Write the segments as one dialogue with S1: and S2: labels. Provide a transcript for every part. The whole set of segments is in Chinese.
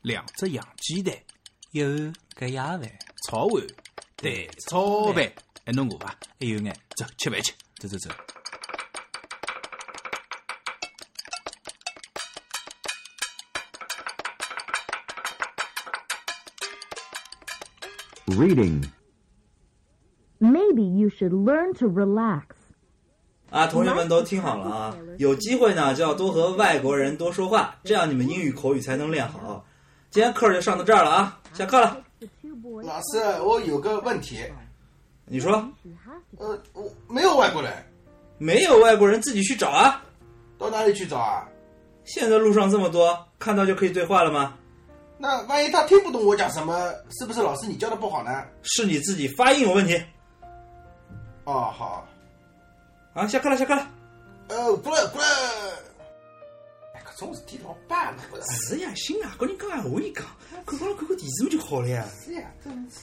S1: 两只洋鸡蛋，
S2: 一碗隔夜饭，
S1: 炒碗蛋炒饭，还侬饿伐？
S2: 还有眼，
S1: 哎走，吃饭去。
S2: 走走走。
S3: Reading.
S4: Maybe you should learn to relax.
S5: 啊，同学们都听好了啊！有机会呢，就要多和外国人多说话，这样你们英语口语才能练好。今天课就上到这儿了啊，下课了。
S4: The two boys
S6: 老师，我有个问题，
S5: 你说
S4: who have to
S6: 呃，我没有外国人，
S5: 没有外国人自己去找啊？
S6: 到哪里去找啊？
S5: 现在路上这么多，看到就可以对话了吗？
S6: 那万一他听不懂我讲什么，是不是老师你教的不好呢？
S5: 是你自己发音有问题
S6: 哦，好，
S5: 啊！下课了，下课了。
S6: 呃，过来过来，哎，搿种事体老办了，
S5: 是呀，行啊，跟人讲闲话一讲，看光看看电视嘛就好了呀。
S6: 是呀，啊真是，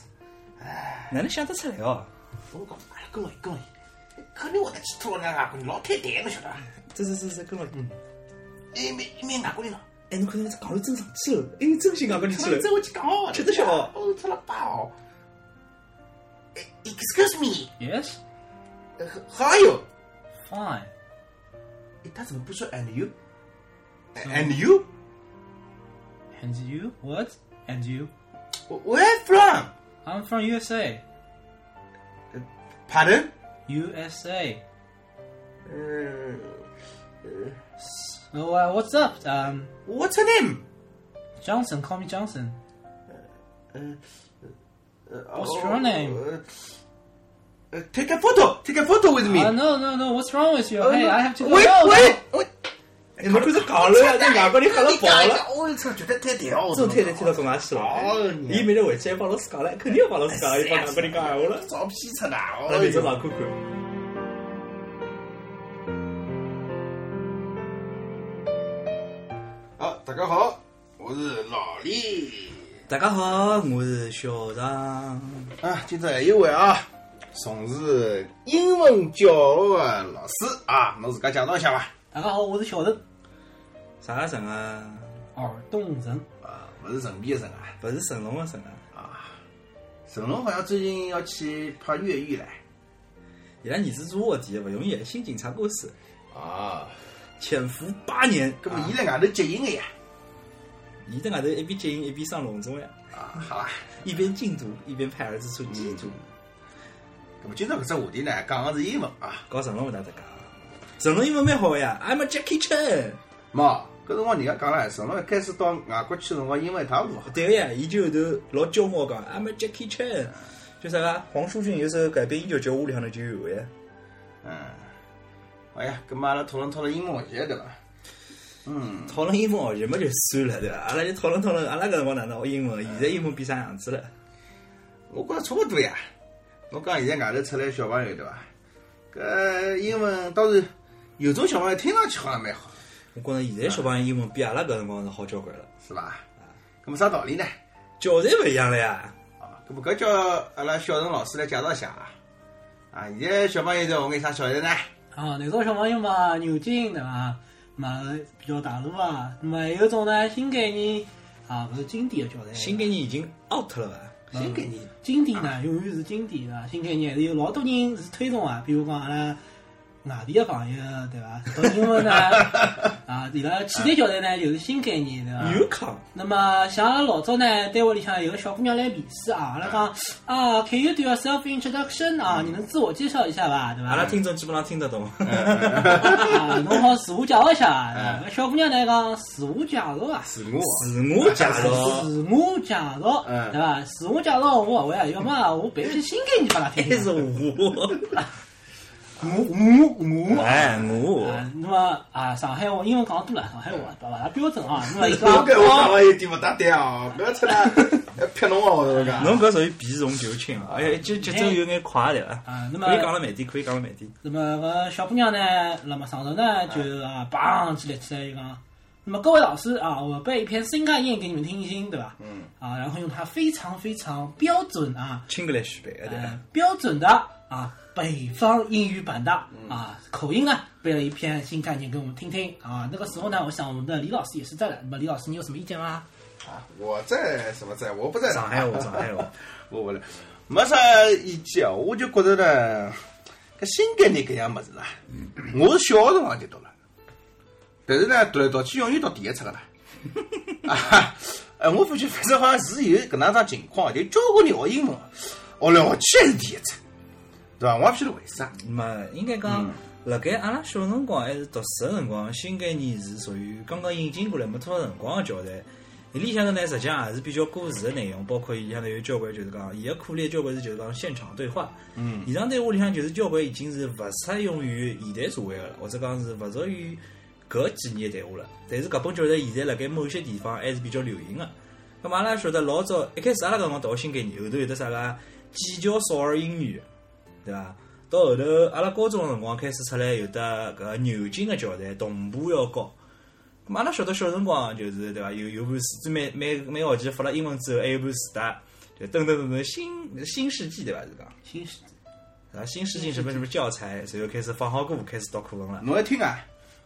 S5: 哪能想得出来哦？
S6: 我讲，阿拉跟我跟我，肯定会得去吐那外国啊人，老太呆了，晓得伐？
S5: 这这这这，跟我讲，
S6: 一面一面外国人了，
S5: 哎，侬看侬讲了真上去了，哎，真心讲跟你去
S6: 他们
S5: 了
S6: 真。会去讲哦，
S5: 吃得消哦
S6: 哦，吃了饱哦。哎 Excuse me,
S2: Yes,
S6: uh, how are you?
S2: fine.
S6: 哎他怎么不说 and you?
S2: 嗯
S6: And you?
S2: And you? What? And you?
S6: Where from?
S2: I'm from USA.
S6: Pardon?
S2: USA.
S6: 呃
S2: Oh, uh, what's up? Um,
S6: What's her name?
S2: Johnson. Call me Johnson.
S6: What's
S2: your name?
S6: 哦呃 Take a photo. Take a photo with me.
S2: Uh, no, no, no. What's wrong with you?
S6: Oh,
S2: hey,
S6: no.
S2: I have to go.
S6: Wait,
S2: no,
S6: wait, wait.
S5: 哎，侬看这讲了呀，那外国人吓了跑了。
S6: 哎我一操，绝对太屌了！
S5: 这太太听到干嘛去了？
S6: 哦你
S5: 伊明天回去还帮老师讲了，肯定要帮老师讲，又帮哪个人讲闲话了？
S6: 照屁出来！
S5: 阿拉明朝上看看。
S6: 啊，大家好，我是老李。
S5: 大家好，我是小张。
S6: 啊，今朝还有位啊，从事英文教学的老师啊，侬自家介绍一下吧。
S2: 大家好，啊我是小陈，
S5: 啥神啊？
S2: 耳洞人。
S6: 啊，不是陈皮的陈啊，
S5: 不是成龙的神啊！
S6: 成龙好像最近要去拍越狱了。
S5: 伊拉儿子做卧底，勿容易，新警察官司，
S6: 啊，
S5: 潜伏八年。
S6: 搿么
S5: 啊
S6: 伊在外头接应个呀？
S5: 伊在外头一边接应一边上笼中呀，
S6: 啊，好啊。
S5: 一边禁毒一边派儿子出缉毒。
S6: 搿么今朝搿只话题呢，讲个是英文啊。
S5: 搞成龙勿大搭界，成龙英文蛮好呀，I'm a Jackie Chan。
S6: 嘛，搿辰光人家讲了，成龙一开始到外国去辰光，英文一塌糊涂啊。
S5: 对个呀，伊就后头老骄傲讲，I'm a Jackie Chan，叫啥个？黄舒骏有首改编音乐叫《我里向头就有》呀。
S6: 嗯。哎呀，搿么阿拉讨论讨论英文学习对伐？
S5: 讨论英文哦学习嘛就算了对伐？阿拉就讨论讨论，阿拉搿辰光哪能学哦英文？现在英文变啥样子了？
S6: 我觉着差不多呀。侬讲现在外头出来小朋友对伐？搿英文当然有种小朋友听上去好像蛮好，
S5: 我觉着现在小朋友英文比阿拉搿辰光是好交关了，
S6: 是伐？搿么啥道理呢？
S5: 教材勿一样了呀。
S6: 啊，搿么搿叫阿拉小陈老师来介绍一下啊。啊，现在小朋友在学眼啥小学呢？
S2: 啊，那种小朋友嘛，牛津对伐？嘛比较大陆啊，那么还有一种呢，新概念啊，勿是经典的教材。
S5: 新概念已经 out 了伐？
S6: 新
S5: 嗯
S6: 概念
S2: 经典呢，永远是经典的。新概念还是有老多人是推崇啊，比如讲阿拉外地的朋友 对伐？读英文呢啊，伊拉起点教材呢就是新概念对伐？
S5: new com
S2: 那么像老早呢，单位里向有个小姑娘来面试啊，阿拉讲啊，Can you do yourself introduction 啊？你能自我介绍一下吧，对吧？
S5: 嗯阿拉听众基本上听得懂。
S2: 啊，侬好自我介绍一下。
S5: 哎
S2: 搿小姑娘来讲自我介绍啊，
S6: 自我
S5: 自我介绍，
S2: 自我介绍，
S6: 嗯
S5: 哎
S2: 对伐？自我介绍我勿会啊，要么我办篇新给你拨拉
S5: 还。
S2: 听
S5: 哎是我，
S6: 我我我，
S5: 哎我，
S2: 啊，那么啊，上海话英文讲多了，上海话对伐？勿大标 准啊。那么 伊
S6: 我
S2: 讲
S6: 跟我讲话有点不搭调哦，不要出 来要撇侬哦，我
S2: 啊
S6: 讲。
S5: 侬搿属于避重就轻啊，哎节节奏有眼快对伐？
S2: 啊，那么
S5: 可以讲了慢点，可以讲了慢点。
S2: 那么搿小姑娘呢，那么上头
S5: 哎
S2: 呢就是啊，梆起来起来就讲，那么各位老师啊，我背一篇新概念给你们听一听，对吧？嗯。啊，然后用它非常非常标准啊，
S5: 亲个来许配，对伐
S2: 呃？，标准的啊，北方英语版的啊，口音呢背了一篇新概念给我们听听啊。那个时候呢，我想我们的李老师也是在的，那么李老师你有什么意见吗？
S6: 啊，我在什么在？我不在
S5: 上海话，上海话，
S6: 我不来，没啥意见啊。我就觉得呢，搿新概念搿样物事啦，
S5: 嗯
S6: 我是小学辰光就读了，但是呢，读来读去永远读第一册 个啦。啊，哎，我发觉反正好像是有搿能样桩情况，就交关人学英文，哦学来学去还是第一册，对伐？我也勿晓得为啥。
S5: 嘛，应该讲，辣盖阿拉小辰光还是读书个辰光，新概念是属于刚刚引进过来没多少辰光个教材。伊里向头呢，实际上也是比较过时个内容，包括伊里向头有交关就是讲，伊个课列交关是就是讲现场对话。嗯。现场对话里向就是交关已经是勿适用于现代社会个了，或者讲是勿属于搿几年个谈话了。但是搿本教材现在辣盖某些地方还是比较流行个、咁嘛阿拉晓得老早一开始阿拉搿辰光读新概念，后头有得啥啦？几教少儿英语，对伐？到后头阿拉高中个辰光开始出来有得搿牛津个教材，同步要教。咁阿拉晓得小辰光就是对伐？有有本书，子每每每学期发了英文之后，还有本书哒，就等等等等新新世纪对伐？是讲
S2: 新世纪
S5: 啊新世纪什么什么教材，然后开始放好歌，开始读课文了。
S6: 侬一听啊，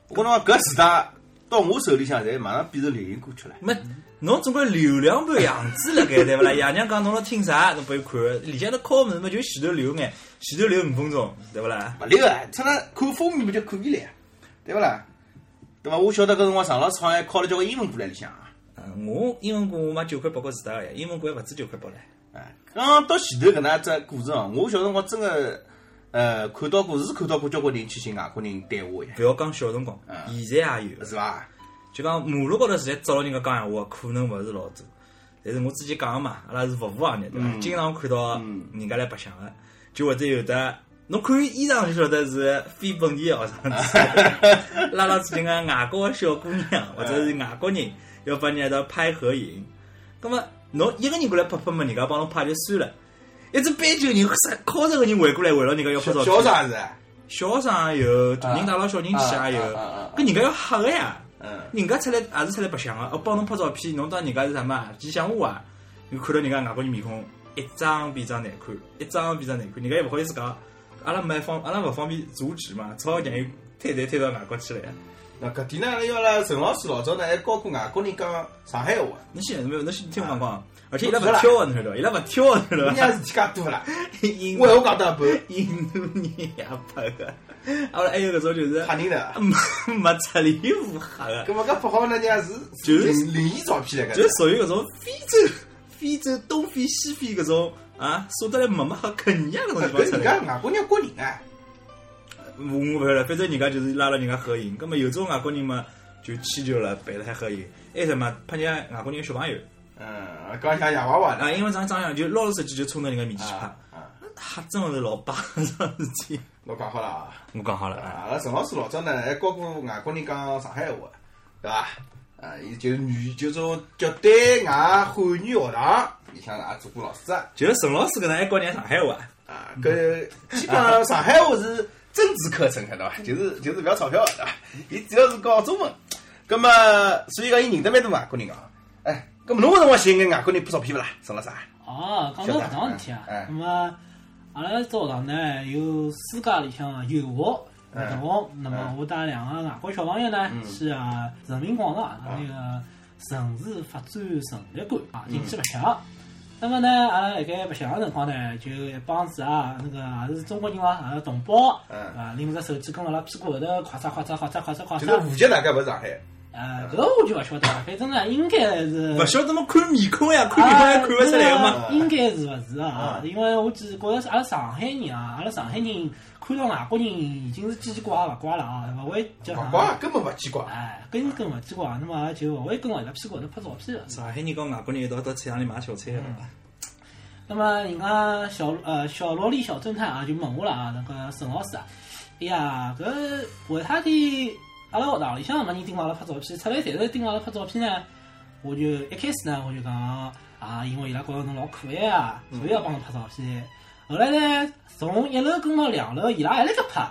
S6: 我跟侬讲，搿四大到我手里向，侪马上变成流行歌曲了。
S5: 没，侬总归流量般样子辣盖，对勿啦？爷娘讲侬辣听啥，侬拨伊看，里向头敲门嘛，就前头留眼，前头留五分钟，对勿啦？
S6: 勿溜啊，出来看封面不就可以了呀，啊对勿啦？对伐？我晓得搿辰光常老师好像考了交关英文过来里向啊，
S5: 啊，我英文课我买九块八角自带个，英文课还勿止九块八唻。
S6: 哎，刚到前头搿能一只故事哦，我小辰光真个呃看到过是看到过交关人去寻外国人对话呀，
S5: 勿要讲小辰光
S6: 啊，
S5: 现在也有，
S6: 是伐？
S5: 就讲马路高头直接找人家讲闲话，可能勿是老多。但是我之前讲个嘛，阿拉是服务行业对伐？经常看到人家来白相个，就或者有的，侬看衣裳就晓得是非本地学生子，拉到自己个外国小姑娘或者是外国人，要帮人家一道拍合影。咁么侬一个人过来拍拍嘛，人家帮侬拍就算了。一只班级个人，靠着个人围过来围牢人家要拍照
S6: 小
S5: 片。
S6: 小啥子？
S5: 小学生也有，大人带牢小人去也有
S6: 啊啊啊啊啊啊，
S5: 搿人家要吓个呀。
S6: 嗯，
S5: 人家出来也是出来白相个，哦，帮侬拍照片，侬当人家是啥嘛？吉祥物啊？你看到人家外国人面孔，一张比一张难看，一张比一张难看，人家也勿好意思讲，阿拉没方，阿拉勿方便阻止嘛，只好让伊推台推到外国去了呀。
S6: 那搿点呢，阿拉要拉陈老师老早呢还教过外国人讲上海话，
S5: 侬先侬侬先听我讲讲，而且伊拉勿挑啊个，侬晓得伐？伊拉勿挑个，侬
S6: 啊 人
S5: 晓
S6: 家
S5: 得伐？
S6: 事体介
S5: 印
S6: 多啦，我闲话讲得一
S5: 印度人也拍个，阿拉还有搿种 就是
S6: 半，吓人的。
S5: 没没出里无吓个。
S6: 搿么搿不好呢，人家是
S5: 就是
S6: 灵灵异照片来
S5: 就
S6: 搿
S5: 是。属于搿种非洲、非洲东非、西非搿种啊，说得来没没和肯尼亚搿种地方
S6: 搿
S5: 出
S6: 人
S5: 来
S6: 家。外国人国人啊，
S5: 我我勿晓得，反正人家就是拉了人家合影，葛末有种外国人嘛就迁就了，陪了还合影，还什么拍人家外国人小朋友
S6: 嗯，刚像洋娃娃呢。
S5: 啊，因为长长相就捞了手机就冲到人家面前去拍，
S6: 啊，
S5: 哈，真的是老巴上事体。
S6: 侬讲好了啊。
S5: 我讲好了啊，
S6: 啊，阿拉陈老师老早呢还教过外国人讲上海话，对伐？啊，伊就是女，就是种叫对外汉语学堂里向也做过老师啊。
S5: 就是陈老师搿能还教人家上海话，
S6: 啊，搿基本上上海话是政治课程，看到伐？就是就是勿要钞票，对伐？伊主要是教中文。葛么，所以讲伊认得蛮多外国人啊。哎，葛么侬搿辰光寻眼外国人拍照片勿啦？陈老师啊？
S2: 哦，讲到搿桩事体啊
S6: 哎，
S2: 那么阿拉澡堂呢有私家里向啊有学活动，那么我带两个外国小朋友呢去啊人民广场啊那个城市发展成立馆啊进去白相。那么呢，阿拉辣盖白相个辰光呢，就一帮子啊，那个也是中国人啊，阿拉同胞，
S6: 嗯
S2: 啊，拎着手机跟辣拉屁股后头夸嚓夸嚓夸嚓夸嚓夸
S6: 就是
S2: 嚓，
S6: 户籍大概勿是上海。
S2: 呃，搿个我就勿晓得了，反正呢，应该是
S5: 勿晓得么看面孔 呀，看面孔还看勿出来个嘛。
S2: 啊应该是勿是啊
S6: 啊？
S2: 因为我只是觉着是阿拉上海人啊，阿拉上海人看到外国人已经是叽叽怪勿怪了啊，勿会叫
S6: 勿
S2: 啥
S6: 怪，根本勿奇怪。
S2: 哎，跟跟勿叽怪，那么就勿会跟我伊拉屁股高头拍照片了。
S5: 上海人跟外国人一道到菜场里买小菜个嘛。
S2: 那么人家小呃小萝莉小侦探啊，就问我了啊，那个沈老师啊，哎呀，搿为啥体阿拉学堂里向没人盯牢阿拉拍照片，出来侪是盯牢阿拉拍照片呢？我就一开始呢，我就讲啊，因为伊拉觉着侬老可爱啊，所以要帮侬拍照片。后来呢，从一楼跟到两楼，伊拉还辣盖拍。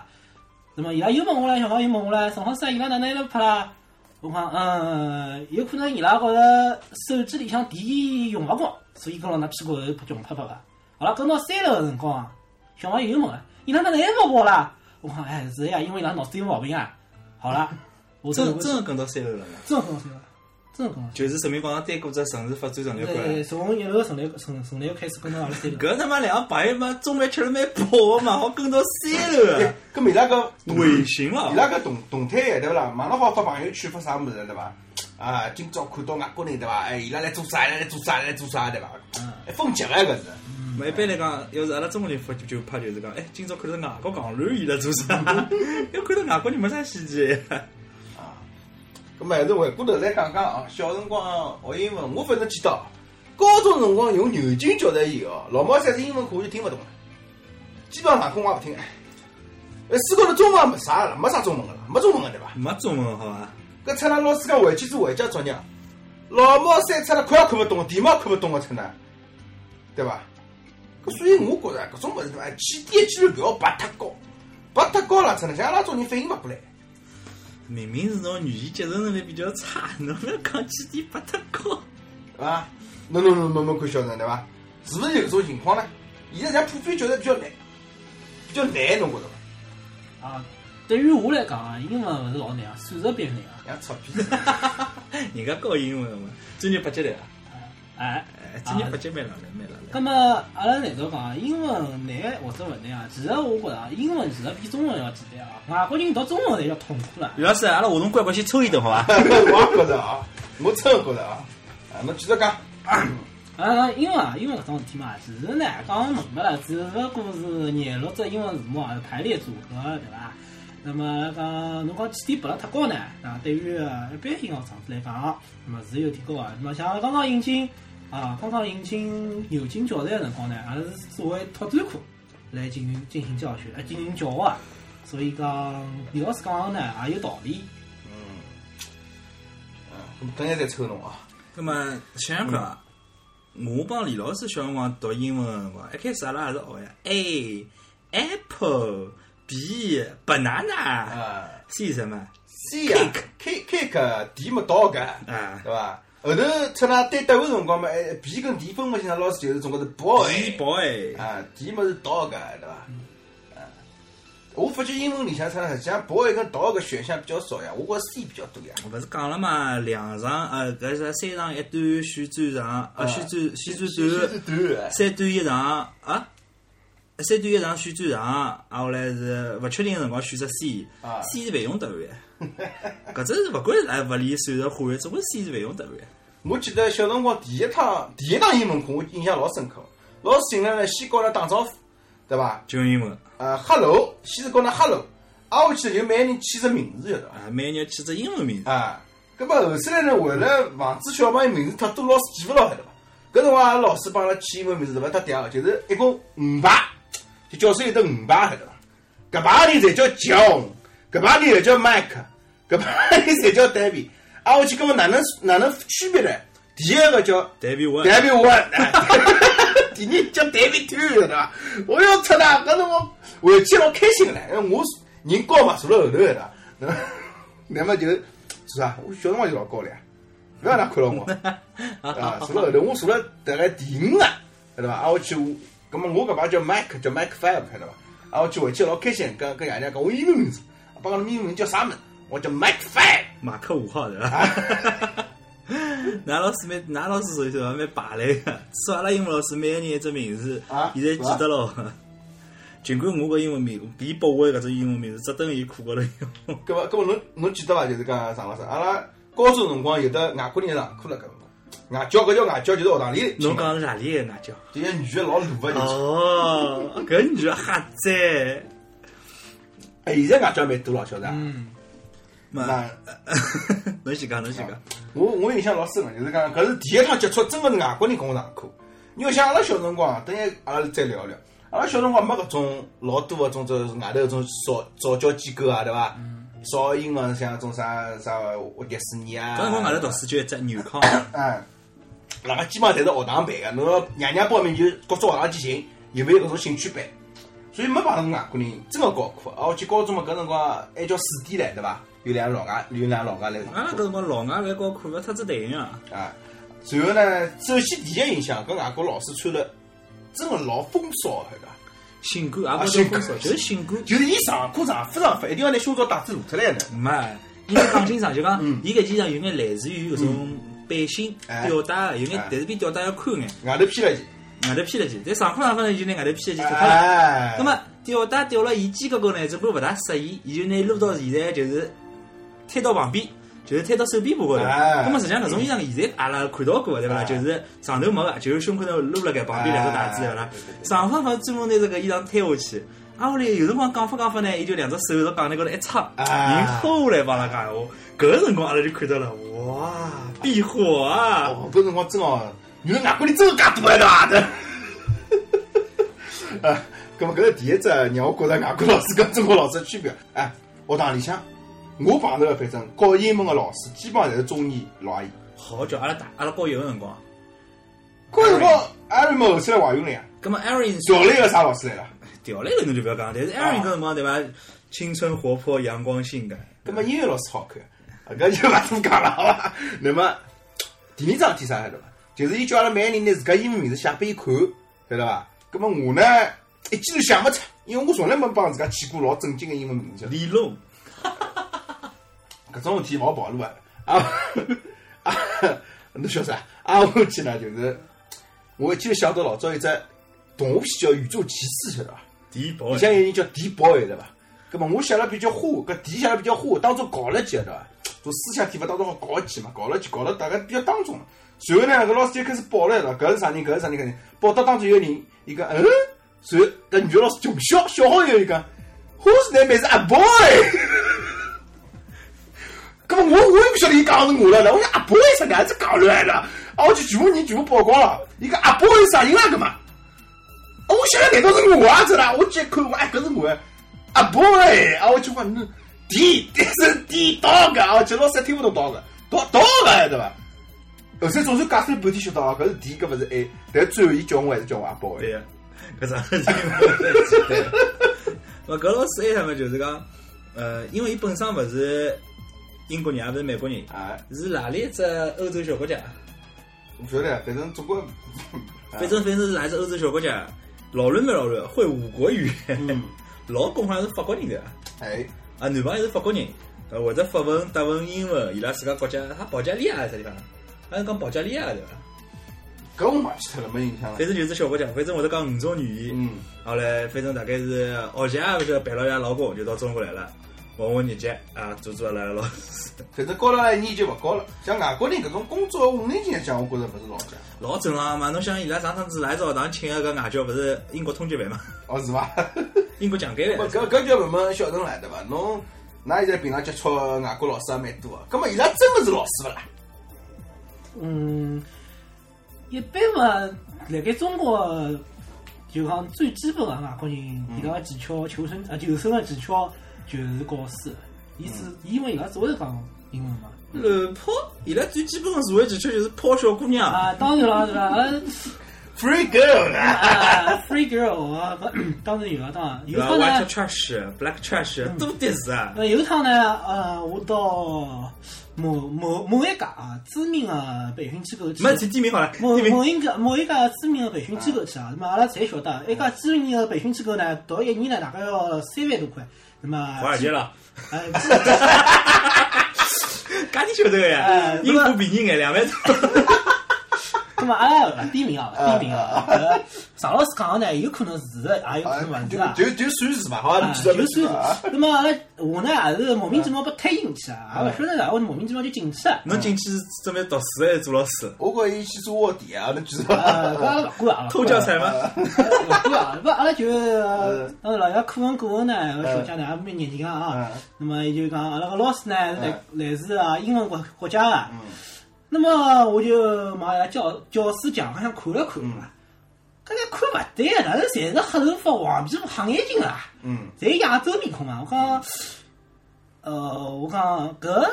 S2: 那么伊拉又问我了，小朋友问我了，沈老师啊，伊拉哪能还辣拍啦？我讲，嗯，有可能伊拉觉着手机里向电用勿光，所以跟牢㑚屁股后穷啪啪啪。好了，跟到三楼个辰光啊，小朋友又问了，伊拉哪能还勿跑啦？我讲，哎，是呀，因为伊拉脑子有毛病啊。好了，我
S5: 真
S2: 真
S5: 真的跟到三楼了嘛。
S2: 真好笑了。真的跟侬
S5: 就
S2: 讲。
S5: 是人民广场对过只城市发展战略观。
S2: 对，从一楼陈列陈陈列开始跟侬阿拉三个，
S5: 搿他妈两个朋友嘛，中饭吃了蛮饱的嘛，好跟到三楼
S6: 对
S5: 的，，
S6: 搿么伊拉搿
S5: 违心
S6: 伊拉
S5: 了。
S6: 搿动动态的对勿啦？马上好发朋友圈发啥物事对伐？啊，今朝看到外国人对伐？哎，伊拉来做啥？伊拉来做啥？伊拉来做啥对伐？哎，风急了�国是。
S5: 嘛，一般来讲，要是阿拉中国人发就就怕就是讲，哎，今朝看到外国港佬伊拉做啥？ 要看到外国人没啥稀奇。
S6: 咁啊么还是回过头来讲讲哦，小辰光学英文，我反正记得，高中辰光用牛津教材以后，哦老毛三是英文课我就听勿懂了，基本上外公我也勿听了。哎，书高头中文也没啥了，没啥中文个了，没中文个对伐？
S5: 没中文好伐？
S6: 搿出来老师讲回去做回家作业，老毛三出来看也看勿懂，题目也看勿懂个出来，对伐？搿所以我觉着搿种物事对伐，起点既然勿要拔太高，拔太高了，只能像阿拉种人反应勿过来。
S5: 明明是侬语言接受能力比较差，侬勿要讲起点拔得高。
S6: 对伐？侬侬侬侬侬看小人对伐？是勿是有搿种情况呢？现在像普遍教材比较难，比较难，侬觉着伐？
S2: 啊，对于我来讲啊，英文勿是老难啊，数学比较难啊，
S6: 像臭屁，
S5: 人家教英文的嘛，专业八级了，
S2: 哎
S5: 哎，，专业
S2: 啊
S5: 八，级蛮浪漫，蛮浪
S2: 那
S5: 漫。
S2: 么阿拉难道讲啊英文难或者勿难啊？其实我觉着啊，英文其实比中文要简单啊，外国人读中文侪要痛苦了。
S5: 于老师，阿拉下趟乖乖去抽一顿好伐？
S6: 我也觉着啊，我真的觉着啊。啊，侬继续讲，
S2: 啊，因为啊，因为搿种事体嘛，其实呢，讲明白了，只不过是廿六只英文字母啊排列组合，对伐？那么讲，侬讲起点拔了太高呢，啊，对于呃一般英学生子来讲，那么是有点高啊。那么像刚刚引进啊，刚刚引进牛津教材的辰光呢，阿拉是作为拓展课来进行进行教学，啊，进行教学啊。所以讲，李老师讲的呢也有道理。
S6: 嗯，咁等下再抽侬啊。
S5: 那么想想看啊，
S6: 嗯
S5: 我帮李老师小辰光读英文的辰光，一开始阿拉也是学呀，A apple B banana
S6: 啊
S5: C 什么
S6: ，C 啊，K K 个 D 没到个，
S5: 啊
S6: 对伐？后头出那对答个辰光嘛，哎，B 跟 D 分不清，老师就是总归是 boy
S5: ？B boy
S6: 啊，D 么是 dog 对伐？啊，我发觉英文里向出来，实际上 boy 跟 dog 选项比较少呀，我觉着 C 比较多呀。
S5: 我不是讲了嘛，两长呃，搿是三长一短，选最长，
S6: 啊
S5: 呃，选最选最短，
S6: 短
S5: 三短一长啊，三短一长选最长，啊，后来是勿确定个辰光选只 C，C
S6: 啊
S5: 是勿用答案，搿只是勿管是哪物理、数学、化学，总归 C 是勿用答案。
S6: 我记得小辰光第一趟第一堂英文课，我印象老深刻。老师进来了，先跟阿拉打招呼，对伐？
S5: 就用英文
S6: 呃，hello，先是跟阿拉 hello，挨啊下去就每个人起只名字，晓得伐？
S5: 啊，每人起只英文名字，
S6: 啊，搿么后头来呢，为了防止小朋友名字太多，老师记勿牢，晓得伐？搿辰光阿拉老师帮阿拉起英文名字，勿搭嗲个，就是一共五排，就教室有得五排，晓得伐？搿排里侪叫 John，搿排里侪叫 Mike，搿排里侪叫 David。啊，我去，搿么哪能哪能区别呢？第一个叫
S5: 代表我
S6: David One，第二哎叫 David Two，晓得伐？我要出来，搿辰光回去老开心个唻，因为我人高嘛，坐辣后头个啦，那么那么就是是啥？我小辰光就老高了呀，勿要哪看牢我啊，坐辣后头，我坐辣大概第五个，晓得伐？啊，我去，搿么我搿排叫 Mike，叫 Mike Five，晓得伐？啊，我去回去老开心，跟跟爷娘讲我英文名字，啊爸讲侬英文名叫啥名字？我叫 Mike Five。
S5: 马克五 号对伐？那老师蛮，那老师首先还蛮排来个，至少阿拉英文老师每个人一只名字
S6: 啊，
S5: 现在记得咯。 尽管我个英文名，比宝我搿只英文名字，只等于课 高头用。
S6: 搿么搿么侬侬记得伐？就是讲常老师，阿拉高中辰光有的外国人上课了，搿辰光外教搿叫外教，就是学堂里
S5: 侬讲是哪里个外 教？
S6: 就像女的老鲁个就是。
S5: 哦，搿女的瞎赞。
S6: 哎，现在外教蛮多了，晓得伐？
S2: 嗯，
S5: 嘛，
S6: 那
S5: 嗯侬先讲，侬先讲。
S6: 我我印象老深个，就是讲搿是第一趟接触真个是外国人跟我上课。你要想阿拉小辰光，啊等下阿拉再聊聊。阿拉小辰光没搿种老多个种种外头搿种早早教机构啊，对伐？
S5: 嗯
S6: 少英文像种啥啥迪士尼啊。
S5: 搿辰光外头读书就一只啊纽康，
S6: 哎，那个基本上侪是学堂办个，侬要爷娘报名就各种学堂去寻，有没有搿种兴趣班？所以没碰到外国人，真个教课。啊，我去高中嘛，搿辰光还叫四点来对伐？有两个老外，有两个老外来
S5: 阿拉搿辰光老外来教课，勿特子对应啊。
S6: 啊。随后呢，首先第一印象，搿外国老师穿了真个老风骚，晓得伐？
S5: 性感也
S6: 啊
S5: 勿是
S6: 性
S5: 风
S6: 感
S5: 骚，就是性感。
S6: 就是伊上课上法上法，一定要拿胸罩带子露出来呢。
S5: 没，应该讲清爽，就讲伊搿记上有眼来自于搿种背心
S6: 嗯哎
S5: 吊带，有眼
S6: 哎
S5: 但是比吊带要宽眼，
S6: 外头披了去，
S5: 外头披了去，但上裤上方呢就拿外头披了去脱脱了。
S6: 哎，
S5: 那么吊带吊了伊肩高高呢，只不过勿大适宜，伊就拿撸到现在就是推到旁边，就是推到手臂部高头。
S6: 哎
S5: 那么实际上搿种衣裳现在阿拉看到过的对伐？
S6: 哎
S5: 就是上头没个，就是胸口头撸辣盖旁边两个带子对伐
S6: 哎对对？对
S5: 上方方专门拿这个衣裳推下去。啊，屋里有辰光讲法讲法呢，伊就两只手在杠头高头一插，
S6: 哎
S5: 人偷来帮阿拉讲闲话。搿个辰光阿拉就看到了，哇，避火啊！
S6: 哦，搿辰光真哦，原来外国人真有介多啊，对伐？的，啊，搿么搿是第一只让我觉着外国老师跟中国老师的区别。哎，学堂里向我碰到的反正教英文的老师，基本上侪是中年老阿姨。
S5: 好叫阿拉大阿拉高一个辰光，
S6: 搿辰光艾瑞后头来怀孕了呀，
S5: 葛末 Aaron
S6: 调来个啥老师来了？
S5: 调来了侬就不要讲，但是 Aaron 搿辰光对伐？青春活泼、阳光性感，
S6: 搿么音乐老师好看，啊搿就勿多讲了，好伐？ 那么第二桩事体啥晓得伐？就是伊叫阿拉每个人拿自家英文名字写拨伊看，晓得伐？搿么我呢一记头写勿出，因为我从来没帮自家起过老正经的英文名字，
S5: 李龙
S6: 搿种事体勿好暴露啊！啊 啊，侬晓得啥？啊，我去呢就是，我一记头想到老早有只动画片叫《宇宙骑士》，晓得伐？
S5: 迪
S6: 里
S5: 宝，
S6: 向有人叫迪宝对伐？葛么我写了比较花，搿迪写了比较花，当中搞了几对伐？做思想体勿当中好搞一记嘛，搞了几搞了大概比较当中。随后呢，搿老师就开始报了，对伐？搿是啥人？搿是啥人？搿人报到当中有个人，伊讲嗯，随后搿女的老师就笑笑好以后伊讲，Whose name is a boy？搿么我我也勿晓得伊讲的是我了了，我讲阿婆是啥样子讲乱了，啊我就全部人全部曝光了，伊讲阿婆是啥人啦搿嘛？啊我想想难道是我啊这啦？我去看我哎搿是我啊，阿婆哎，啊我就讲你地这是地道个，啊我就老师听勿懂道个，道道个对伐？后头总算解释了半天晓得啊，搿是 D 搿勿是 A，但最后伊叫我还是叫我阿婆
S5: 对
S6: 哎，
S5: 呀，搿啥事体？我 搿老师还他们就是讲，呃，因为伊本身勿是英国人，也勿是美国人，
S6: 啊
S5: 是哪里一只欧洲小国家？
S6: 我晓得，反正总归，
S5: 反正反正是哪一只欧洲小国家？老乱蛮老乱，会五国语言，老公好像是法国人对伐？
S6: 哎
S5: 啊，男朋友是法国人，呃，会得法文、德文、英文，伊拉自家国家，他保加利亚还是啥地方？还是讲保加利亚对伐？
S6: 搿我忘记脱了没印象了
S5: 反，正啊就是小国家，反正会得讲五种语言。
S6: 嗯。
S5: 后来反正大概是哦学姐也勿晓得陪牢伊拉老公，就到中国来了，混混日脚啊，做做阿拉老师，
S6: 反正高了来年就勿高了。像外国人搿种工作五年级来讲，我觉着勿是老强，
S5: 老正常嘛。侬想伊拉上趟子来一只学堂请个搿外教，勿是英国通缉 犯嘛？
S6: 哦是 伐？
S5: 英国强奸
S6: 不，
S5: 犯。
S6: 搿搿就慢慢小成来对伐？侬，㑚现在平常接触外国老师也蛮多个，葛末伊拉真个是老师勿啦？
S2: 嗯，一般嘛，辣盖中国就讲最基本的外国人，伊拉的技巧、求生啊、求生的技巧就是教书，伊只
S5: 嗯
S2: 因为伊拉只会讲英文嘛。
S5: 呃，抛伊拉最基本的社会技巧就是抛小姑娘，
S2: 啊，当然啦，对伐？啊
S6: Free girl 啊！
S2: 啊，free girl 啊，搿当然有啊，当然有
S5: 对伐
S2: 趟
S5: ？White
S2: 呢，
S5: trash、black trash 都得是啊。
S2: 那有趟呢，呃，我到某某某一家啊知名的培训机构去。
S5: 没去地名好了，地
S2: 某
S5: 名
S2: 某一家某一家知名的培训机构去啊，那么阿拉侪晓得，一家知名的培训机构呢，读一年呢大概要三万多块，那么
S5: 华尔街了。
S2: 呃，基
S5: 噶你晓得个呀
S2: 哎？
S5: 英国便宜眼，两万 多。
S2: 那么阿拉勿点名啊，勿点名啊，呃，常老师讲的呢，有可能是的，也有可能勿是
S6: 哎就
S2: 啊。
S6: 就就算是伐？好伐？
S2: 啊，
S6: 侬记
S2: 就
S6: 得没记
S2: 是
S6: 得啊？，
S2: 那么阿拉我呢也是莫名其妙被推进去啊，也勿晓得哪会莫名其妙就进去了。啊
S5: 侬进去是准备读书还是做老师？
S6: 我觉着伊去做卧底啊，侬记得伐？
S2: 呃，搿阿拉勿管啊，
S5: 偷教材吗？
S2: 勿管啊，勿阿拉就呃当然了，伊拉课文过后呢，搿小姐呢也蛮热情个啊。那么伊就讲阿拉个老师呢是来来自啊英文国国家个，那么我就往伊拉教教师墙上看了看嘛，搿个看勿对个，哪能侪是黑头发、黄皮肤、黑眼睛啊？
S6: 嗯，
S2: 侪亚洲面孔嘛。啊我讲，呃，我讲搿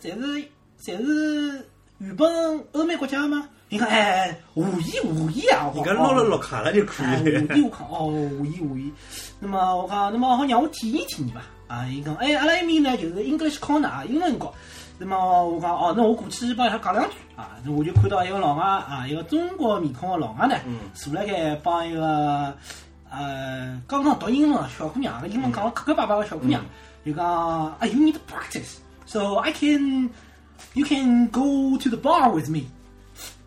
S2: 侪是侪是原本欧美国家吗？你看，哎，无疑无疑啊！我
S5: 人家
S2: 讲
S5: 捞了绿卡了就可
S2: 哎
S5: 以
S2: 无
S5: 了
S2: 疑。我讲哦，无疑无疑。那么我讲，那么好让我体验体验吧。啊，伊讲，哎，阿拉埃面呢就是 English corner 啊，英文角。那么我讲，哦，那我过去帮伊拉讲两句啊。那我就看到一个老外啊，一个中国面孔的老外呢，
S5: 嗯
S2: 坐辣盖帮一个呃刚刚读英文的小姑娘，英文讲了磕磕巴巴的小姑娘，就讲，啊，you 哎 need practice。 So I can, you can go to the bar with me。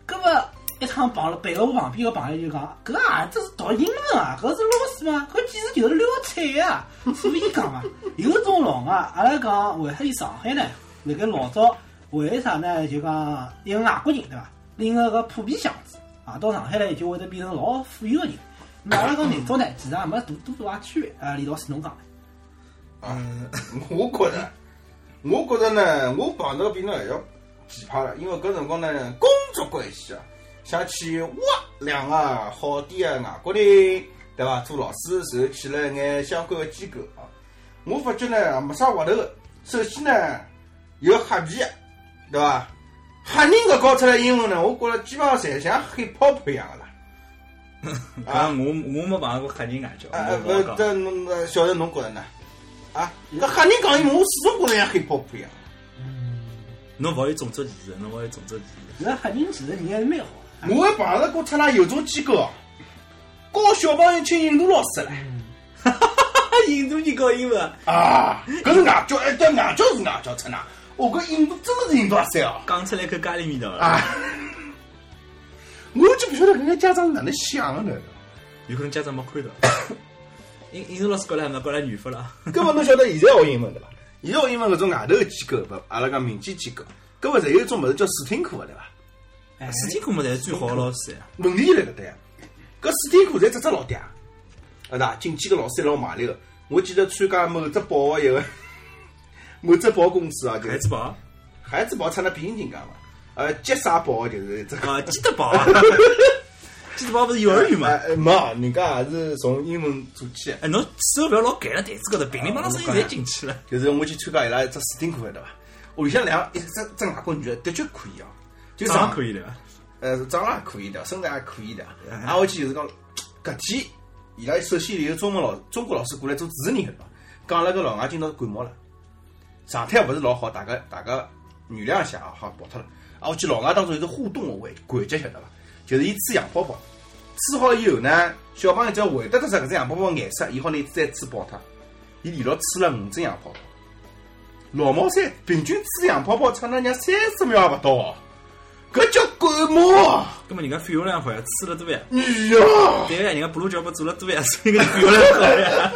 S2: 搿么一趟碰了，陪了我旁边个朋友就讲，搿啊，这是读英文啊，搿是老师吗？搿简直就是撩菜啊！ 所以讲啊，有种浪啊，阿拉讲为啥伊上海呢？辣盖老早为啥呢？就讲一个外国人对伐，拎个个普遍箱子啊，到上海来就会得变成老富有个人。那阿拉讲南方呢，其实也没多多大区别啊。李老师侬讲呢，
S6: 啊，我觉着，我觉着呢，我碰到比侬还要奇葩了，因为搿辰光呢，工作关系啊，想去挖两个好点的外国人，对伐？做老师，然后去了一眼相关的机构啊。我发觉呢，没啥活头的。首先呢，有黑皮的，对伐？黑人搿教出来英文呢，我觉着基本上侪像黑泡泡一样的啦。
S5: 啊，我我没碰到过黑人外教，
S6: 啊，
S5: 我
S6: 勿
S5: 勿好讲。
S6: 这侬呃晓得侬觉着呢？啊，搿黑人讲英文，我始终觉着像黑泡泡一样。
S5: 侬勿好有种族歧视，侬勿好有种族歧视。
S2: 其实黑人其实人还是蛮好的。
S6: 我还碰着过出那有种机构啊，教小朋友请印度老师来
S5: 啊，印度人教英文啊，
S6: 啊，搿是外教，哎，对，外教是外教出那，哦，搿印度真的是印度阿三哦
S5: 讲出来口咖喱味道了。
S6: 啊！ 我就不晓得搿眼家长是哪能想的呢？
S5: 有可能家长没看 到。印印度老师过来没过来女服了？
S6: 搿么侬晓得现在学英文对伐？现在学英文搿种外头的机构，勿阿拉讲民间机构，搿勿侪有一种物事叫试听课个对伐？
S2: 哎，
S5: 试听课么才是最好的老师呀。
S6: 问题就辣搿搭呀，搿试听课侪只只老嗲，啊哒，进去个老师也老卖力个。我记得参加某只宝个一 个某只宝公司啊，就
S5: 孩
S6: 是
S5: 子宝
S6: 孩子宝出了变形金刚嘛，呃，杰啥宝就是这 个。
S5: 啊，基德宝啊，基德宝不是幼儿园嘛？
S6: 哎哎没啊，人家也是从英文做起的，
S5: 哎，侬手勿要老盖了台子高头，乒里乓啷声音侪进去了。
S6: 就是我去参加伊拉一只试听课对伐？屋里向两一只只外国女的的确可以哦，就
S5: 长
S6: 长
S5: 得可以的吧？
S6: 呃，长相也可以的，身材也可以的。啊挨下去就是讲，搿天伊拉首先有中文老中国老师过来做主持人的对伐？讲了个老外今朝感冒了，状态勿是老好，大家大家原谅一下啊，好跑脱了。挨下去老外当中有只互动的环环节晓得伐？就是伊吹洋泡泡，吹好以后呢，小朋友只要回答得出搿只洋泡泡颜色，伊好拿伊再吹爆脱。伊连牢吹了五只洋泡泡，老毛三平均吹洋泡泡差那娘三十秒也勿到哦，搿叫感冒啊！
S5: 那么人家肺活量好呀，啊吃了多呀。
S6: 哎呀，
S5: 对呀，人家布鲁乔不做了多呀，所以搿肺活量好 呀。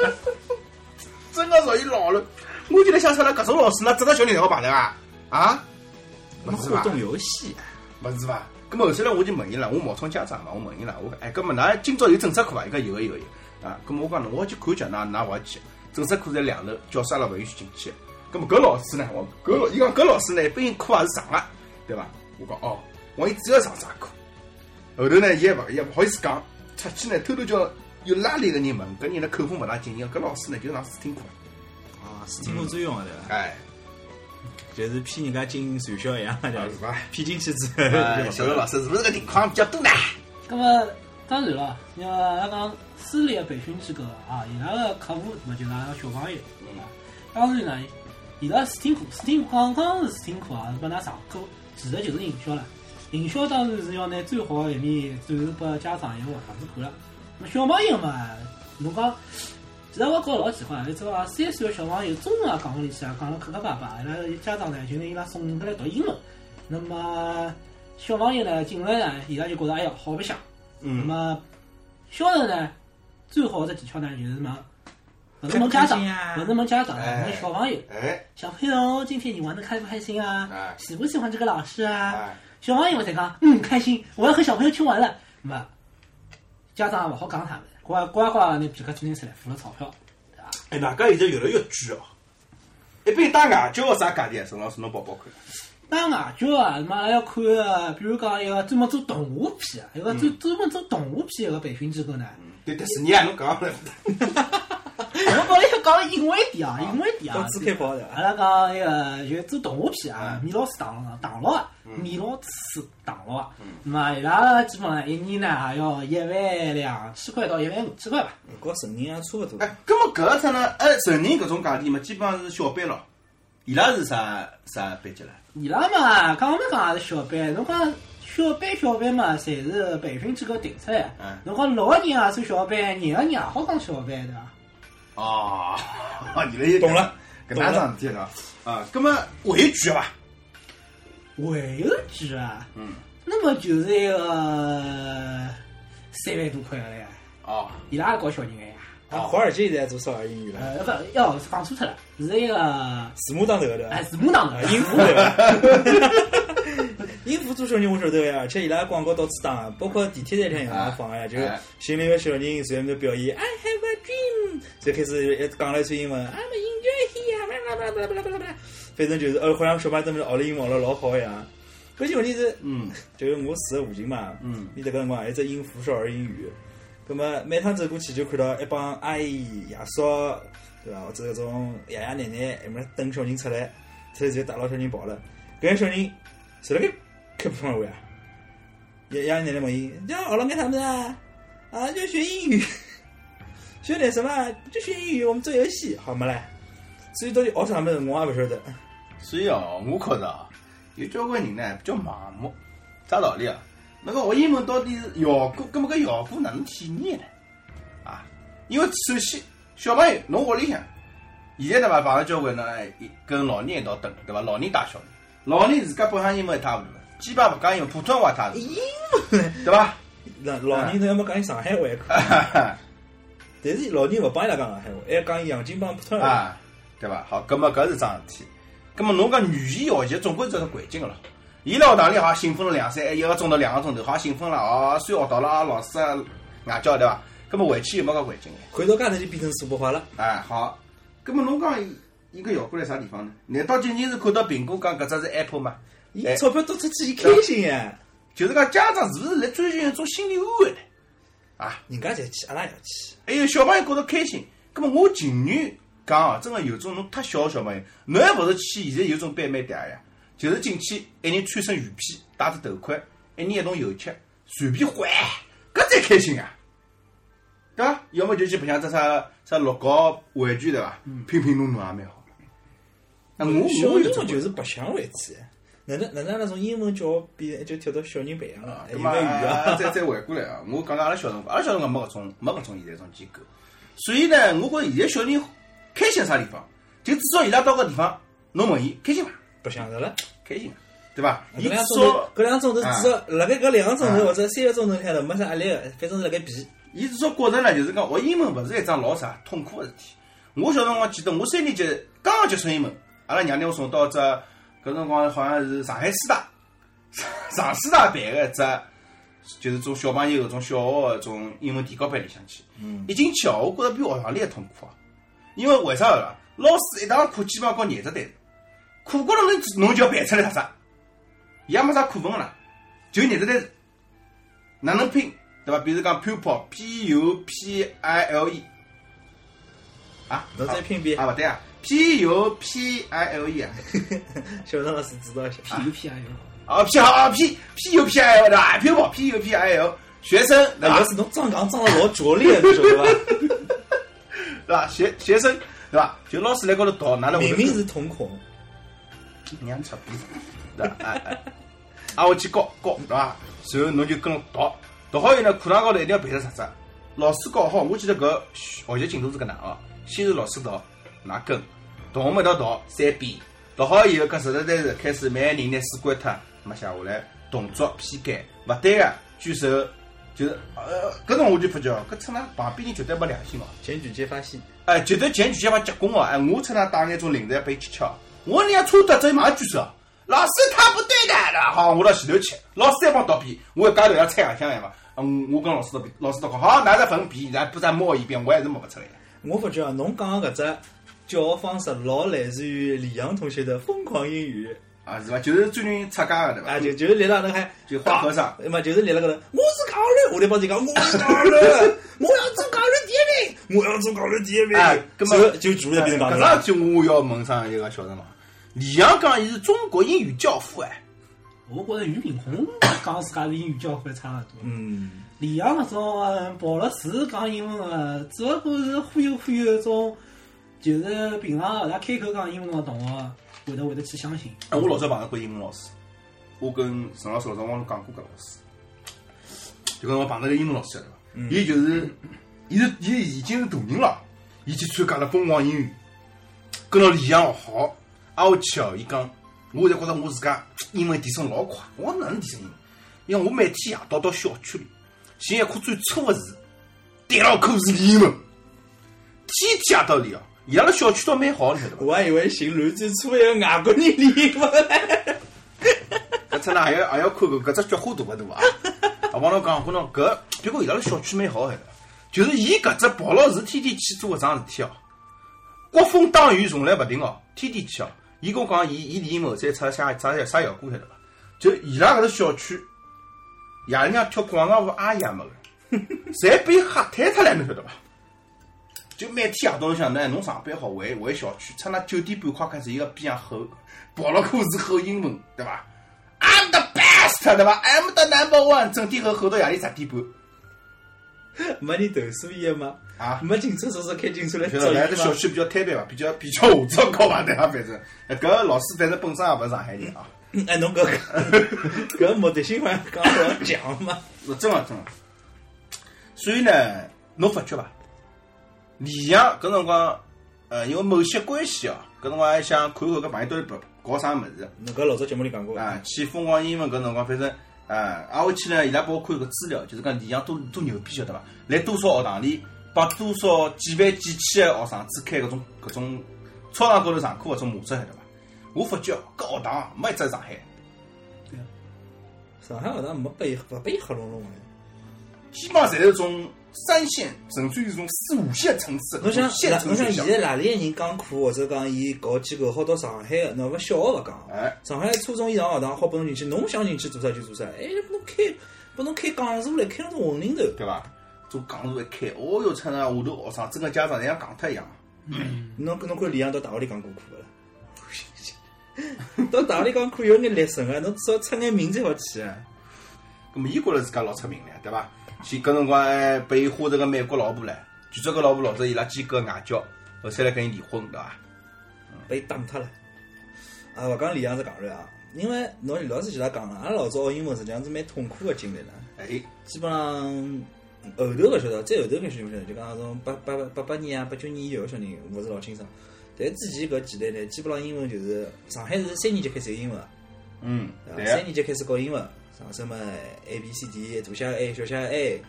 S6: 真的属于老了。我就在想出来，搿种老师那真的小人好排的伐？啊？
S5: 我们
S6: 是
S5: 互
S6: 吧？
S5: 动游戏，
S6: 勿是伐？咁么后头来我就问伊拉，我冒充家长嘛，我问伊拉，我讲，哎，咁么㑚今朝有政策课伐？伊讲有个有个有个啊。咁么我讲，我要去看一下，㑚㑚勿要去。政策课在两楼，教室阿拉勿允许进去。咁么搿老师呢？我搿老伊讲搿老师呢，毕竟课也是上个，对伐？我讲哦，我讲伊主要上啥课？后头呢，伊也勿伊也勿好意思讲，出去呢偷偷叫有拉力个人问，搿人呢口风勿大紧，伊讲搿老师呢就上试听课。
S5: 啊，是听过最用的对伐？
S6: 哎，
S5: 就是骗人家进传销一样的，
S6: 是伐？
S5: 骗进去之后，
S6: 哎，小刘老师是不是搿情况比较多呢？
S2: 那么当然了，因为阿拉讲私立的培训机构啊，伊拉个客户嘛就是阿拉小朋友。啊当然呢，伊拉试听课，试听课刚刚是试听课啊，是拨㑚上课，其实就是营销啦。营销当然是要拿最好的一面展示拨家长也好，孩子看了。那么小朋友嘛，侬讲。其实我觉着老奇怪，你知道伐？三岁个小朋友中文也讲勿里去啊，讲了磕磕巴巴，伊拉家长呢就拿伊拉送进来读英文。那么小朋友呢进来呢，伊拉就觉着哎呀好白相。那
S6: 嗯，
S2: 么销售呢，最好的技巧呢就是什么？勿是问家长
S5: 开不开心啊，
S2: 勿是问家长，
S6: 哎
S2: 问小朋友。
S6: 哎，
S2: 小朋友，今天你玩的开不开心啊
S6: 哎？
S2: 喜不喜欢这个老师啊
S6: 哎？
S2: 小朋友我才讲，嗯，开心，我要和小朋友去玩了。那么家长也勿好讲他们，乖乖乖，拿皮夹子拿出来，付了钞票，对伐？
S6: 哎，大家现在越来越卷哦。一般打外教啥价钿？沈老师，侬宝宝看。
S2: 当外教啊，那么要看个，比如讲一个专门做动画片啊，一个
S6: 嗯
S2: 专专门做动画片一个培训机构呢，
S6: 对迪士尼啊，侬讲 了。
S2: 我帮你讲隐晦点啊，隐晦点啊
S5: 到，处开跑的
S2: 阿拉讲那个就做动画片啊，米老师唐老唐老啊，米老师唐老啊，那么伊拉基本上一年呢也要一万两千块到一万五千块吧。
S5: 和成人也差不多。
S6: 哎，葛么搿只呢？哎，成人搿种价钿嘛，基本上是小班咯。伊拉是啥啥班级了？
S2: 伊拉嘛，讲没讲也是啊小班，侬讲小班小班嘛，侪是培训机构定出来的
S6: 嗯。
S2: 侬讲六个人也算啊小班，廿个人也啊好讲小班对伐？
S6: 哦，原来
S5: 啊懂了
S6: 搿哪桩事体了？啊，葛么还有句伐？
S2: 还有句啊，嗯，那么就是一个三万多块个呀，
S6: 哦，
S2: 伊拉也搞小人个呀，
S5: 啊，华尔街现在做少儿英语了，
S2: 呃，不，要是放错脱了，是一个
S5: 字母当头的，
S2: 哎
S5: 啊，
S2: 字母当头，
S5: 音符的。音符做小人我晓得呀，而且伊拉广告到处打啊，包括地铁站里向也能放呀，就是
S6: 哎
S5: 心里个小人随后面表演 I have a dream，就开始一讲了一串英文，I'm enjoy here，blah blah blah blah blah blah blah，反正就是哦，好像小朋友们学了英文学了老好呀。关键问题是，
S6: 嗯，
S5: 就是我住的附近嘛，
S6: 嗯
S5: 伊迭个辰光还有只音符少儿英语，葛么每趟走过去就看到一帮阿姨、爷叔，对伐？或者搿种爷爷奶奶，还没等小人出来，出来就带牢小人跑了。搿眼小人，谁辣盖开普通话呀？爷爷奶奶问伊，你学了干啥么子啊？啊，要学英语， 学点什么啊？就学英语，我们做游戏，好么嘞？所以到底学啥么子，我也勿晓得。
S6: 所以哦，我觉着啊，有交关人呢比较盲目，啥道理啊？那个学英文到底是效果，搿么搿效果哪能体现呢？啊，因为首先小朋友，侬屋里向现在对伐，碰到交关呢，哎跟老人一道蹲，对伐？老人带小人，老人自家本身英文一塌糊涂，基本勿讲英文，普通话一塌糊涂，对伐？
S5: 老老人头要么讲伊上海话还可
S6: 啊
S5: 以。 但是老人勿帮伊拉讲上海话，还讲洋泾浜普 通话。
S6: 啊，对伐？好，葛么搿是桩事体。葛么侬讲语言学习总归是一个环境个咯。伊拉学堂里好像兴奋了两三哎一个钟头两个钟头，好像兴奋了哦，算学到了，啊老师啊外教对伐？葛么回去有没搿环境个？
S5: 看到家头就变成苏北话了。
S6: 哎，好，葛么侬讲伊伊搿效果在啥地方呢？难道仅仅是看到苹果讲搿只是 Apple 吗？
S5: 伊
S6: 哎
S5: 钞票多出去，伊开心呀！
S6: 就是讲家长是不是来追求一种心理安慰呢？啊，
S5: 人家才去，阿拉也要去。
S6: 还有哎小朋友觉得开心，葛么我情愿讲哦，真个有种侬太小个小朋友，侬还勿是去现在有种班蛮嗲呀，就是进去一人穿身雨披，戴只头盔，一人一桶油漆，随便挥，搿才开心啊！对伐？要么就去白相只啥啥乐高玩具对伐？拼拼弄弄也蛮好。那我
S5: 嗯小
S6: 我
S5: 人
S6: 有种
S5: 嘛就是白相为主呀。哪能哪能阿拉从英文教变就跳到小人培养了？还
S6: 咁
S5: 有
S6: 嘛
S5: 外语
S6: 啊，
S5: 啊？
S6: 再 再回过来啊，我讲讲阿拉小辰光，阿拉小辰光没搿种没搿种现在搿种机构，所以呢，我觉着现在小人开心啥地方，就至少伊拉到搿地方，侬问伊开心伐？
S5: 白相着了。
S6: 开心啊，对伐？
S5: 搿
S6: 伊至
S5: 两钟
S6: 少
S5: 头，搿两钟头至少辣盖搿两个钟
S6: 啊
S5: 头或者三个钟头里向头没啥压力个，反正是辣盖比。
S6: 伊至少觉着呢，就是讲学英文勿是一桩老啥痛苦个事体。我小辰光记得，我三年级刚刚接触英文，阿拉娘拿我送到只搿辰光好像是上海师大，上师大办个一只。就是种小朋友搿种小学搿种英文提高班里向去，一进去哦，我觉着比学堂里还痛苦啊！因为为啥晓得伐？老师一堂课基本上讲廿只单词，课高头侬侬就要背出来啥啥，也没啥课文啦，就廿只单词，哪能拼对伐？比如讲 pupil p u p i l e 啊，
S5: 侬再拼一遍
S6: 啊，勿对啊，p u p i l e 啊，
S5: 小张老师指导一下。
S2: 牛皮啊有，
S6: 啊 p 啊 p p u p i l 对伐？pupil p u p i l 学生对
S5: 那
S6: 伐
S5: 要？是侬装戆装得老拙劣，侬晓得伐？
S6: 对伐？学学生对伐？就老师来高头读，哪能
S5: 明明是瞳孔，
S6: 娘扯逼，对伐？哎哎，挨下去教教对伐？然后侬就跟读，读好以后呢，课堂高头一定要背着啥子？老师教好，我记得搿学习进度是搿能哦，先是老师读，㑚跟，同学们一道读三遍，读好以后搿十只单词开始每个人拿书关脱，没写下来，动作批改，勿对个举手，就是呃搿种我就发觉，搿出呢旁边人绝对没良心哦。
S5: 检举揭发信。
S6: 哎，绝对前几天把结棍哦！哎，我趁他打眼种零食被去吃，我人家车得这马上举手，老师他不对的了，好，我到前头去，老师再帮倒闭，我一家头要猜两箱来嘛，嗯，我跟老师倒闭，老师倒讲好，拿着粉笔，然后不然摸一遍，我还是摸不出来。
S5: 我发觉啊，侬讲的搿只教学方式老来自于李阳同学的《疯狂英语
S6: 啊，是吧？就是最近出家的对》吧？
S5: 啊，就就是立了那还
S6: 嗯就花和尚
S5: 啊对嘛，就是立了搿头，我是高人，我来帮你讲，我是高人， 我要做高人第一名，我要做高人第一名，
S6: 哎葛末
S5: 就就主要变成讲
S6: 搿
S5: 头
S6: 桩
S5: 了，
S6: 事体我要问上一个小辰光，李阳讲伊是中国英语教父哎，
S2: 我觉着俞敏洪讲自家是英语教会差勿多。
S5: 嗯，
S2: 李阳搿种呃跑了词讲英文个，只不过是忽悠忽悠一种，就是平常勿大开口讲英文个同学会得会得去相信。
S6: 哎我老早碰到过英文老师，我跟陈老师老早忘了讲过搿老师，就跟我碰到一个英文老师晓得伐？伊就是，伊是伊已经是大人了，伊去参加了疯狂英语，跟了李阳学好，挨下去哦，伊讲，我侪觉着我自家英文提升老快，我哪能提升英文？伊讲我每天夜到到小区里，寻一颗最粗个字，对牢口是英文。天天夜到里哦，伊拉辣小区倒蛮好，你晓得伐？
S5: 我还以为寻乱最初一个外国人理我嘞。
S6: 搿只呢还要还要看搿搿只菊花大勿大啊？我帮侬讲，我侬搿结果伊拉辣小区蛮好，晓得伐？就是伊搿只跑老是天天去做搿桩事体哦，刮风打雨从来勿停哦，天天去哦。伊跟我讲，伊伊李某在出啥啥啥效果晓得伐？就伊拉搿只小区，爷娘跳广场舞阿爷没个，侪被吓瘫脱了，侬晓得伐？就每天夜到想呢，侬上班好回回小区，趁那九点半快开始，伊个边上吼，跑了口是吼英文，对伐？I'm the best，对伐？I'm the number one，整天候候到夜里十点半。
S5: 没人投诉伊个嘛？
S6: 啊
S5: 没警察叔叔开警车来
S6: 晓
S5: 抓
S6: 得，反
S5: 伊
S6: 正
S5: 嘛
S6: 小？区比较摊板伐，比较比较下糟糕伐，对伐？反正，哎搿老师反正本身也勿是上海人啊，
S5: 嗯哎，侬搿 搿目的性好像讲得老强嘛？
S6: 是真个真个。所以呢，侬发觉伐？李阳搿辰光，呃，因为某些关系哦，搿辰光还想看看搿朋友到底搞搞啥物事
S5: 侬搿老早节目里讲过，
S6: 啊？去疯狂英文搿辰光，反正啊，挨下去呢，伊拉拨我看个资料，就是讲李阳多多牛逼，晓得伐？来多少学堂里，帮多少几万几千个学生子开搿种搿种操场高头上课搿种模式，晓得伐？我发觉搿学堂没一只上海，
S5: 上海学堂没被勿被黑啊隆隆个。
S6: 基本上侪是种三线，甚至于是种四五线城市，
S5: 侬想，
S6: 县城
S5: 侬
S6: 学
S5: 想
S6: 校
S5: 现。在哪里个人讲课或者讲伊搞机构好到上海个，侬勿小学勿
S6: 哎
S5: 讲，上海初中以上学堂好拨侬进去，侬想进去做啥就做啥，哎，拨侬开拨侬开讲座来，开到混龄头。
S6: 对伐？做讲座一开，哦哟，趁着下头学生真个家长侪像戆脱一样。
S5: 侬侬看李阳到大学里讲过课勿啦？ 到大学里讲课有眼立神啊个，侬至少出眼名才好起啊！
S6: 咁么，伊觉着自家老出名了，对伐？去搿辰光还被伊花着个美国老婆唻，据说搿老婆老早伊拉兼个外教，后头来跟伊离婚，对伐？
S5: 被打脱了。啊，勿讲李阳是戆人啊，因为侬李老师前头讲了，阿拉老早学英文实际上是蛮痛苦个经历了。
S6: 哎，
S5: 基本上后头勿晓得，再后头眼小人勿晓得，就讲那种八八八八年啊、八九年以后个小人勿是老清爽。但之前搿几代呢，基本上英文就是上海是三年级开始有英文，啊
S6: 嗯，
S5: 对
S6: 对
S5: 伐？
S6: 呀
S5: 三，年级开始教英文，上什么 A B C D 大写 A 小写 A，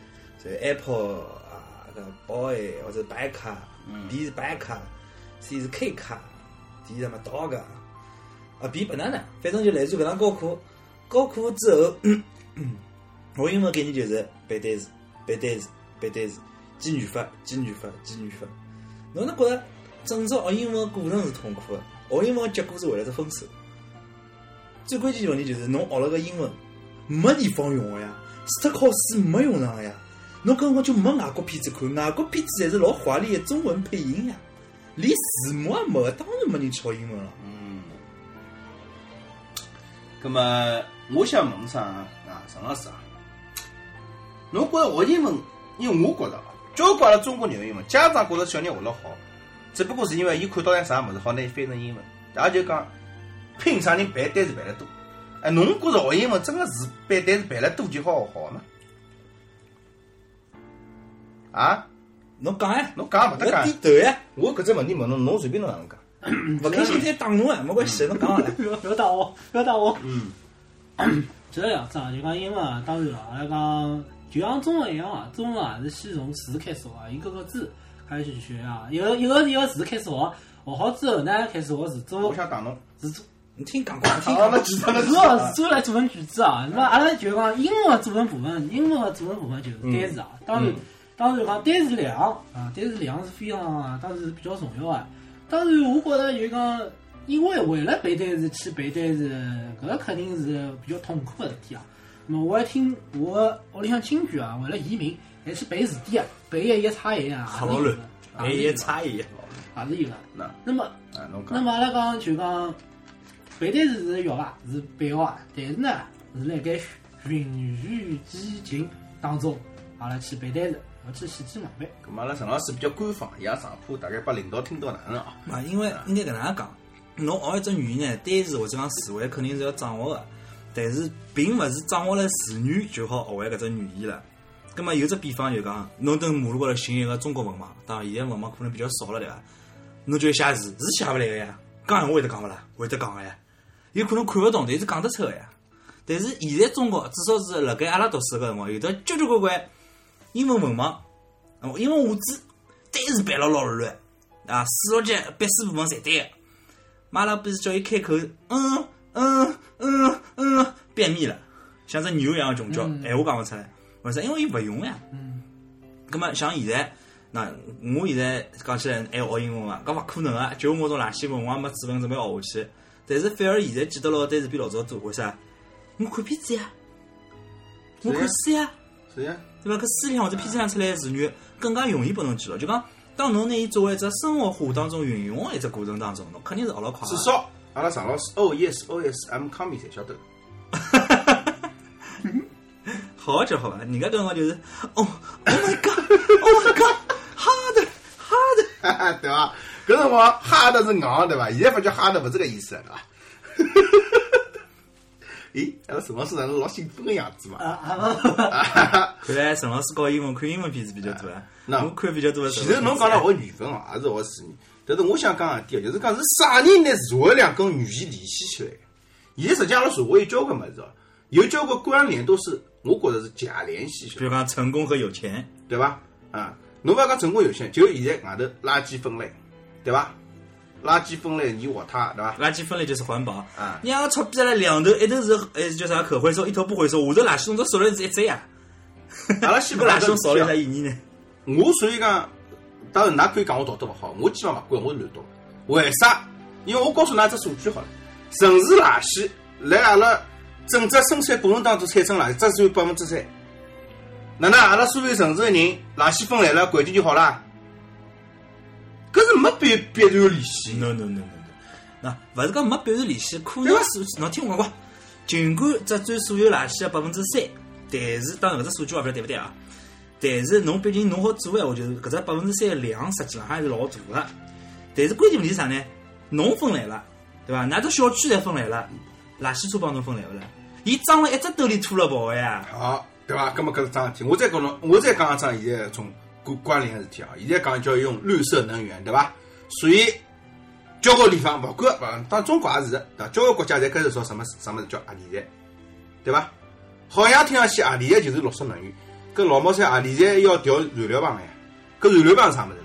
S5: 这 Apple 啊，搿 boy 或者白卡，B 是白卡，C 是 K 卡，D 什么 dog 啊啊，B banana，反正就类似搿能教课，教课之后， 我英文概念就是背单词，背单词，背单词，记语法，记语法，记语法。侬能觉着整个学英文的过程是痛苦的，学英文的结果是为了只分数。最关键的问题就是侬学了个英文没地方用的呀，除脱考试没用上的呀。侬搿辰光就没外国片子看，外国片子侪是老华丽的中文配音呀，连字幕也没，当然没人去学英文了。
S6: 嗯。咁么，我想问啥啊，陈老师啊，侬觉着学英文，因为我觉着啊，交关阿拉中国人学英文，家长觉着小人学了好，只不过是因为伊看到点啥物事好，拿伊翻成英文，也就讲拼啥人背单词背得多。哎，侬觉着学英文真个是背单词背了多就好学好吗？啊，
S5: 侬讲呀，
S6: 侬讲勿得
S5: 我
S6: 讲嗯
S5: 点？头呀，
S6: 我搿只问题问侬，侬随便侬哪能讲？
S5: 勿开心再打侬啊，没关系，侬讲啊来。
S2: 不要不要打我，不要打我。
S6: 嗯，
S2: 就是这样子啊，就讲英文啊，当然了，阿拉讲就像中文一样啊，中文啊是先从字开始学啊，一个个字开始学啊，一个一个一个字开始学，学好之后呢，开始学字
S6: 我
S2: 组，
S6: 想打侬。
S2: 字组。
S5: 你听讲过，听
S6: 啊，
S5: 讲
S6: 那
S5: 过。
S6: 其他的
S2: 主要是主要来组成句子啊，那么阿拉就讲英文的组成部分，英文的组成部分就是单词啊。当然，当然讲单词量啊，单词量是非常啊，当然是比较重要啊。当然，我觉得就讲，因为为了背单词去背单词，搿肯定是比较痛苦的事体啊。那么我还听我屋里向亲眷啊，为了移民还去背字典啊，背一页差一页啊，也是有的
S5: 哎也差异。
S2: 也是有的。
S6: 那
S2: 那么
S6: 啊，侬
S2: 那
S6: 讲。
S2: 么阿拉讲就讲，背单词是要伐，是必要啊。但是呢，是辣盖循序渐进当中，阿拉去背单词，勿去死记硬背。
S6: 咁嘛阿拉陈老师比较官方，也上铺，大概把领导听到哪能啊？
S5: 嘛，因为应该搿能样讲，侬学一只语言呢，单词或者讲词汇肯定是要掌握的，但是并勿是掌握了词语就好学会搿只语言了。葛末有只比方就讲，侬等马路高头寻一个中国文盲，当然现在文盲可能比较少了对伐？侬就写字，是写勿来个呀，讲闲话会得讲勿啦？会得讲个呀，有可能看勿懂，但是讲得出个呀。但是现在中国至少是辣盖阿拉读书个辰光，有得交交关关英文文盲，哦英文下子单词背了老乱啊，四六级笔试部分侪对个。马拉不是叫伊开口，嗯嗯嗯嗯，便秘了，像只牛一样的穷叫，闲话讲勿出来，为啥？因为伊勿用呀。咁么像现在，那我现在讲起来还学英文伐？搿勿可能啊！就我种垃圾文，我也没志向准备学下去。但是反而现在记得牢单词比老早多，为啥？我看片子呀，我看书啊呀，
S6: 是呀，
S5: 对伐？搿书里向或者片子上出来的词语更加容易拨侬记牢。就讲，当侬拿伊作为一只生活化当中运用的一只过程当中，侬肯定是学
S2: 啊
S5: 了快的。
S6: 至少阿拉常老师，Oh yes, Oh yes, I'm coming，侪晓 得。
S5: 好就好伐？啊人家搿辰光 就是，哦，Oh my God，Oh my God，hard，hard。
S6: 哈哈，对伐？搿辰光哈的是硬，对伐？现在发觉哈的勿是搿意思了，对伐？ 咦，阿拉陈老师哪能老兴奋个样子嘛？
S2: 啊啊！
S5: 看来陈老师教英文看英文片子比较多啊，
S6: 那
S5: 我看比较多的是。
S6: 其实侬讲到学语文哦，也是学词语，但是我想讲一点，就是讲是啥人拿社会量跟语言联系起来的。现在实际上阿拉社会有交关物事哦，有交关关联都是我觉着是假联系起来的
S5: 比。如讲成功和有钱，
S6: 对伐？啊，侬勿要讲成功有限，就现在外头垃圾分类，对伐？垃圾分类你我他， 对伐？
S5: 垃圾分类就是环保。
S6: 啊
S5: 你个臭逼了两头，一头是哎叫啥可回收，一头不回收，下头垃圾弄到手里是一只 呀。
S6: 阿拉先
S5: 搿垃
S6: 把
S5: 圾
S6: 圾
S5: 弄少了有啥意义呢？
S6: 我所以讲，当然，㑚可以讲我道德勿好，我基本上勿管，我是乱道。为啥？因为我告诉㑚一只数据好了，城市垃圾辣阿拉整只生产过程当中产生垃圾只占百分之三。哪能阿拉所有城市的人垃圾分类了，环境就好啦？搿是没必必然联系。
S5: no no no no no，那勿是讲没必然联系，可
S6: 对
S5: 能
S6: 吧
S5: 数据侬听我讲过，尽管只占所有垃圾的百分之三，但是当然搿只数据我勿晓得对勿对啊？但是侬毕竟侬好做闲话，就是搿只百分之三的量实际浪向还是老大个。但是关键问题是啥呢？侬分类了，对伐？㑚只小区侪分类了，垃圾车帮侬分类勿啦？伊装了一只兜里吐了跑个呀！
S6: 好，对伐？葛么搿是桩事体。我再讲侬，我再讲一桩现在种关关联个事体啊。现在讲叫用绿色能源，对伐？所以交关地方勿管勿，当中国也是的，对伐？交关国家侪开始造什么什么叫核电站，对伐？好像听上去核电站就是绿色能源，搿老毛山核电站要调燃料棒了呀？搿燃料棒是啥物事呢？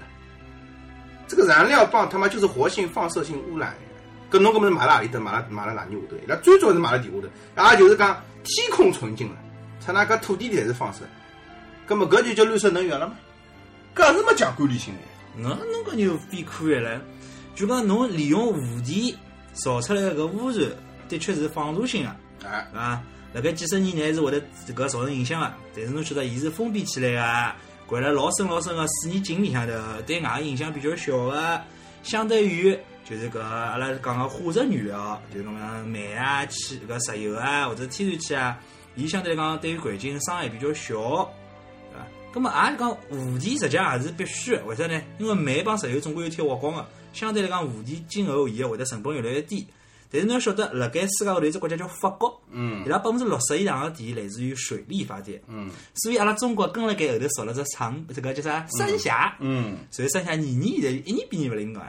S6: 这个燃料棒他妈就是活性放射性污染。搿侬搿么是买了何里搭？买了买了哪里下头？伊拉最早是买了地下头，也就是讲天空纯净了，他那搿土地才是放射。搿么搿就叫绿色能源了吗？搿是没讲管理性的。
S5: 侬侬搿就变科学了，就讲侬利用雾电造出来的搿污染，的确是放射性个、
S6: 哎，
S5: 啊，辣盖几十年内是会得搿造成影响个，但是侬晓得伊是封闭起来个、掼辣老深老深个水泥井里向头，对外影响比较小个、相对于就是搿阿拉讲个化石原料，哦就是讲煤啊、气搿石油啊或者天然气啊，伊相对来讲对于环境伤害比较小，对伐？葛么也是讲雾电实际上也是必须个，为啥呢？因为煤帮石油总归有一天挖光个，啊相对来讲雾电今后伊个会得成本越来越低。但是侬要晓得，辣盖世界高头有一只国家叫法国，
S6: 嗯
S5: 伊拉百分之六十以上的电来自于水力发电，
S6: 嗯
S5: 所以阿拉中国跟辣盖后头造了只长，这个叫啥三峡，
S6: 嗯，
S5: 所以三峡年年现在一年比一年勿灵个啊，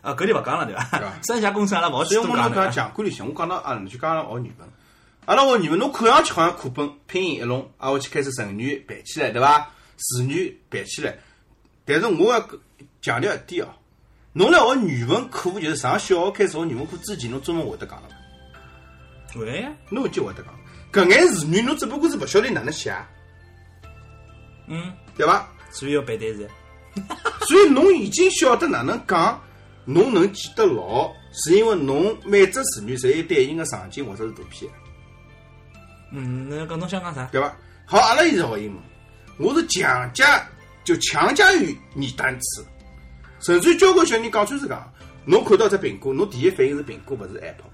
S5: 啊，搿就勿讲了对
S6: 对
S5: 伐
S6: 啊？
S5: 三峡工程阿拉勿好去
S6: 所以
S5: 多
S6: 我
S5: 讲了
S6: 侬讲
S5: 啊。
S6: 讲管理性，我讲到阿拉就讲阿拉学语文，阿拉学语文，侬看上去好像课本拼音一弄，挨下去开始成语背起来，对伐？词语背起来，但是我要强调一点哦，侬来学语文课就是上小学开始学语文课之前，侬中文会得讲了伐？
S5: 会呀，
S6: 侬已经会得讲，搿眼词语侬只不过是勿晓得哪能写，
S5: 嗯，
S6: 对伐？
S5: 所以要背单词。
S6: 所以侬已经晓得哪能讲，侬能记得牢，是因为侬每只词语侪有对应的场景或者是图片，
S5: 嗯，那讲侬想讲啥？
S6: 对伐？好，阿拉现在学英文，我是强加就强加于你单词，甚至于交关小人讲穿是讲，侬看到只苹果，侬第一反应是苹果，勿是 Apple，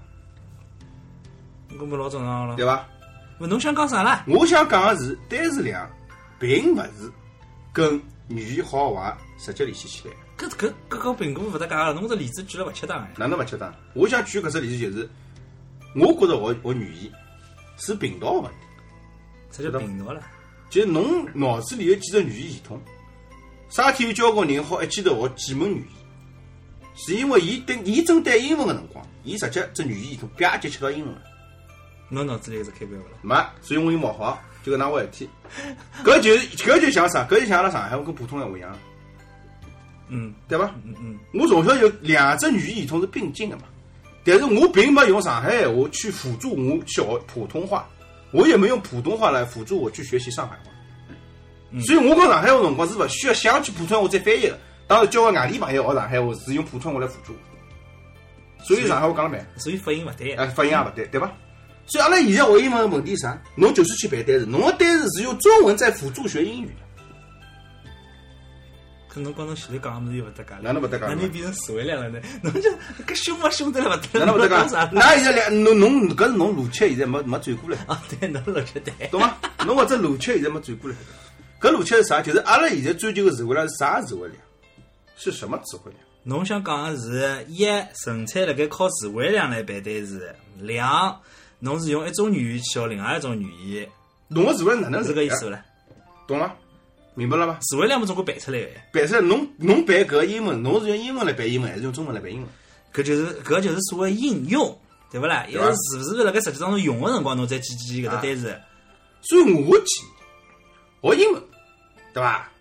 S5: 搿么老正常了
S6: 对。伐？
S5: 勿侬想讲啥啦？
S6: 我想讲的是，单词量并勿是跟语言好坏直接联系起来的。
S5: 搿搿搿个苹果勿搭界了，侬搿例子举了勿恰当哎。
S6: 哪能勿吃当？我想举搿只例子就是，我觉着学学语言是频道个问题，
S5: 这就频道了。
S6: 就是侬脑子里有几只语言系统，啥体有交关人好一记头学几门语言，是因为伊对伊针对英文个辰光，伊直接只语言系统啪就切到英文了，
S5: 侬脑子里有只 KPI 勿啦？
S6: 没，所以我又冒号，就搿能回事体。搿就是搿就像啥？搿就像阿拉上海话跟普通闲话一样，
S5: 嗯
S6: 对伐？
S5: 嗯嗯，
S6: 我从小有两只语言系统是并进的嘛，但是我并没有用上海闲话去辅助我去学普通话，我也没用普通话来辅助我去学习上海话。
S5: 嗯
S6: 所以我讲上海话辰光是勿需要想要去普通话再翻译的。当然，交关外地朋友学上海话是用普通话来辅助我，所以上海话讲了慢，
S5: 所以发音勿对。
S6: 哎，发音也勿对，对伐？所以阿拉现在学英文的问题是啥？侬就是去背单词，侬的单词是用中文在辅助学英语的。
S5: 可侬讲侬前头讲个物事又勿搭界了，
S6: 哪能勿搭界了
S5: 哪能变成词汇量了呢？ 侬就搿凶勿凶得来勿搭？
S6: 哪能勿 搭
S5: 讲
S6: 界
S5: 啥？？
S6: 那现在两侬侬搿是侬逻辑现在没没转过来。
S5: 啊，对，侬老绝对。
S6: 懂吗？侬搿只逻辑现在没转过来，搿逻辑是啥？就是阿拉现在追求的词汇量是啥词汇量？是什么词汇量？
S5: 侬想讲个是一纯粹辣盖靠词汇量来背单词，两侬是用一种语言去学另外一种语言，
S6: 侬个词汇量哪能哎
S5: 是搿意思勿啦？
S6: 懂吗？明白了伐？
S5: 词汇量么总归背出来个。
S6: 但是侬侬背搿英文，侬是用英文来背英文，还是用中文来背英文？
S5: 搿就是搿就是所谓应用，对勿啦？一
S6: 对伐
S5: 个是是勿是辣盖实际当中用个辰光，侬再记记搿
S6: 啊
S5: 只单词？
S6: 所以我建议学英文，对伐？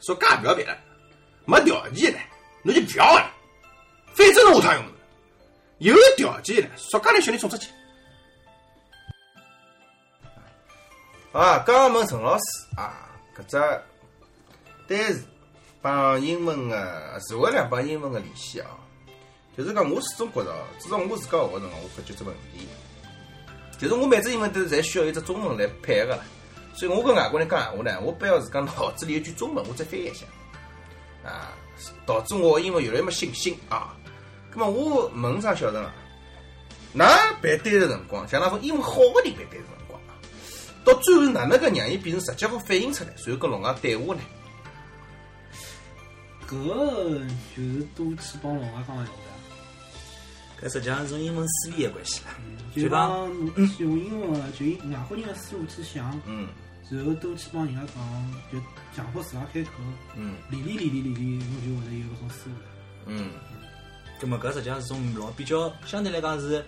S6: 说介勿要背了，没条件的呢，侬就不要了，反正侬下趟用的。有条件的呢，说介来小人送出去。啊，刚刚问陈老师啊，搿只单词帮英文个词汇量帮英文个联系啊，就是讲我始终觉着哦，至少我自家学个辰光，我发觉只问题。就是我每只英文单词侪需要一只中文来配合个啦。所以我跟外国人讲闲话呢，我不要自家脑子里有句中文，我再翻译一下，啊，导致我英文越来越没信心啊。那么我问啥小陈啊？㑚背单词辰光，像那种英文好个人背单词辰光啊，到最后哪能个让伊变成直接好反映出来，然后跟龙江对话呢？
S2: 搿个就是多去帮龙华讲闲话啊呀。
S5: 搿实际上是种英文思维个关系啦。
S2: 嗯就
S5: 讲
S2: 帮用英文的，就以外国人的思路去想，
S6: 嗯
S2: 然后多去帮人家讲，就强迫自家开口，
S6: 嗯
S2: 理理理理理理，侬就会得有搿种思路了。
S6: 嗯
S5: 葛末搿实际上是种老比较相对来讲是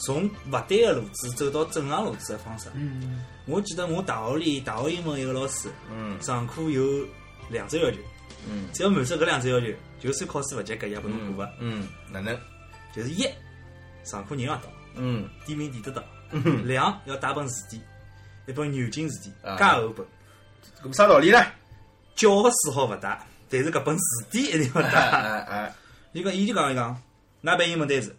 S5: 从勿对个路子走到正常路子个方式。
S2: 嗯，
S5: 我记得我大学里大学英文有个老师，
S6: 嗯
S5: 上课有两只要求，
S6: 嗯
S5: 只要满足搿两只要求，就算考试勿及格也拨侬过
S6: 嗯
S5: 个。
S6: 嗯，哪能？
S5: 就是一，上课人要到，
S6: 嗯
S5: 点名点得到；
S6: 嗯，
S5: 两要带本词典，一本牛津词典，
S6: 啊
S5: 介厚本。
S6: 搿啥道理呢？
S5: 教个书好勿带，但是搿本词典一定要
S6: 哎
S5: 带。
S6: 哎哎，
S5: 伊讲，伊就讲伊讲，㑚背英文单词。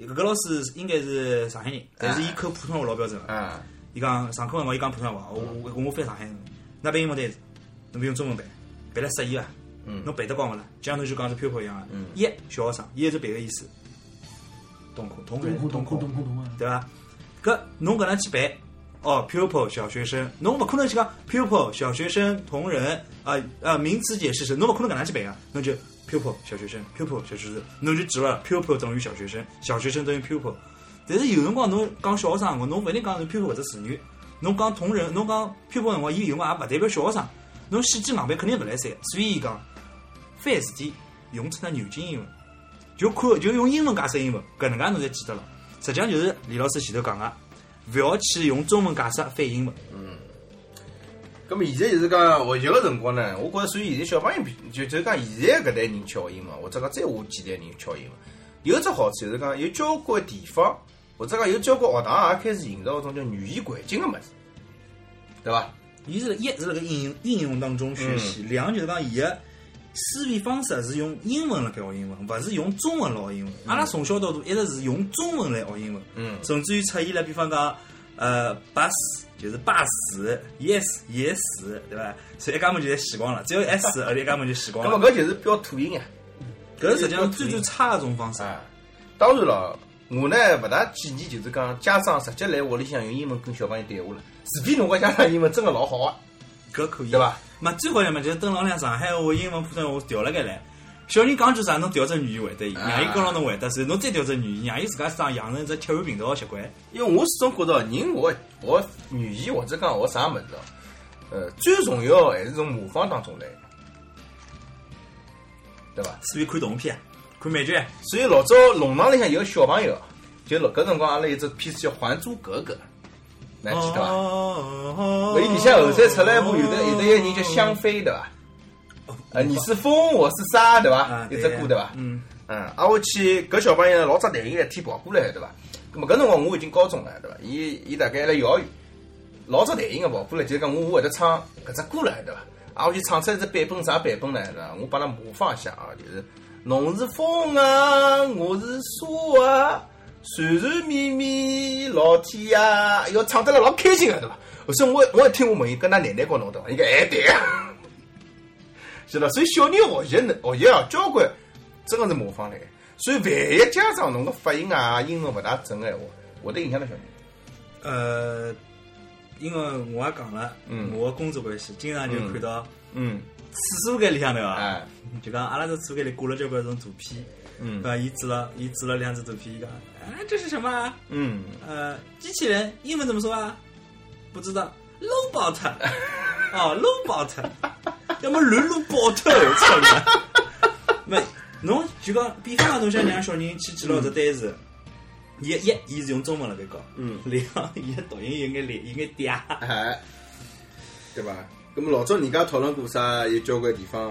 S5: 搿个老师应该是上海人，但是伊口普通话老标准个。
S6: 啊
S5: 伊讲上课辰光，伊讲普通话，我我我翻上海人，㑚背英文单词，侬要用中文背，背了适意伐？
S6: 嗯
S5: 啊侬背得光勿啦？就像侬就讲是飘飘一样个。啊一小学生，一是别个意思，瞳孔瞳
S2: 懂
S5: 孔
S2: 空懂空懂空懂啊！
S5: 对伐？搿侬搿能去办哦，pupil 小学生，侬勿可能去讲 pupil 小学生同仁啊啊名词解释是，侬勿可能搿能去办啊，侬就 pupil 小学生，pupil 小学生，侬就指了 pupil 等于小学生，小学生等于 pupil。但是有辰光侬讲小学生辰光，侬勿一定讲是 pupil 搿只词语，侬讲同仁，侬讲 pupil 辰光，伊有辰光也勿代表小学生，侬细记硬背肯定勿来三，所以伊讲翻事体用出那牛津英文。就看就用英文解释英文，搿能介侬才记得了。实际上就是李老师前头讲个，勿要去用中文解释翻英文。
S6: 咁么现在就是讲学习个辰光呢，我觉着所以现在小朋友比就就是讲现在搿代人去学英文，或者讲再下几代人去学英文，有一只好处就是讲有交关地方，或者讲有交关学堂也开始营造搿种叫语言环境个物事，对伐？
S5: 伊是一是辣盖应用应用当中学习，
S6: 嗯
S5: 两就是讲伊个思维方式是用英文辣盖学英文，勿是用中文来学英文。阿拉从小到大一直是用中文来学英文，
S6: 嗯
S5: 甚至于出现了比方讲呃 bus 就是巴士，yes yes 对伐？所以一家门就侪死光了，只有 s 而一家门就死光
S6: 咁么
S5: 了。
S6: 搿就是标土音呀。
S5: 搿是实际上最最差的一种方式。
S6: 啊，当然了，我呢勿大建议就是讲家长直接来屋里向用英文跟小朋友对话了，除非侬个家长英文真个老好啊，
S5: 搿可以
S6: 对伐？
S5: 嘛，最好要么就是等老娘上海话、英文、普通话调了该来。小人讲句啥，侬调只语言会得伊，
S6: 啊
S5: 让伊跟牢侬会得，所以侬再调只语言，让伊自家上养成一只切换频道个习惯。
S6: 因为我始终觉得人学学语言或者讲学啥物事哦，呃，最重要还是从模仿当中来，对伐？
S5: 所以看动画片，看看美剧，
S6: 所以老早弄堂里向有个小朋友，就老搿辰光阿拉有只片子叫《还珠格格》，侬还记得伐？
S5: 伐
S6: 伊里向后头出来一部，有的有的一个人叫香妃，对伐？呃，你是风，我是沙，对伐
S5: 啊？
S6: 有只歌，对伐？
S5: 嗯，
S6: 嗯，挨下去搿小朋友呢老早连一天跑过来，对伐？咁么搿辰光我已经高中了，对伐？伊伊大概还辣幼儿园，老早弹音个跑过来，就是讲我会得唱搿只歌了，对伐？啊，我就唱出来只版本啥版本呢？对伐？我帮他模仿一下啊，就是侬是风啊，我是沙啊，缠缠绵绵老天啊，要唱得来老开心啊个，对伐？后首我我一听我问伊，跟㑚奶奶告侬对伐？伊讲哎对啊，是啦，所以小人学习能学习啊，交关真个是模仿来的。所以万一家长侬个发音啊、英文勿大正个闲话，会得影响到小人。
S5: 呃，因为我也讲了，
S6: 嗯
S5: 我的工作关系，经常就看到
S6: 嗯，
S5: 厕所间里向对伐？
S6: 哎，
S5: 就讲阿拉这厕所间里挂了交关种图片，
S6: 嗯
S5: 对伐？伊指了伊指了两只图片，伊讲，哎，这是什么啊？
S6: 嗯，
S5: 呃，机器人英文怎么说啊？不知道，robot，哦，robot，要么轮路 bot，操你妈！没，侬就讲，比方讲，侬想让小人去记牢只单词，一一，伊是用中文辣盖教，
S6: 嗯
S5: 两，伊个读音有眼累，有眼嗲，
S6: 哎，对伐？咁么老早人家讨论过啥？有交关地方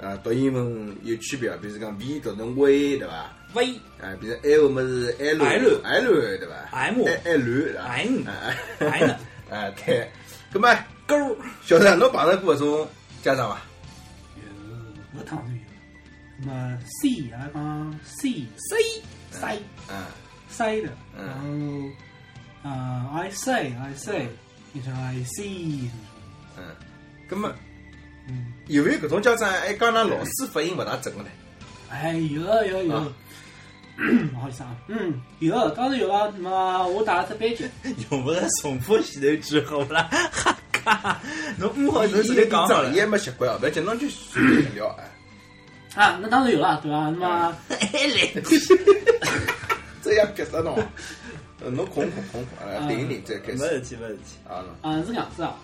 S6: 啊，读英文有区别，啊比如讲 V 读成 V，对伐？
S5: 喂，
S6: 啊，比如 L 么是 L
S5: L
S6: L 对伐
S5: M
S6: L 对伐
S5: M
S6: 哎
S5: N
S6: 哎对，咁么
S5: 勾儿，
S6: 小陈，侬碰着过搿种家长伐
S2: 有，勿当然有。呃那么 C 阿拉讲 C
S5: C，
S2: 塞
S6: 啊，
S2: 塞的，
S6: 嗯
S2: 然后呃 I say I say，变成 I see，
S6: 嗯，咁么
S2: 嗯，
S6: 有没有搿种哎家长还讲㑚老师发音勿大正个呢？
S2: 哎有有有
S6: 啊，
S2: 不好意思啊，嗯有，当然有啊。那么我打了只班级，
S5: 用勿着重复前头句好不啦？哈哈，侬唔好，侬直接哦讲好了
S6: 伊。还没习惯啊，勿要紧，侬就随便聊啊。
S2: 啊，那当然有了，对吧？那么
S5: 还来
S6: 这样逼死侬，呃侬恐恐恐恐，啊，顶一顶再开
S5: 没
S6: 始
S5: 事体，没事体。
S6: 啊。侬
S2: 啊是这样子啊，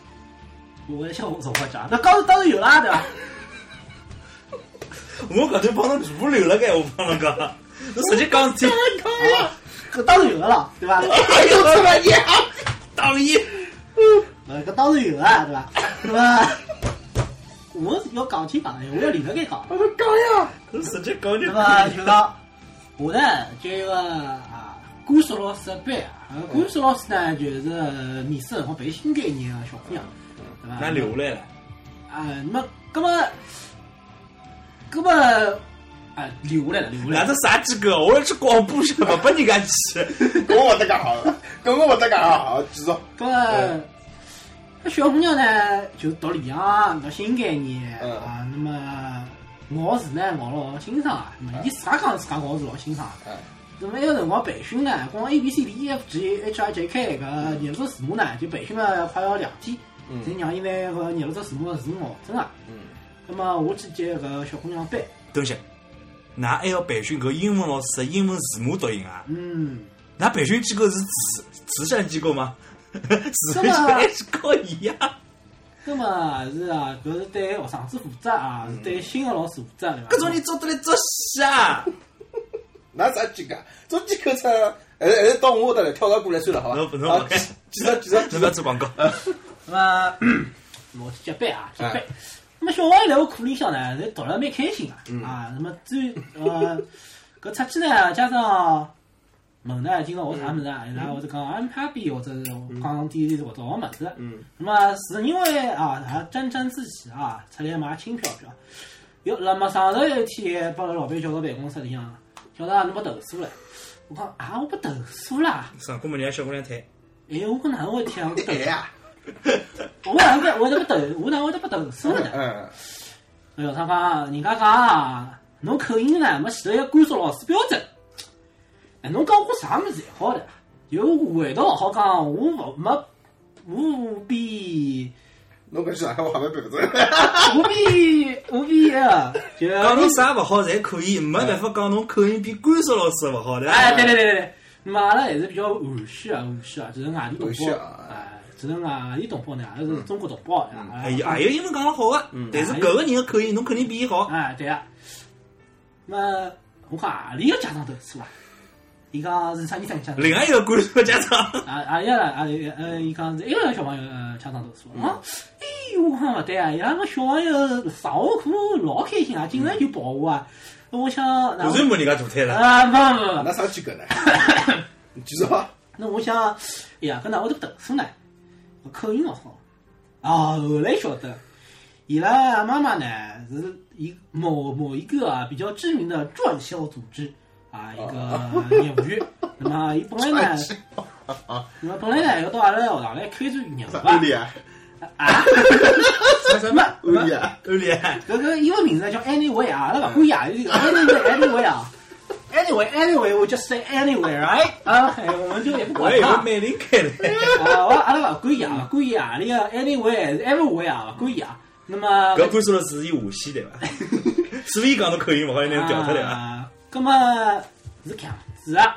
S2: 我向我总会讲，啊那当然当然有啦，对吧？
S5: 我搿头帮侬全部留了该，我 帮侬讲，侬直接讲听。
S2: 啊，搿当然有的了，啊对吧？
S6: 哎呦，这么样，
S5: 当一，
S2: 呃，搿当然有啊，对吧？那么我要讲清讲的，我要理了该讲。
S6: 我讲呀，
S5: 侬直接讲就可
S2: 那么
S5: 以
S2: 就
S5: 了。
S2: 讲，我呢就有个啊，甘肃老师的班啊，甘肃老师呢就是呃面试辰光培训概念个小姑娘，对伐？
S5: 那留下来了，
S2: 啊，那么，那么，那么啊，留下来了，留下
S5: 哪
S2: 来
S5: 只
S2: 了。
S5: 啥资格？我要去广播去，勿拨人家去。
S6: 跟我勿搭讲好了，跟我勿搭讲好了，继续。啊
S2: 那么，那小姑娘呢就读理啊，读新概念
S6: 嗯
S2: 啊，那么咬字呢咬了老清爽啊，
S6: 嗯
S2: 那么伊自家讲自家咬字老清爽啊。
S6: 哎，
S2: 那么埃个辰光培训呢，光 A B C D E F G H I J K 搿廿六只字母呢，就培训了快要两天，
S6: 嗯
S2: 才让伊拿搿廿六只字母个字母咬准啊。
S6: 嗯，
S2: 那么我去接搿小姑娘班，
S5: 等下，㑚还要培训搿英文老师的英文字母读音啊？
S2: 嗯，
S5: 㑚培训机构是慈慈善机构吗？ 慈善
S2: 是
S5: 机构
S2: 吗
S5: 还是靠伊呀？
S2: 那么是啊，搿是对学生子负责啊，
S6: 嗯
S2: 是对新个老师负责对伐？
S5: 搿种人做得来做戏啊！
S6: 拿啥几个？总几口出，还是还是到我搿搭来跳槽过来算了，好
S5: 侬勿
S6: 伐？
S5: 侬
S6: 啊
S5: 勿，该，
S6: 继续继续
S5: 侬
S6: 继续
S5: 勿要。做广告。
S2: 呃那么我去接班啊，接班
S6: 哎。
S2: 那么小王来我课里向呢，侪读了蛮开心啊，
S6: 嗯
S2: 啊，那么最呃，搿出去呢，家长问呢，今朝学啥物事啊？
S6: 嗯
S2: 伊拉或者讲 I'm happy，或者是讲点点搿种物事。
S6: 嗯。
S2: 那么是因为啊，还沾沾自喜啊，出来买轻飘飘。哟，那么上头有一天，把老板叫到办公室里向，叫他侬被投诉了。我讲啊，我被投诉了。
S5: 上过么？让小姑娘退。
S2: 哎，我讲哪能会天啊？我被投
S6: 哎
S2: 诉
S6: 呀，
S2: 我哪会我哪会投，我哪会得不投诉了呢？
S6: 嗯，
S2: 哎呦，他讲人家讲啊，侬口音呢没前头一个甘肃老师标准。哎，侬讲我啥物事还好的？有味道好讲，我勿没，我比
S6: 侬搿句上海话还没办法做。 啊
S2: 我比我比个，啊就
S5: 讲侬啥勿好侪可以，没办法讲侬口音比甘肃老师勿好的。
S2: 哎，对对对对对，那么阿拉还是比较含蓄啊，含蓄啊，就是外地同
S6: 含蓄
S2: 胞
S6: 啊，
S2: 哎，就是外地同胞呢，还是中国同胞，
S5: 哎，哎
S2: 哎
S5: 也有英啊
S2: 嗯
S5: 文讲了好个，但是搿个人的口音侬肯定比伊好。
S2: 哎哎，对啊。那我讲阿里个家长投诉啊？伊讲是啥人家讲？
S5: 另外一个观众家长，
S2: 啊啊呀啦啊呃，伊讲是一个小朋友呃家长投诉啊，哎，我讲勿对啊，伊拉个小朋友上下课老开心啊，竟然就跑我啊，我想那
S5: 不
S2: 我
S5: 是摸人家大腿了，
S2: 啊，不不不，
S6: 那啥机 构呢？你继续吧。
S2: 那我想，哎呀，搿哪会得投诉呢？我口音勿好。哦，后来晓得，伊拉妈妈呢是一某某一个啊比较知名的传销组织啊一个业务员。那么伊本来呢，那么本来呢要到阿拉学堂来开展 业务
S6: 欧
S2: 啊
S6: 丽啊，
S2: 啊，什么什么
S6: 欧丽 啊，
S2: 哎
S5: 欧丽，
S2: 搿个英文名字叫 Anyway 啊，阿拉勿管亚语这个 Anyway Anyway 啊。Anyway, anyway, we just say anyway, right? 啊，哎我们就也不
S5: 我
S2: 管
S5: 还以
S2: 它
S5: 为。美林开了，
S2: 啊，我阿拉勿管伊啊，勿管伊啊，里个 anyway everywhere 啊，勿管伊啊。那么，
S5: 搿观众是伊下线对 伐？所以讲侬口音勿好，拿侬调出来伐？
S2: 啊，那么是搿样子啊，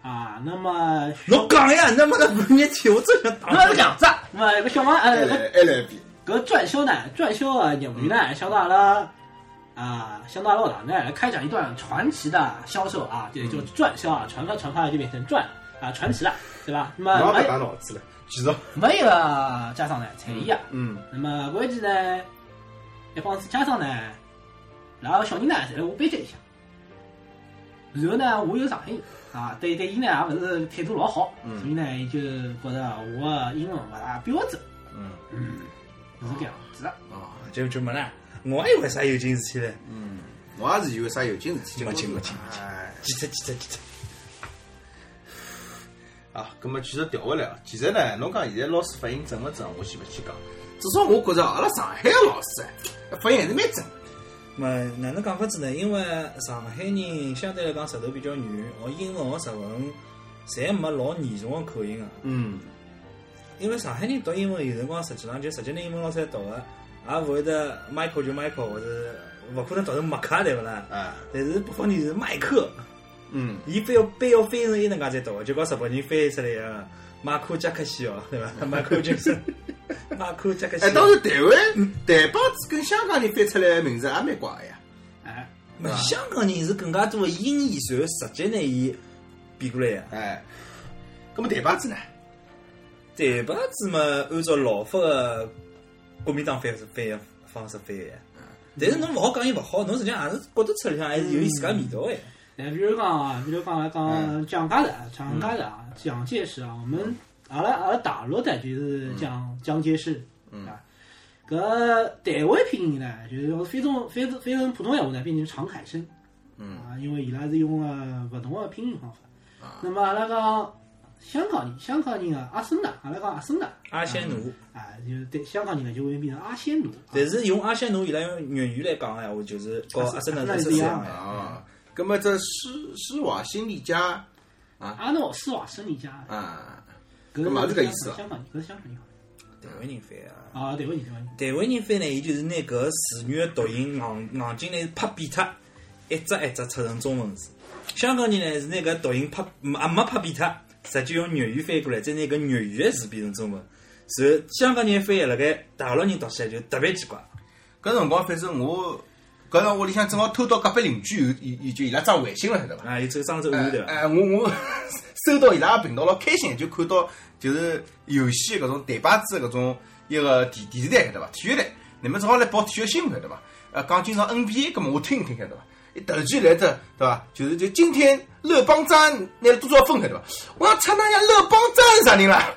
S2: 啊，那么
S5: 侬讲呀，那么个半日天，我真想打
S2: 那么是搿样子啊，那么搿小王
S6: 还
S2: 呃，
S6: 来还来比，
S2: 搿传销呢，传销啊业务员
S6: 嗯
S2: 呢，想到阿拉啊，想到阿拉学堂呢，来开展一段传奇的销售啊，对，就传销啊，传发传发就变成传啊，传奇了，对吧？那
S6: 侬也
S2: 么没
S6: 别打脑子了，继续。
S2: 没有家长呢，睬伊啊。
S6: 嗯，
S2: 那么关键呢，一帮子家长呢，然后小人呢，侪来我班级里向。然后呢，我有上海人啊，对对伊呢也勿是态度老好，
S6: 嗯
S2: 所以呢，伊就觉着我的英文勿大标准，
S6: 嗯，
S2: 是搿样子的。
S5: 哦，就就没啦，我还以为啥有劲事体嘞，
S6: 我也是以为啥有劲事体，
S5: 没劲没劲没劲
S6: 哎，
S5: 记着记着记着，
S6: 啊，咁么继续调回来啊。其实呢，侬讲现在老师发音正勿正，我先勿去讲。至少我觉着阿拉上海个老师哎发音还是蛮正的。
S5: 嘛，哪能讲法子呢？因为上海人相对来讲舌头比较软，学英文学日文，侪没老严重的口音啊。
S6: 嗯，
S5: 因为上海人读英文有辰光实际上就直接拿英文老师来读个，也勿会得 Michael 就 Michael，或者勿可能读成麦克对勿啦？
S6: 啊，
S5: 但是北方人是麦克，
S6: 嗯，
S5: 伊非要非要翻译成伊能介才读个，就讲日本人翻译出来个马库加克西奥对伐？马库就是马库加克西
S6: 哎，当
S5: 奥，
S6: 然台湾台帮子跟香港人翻出来个名字也蛮怪个呀。
S2: 哎，
S5: 那香港人是更加多个音译，然后直接拿伊变过来个。
S6: 哎，咁么台帮子呢？
S5: 对吧？子嘛，按照老法个国民党翻翻译方式翻译，但是侬勿好讲伊勿好，侬实际上也是觉得出来像还是有伊自家味道哎。
S2: 来，比如讲啊，比如讲来讲蒋介石，蒋介石啊，蒋介石啊，我们阿拉阿拉大陆的就是蒋蒋介石，
S6: 嗯
S2: 啊，搿台湾拼音呢，就是用翻成翻成翻成普通闲话呢，变成常凯生，
S6: 嗯啊
S2: 啊，因为伊拉是用了勿同的拼音方法。那么阿拉讲香港人，香港人啊，阿森纳，阿拉讲阿森纳
S5: 阿仙奴，
S2: 啊，就是对香港人呢就会变成阿仙奴，啊
S5: 但是用阿仙奴伊拉用粤语来讲个闲话，就是和阿森纳是一样的。
S6: 啊，咁么这施施瓦辛利加
S2: 阿诺施瓦辛里加，
S6: 啊，
S2: 搿
S6: 搿嘛是搿意思啊
S2: 香港人，搿是香港人
S5: 台湾人翻啊，
S2: 啊，台湾人，台湾人。
S5: 台湾人翻呢，伊就是拿搿个词语个读音哦硬硬劲呢拍扁脱，一只一只出成中文字。香港人呢是拿搿读音拍也没拍扁脱，直接用粤语翻过来，再拿搿粤语个字变成中文。然后香港人翻译辣盖大陆人读起来就特别奇怪。
S6: 搿辰光反正我搿辰光屋里向正好偷到隔壁邻居有有有就伊拉装微信了，晓得伐？
S5: 啊，有这个漳州
S6: 哎
S5: 话对伐？
S6: 哎，我我收到伊拉个频道老开心，就看到就是游戏搿种台牌子搿种一个电电视台晓得伐？体育台，那么正好来报体育新闻晓得伐？呃，讲今朝 NBA，搿么我听一听晓得伐？一突然间来只对伐？就是就今天乐邦詹拿了多少分晓得伐？我要出那下乐邦詹是啥人啦？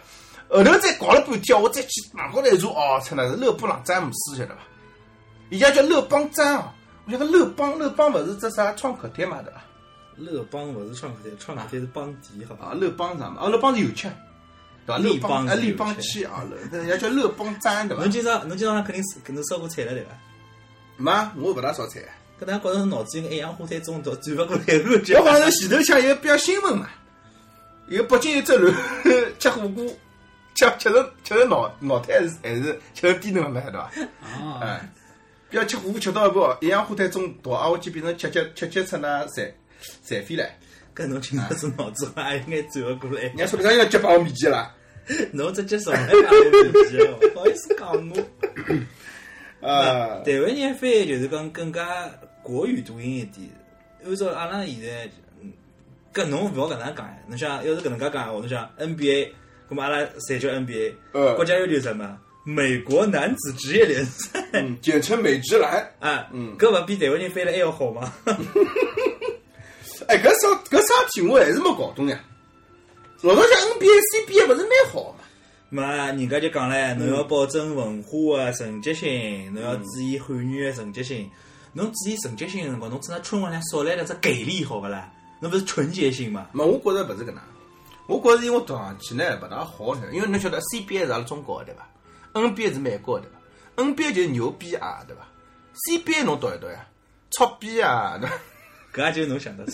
S6: 后头再搞了半天，我再去网高头一查，哦，出那是勒布朗詹姆斯晓得伐？伊家叫勒邦詹哦，我想搿勒邦勒邦勿是只啥创可贴嘛对伐？
S5: 乐帮勿是创客队，创客队是帮底，好伐？
S6: 啊，乐邦啥嘛？啊，乐邦是油漆，对伐？乐
S5: 立邦
S6: 啊，
S5: 是
S6: 立
S5: 油
S6: 邦
S5: 漆嗯
S6: 漆啊，人家叫乐邦粘，对伐
S5: 侬？今朝侬今朝肯定是搿侬烧过菜了对伐？
S6: 妈，我勿大烧菜，
S5: 搿哪觉着脑子有眼洋花菜中毒，转勿过来后就
S6: 要讲是前头腔有标新闻嘛，有北京有只楼 吃火锅，吃吃成吃成脑脑瘫还是还是吃成低能了，对伐？
S2: 啊，
S6: 哎，不要吃火锅吃到一半，一氧化碳中毒，啊，我去变成吃吃吃吃出那残残废了。
S5: 搿侬今朝是脑子好像有眼转勿过来
S6: 人。家说不啥要接把我面前啦？
S5: 侬直接上海话问题哦，不好意思讲 我。
S6: 啊，
S5: 台湾人翻译就是讲更加国语读音一点，按照阿拉现在，嗯搿侬勿要搿能讲呀。侬想，要是搿能介讲，话，侬想 NBA，搿么阿拉侪叫 NBA，
S6: 嗯
S5: 国家有流什么？美国男子职业联赛
S6: 嗯，简称美职篮。
S5: 啊，
S6: 嗯
S5: 搿勿比台湾人翻了还要好吗？
S6: 哎，搿啥搿啥体我还是没搞懂呀。老早像 NBA、CBA 勿是蛮好嘛？
S5: 嘛，人家就讲唻，侬要保证文化的纯洁性，侬要注意汉语的纯洁性。侬注意纯洁性的辰光，侬只能春晚上少来两只给力，好勿啦？侬勿是纯洁性嘛？
S6: 嘛，我觉着勿是搿能。我觉着因为读上去呢勿大好呢，因为侬晓得 CBA 是阿拉中国的对伐？NBA 是美国的对伐？NBA 就是牛逼啊对伐？CBA 侬读一读呀，臭逼啊对伐？
S5: 搿也就侬想得出。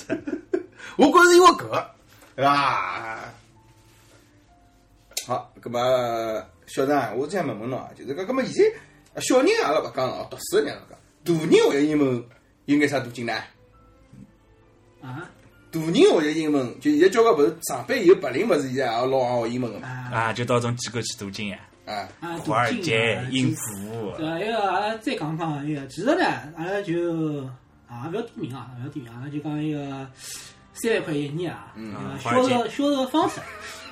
S6: 我觉着是因为搿个，对伐？好，葛么小陈啊，我这样问问侬啊，就是讲，葛么现在小人阿拉勿讲哦了，读书人阿拉讲，大人学习英文有眼啥途径呢？
S2: 啊
S6: 大人学习英文，就现在交关勿是上班以后白领勿是现在也老行学英文个嘛？
S2: 啊
S5: 啊，就到种机构去镀金呀，
S6: 啊，
S2: 啊！
S5: 华尔
S2: 杜静
S5: 街
S2: 啊、
S5: 英
S2: 杜
S5: 孚，
S2: 对啊，一个阿拉再讲讲一个，其实呢，阿拉就啊，勿要点名啊，勿要点名，阿拉就讲一个三万块一年啊，那个
S5: 华尔
S2: 销
S5: 街
S2: 售销售方式，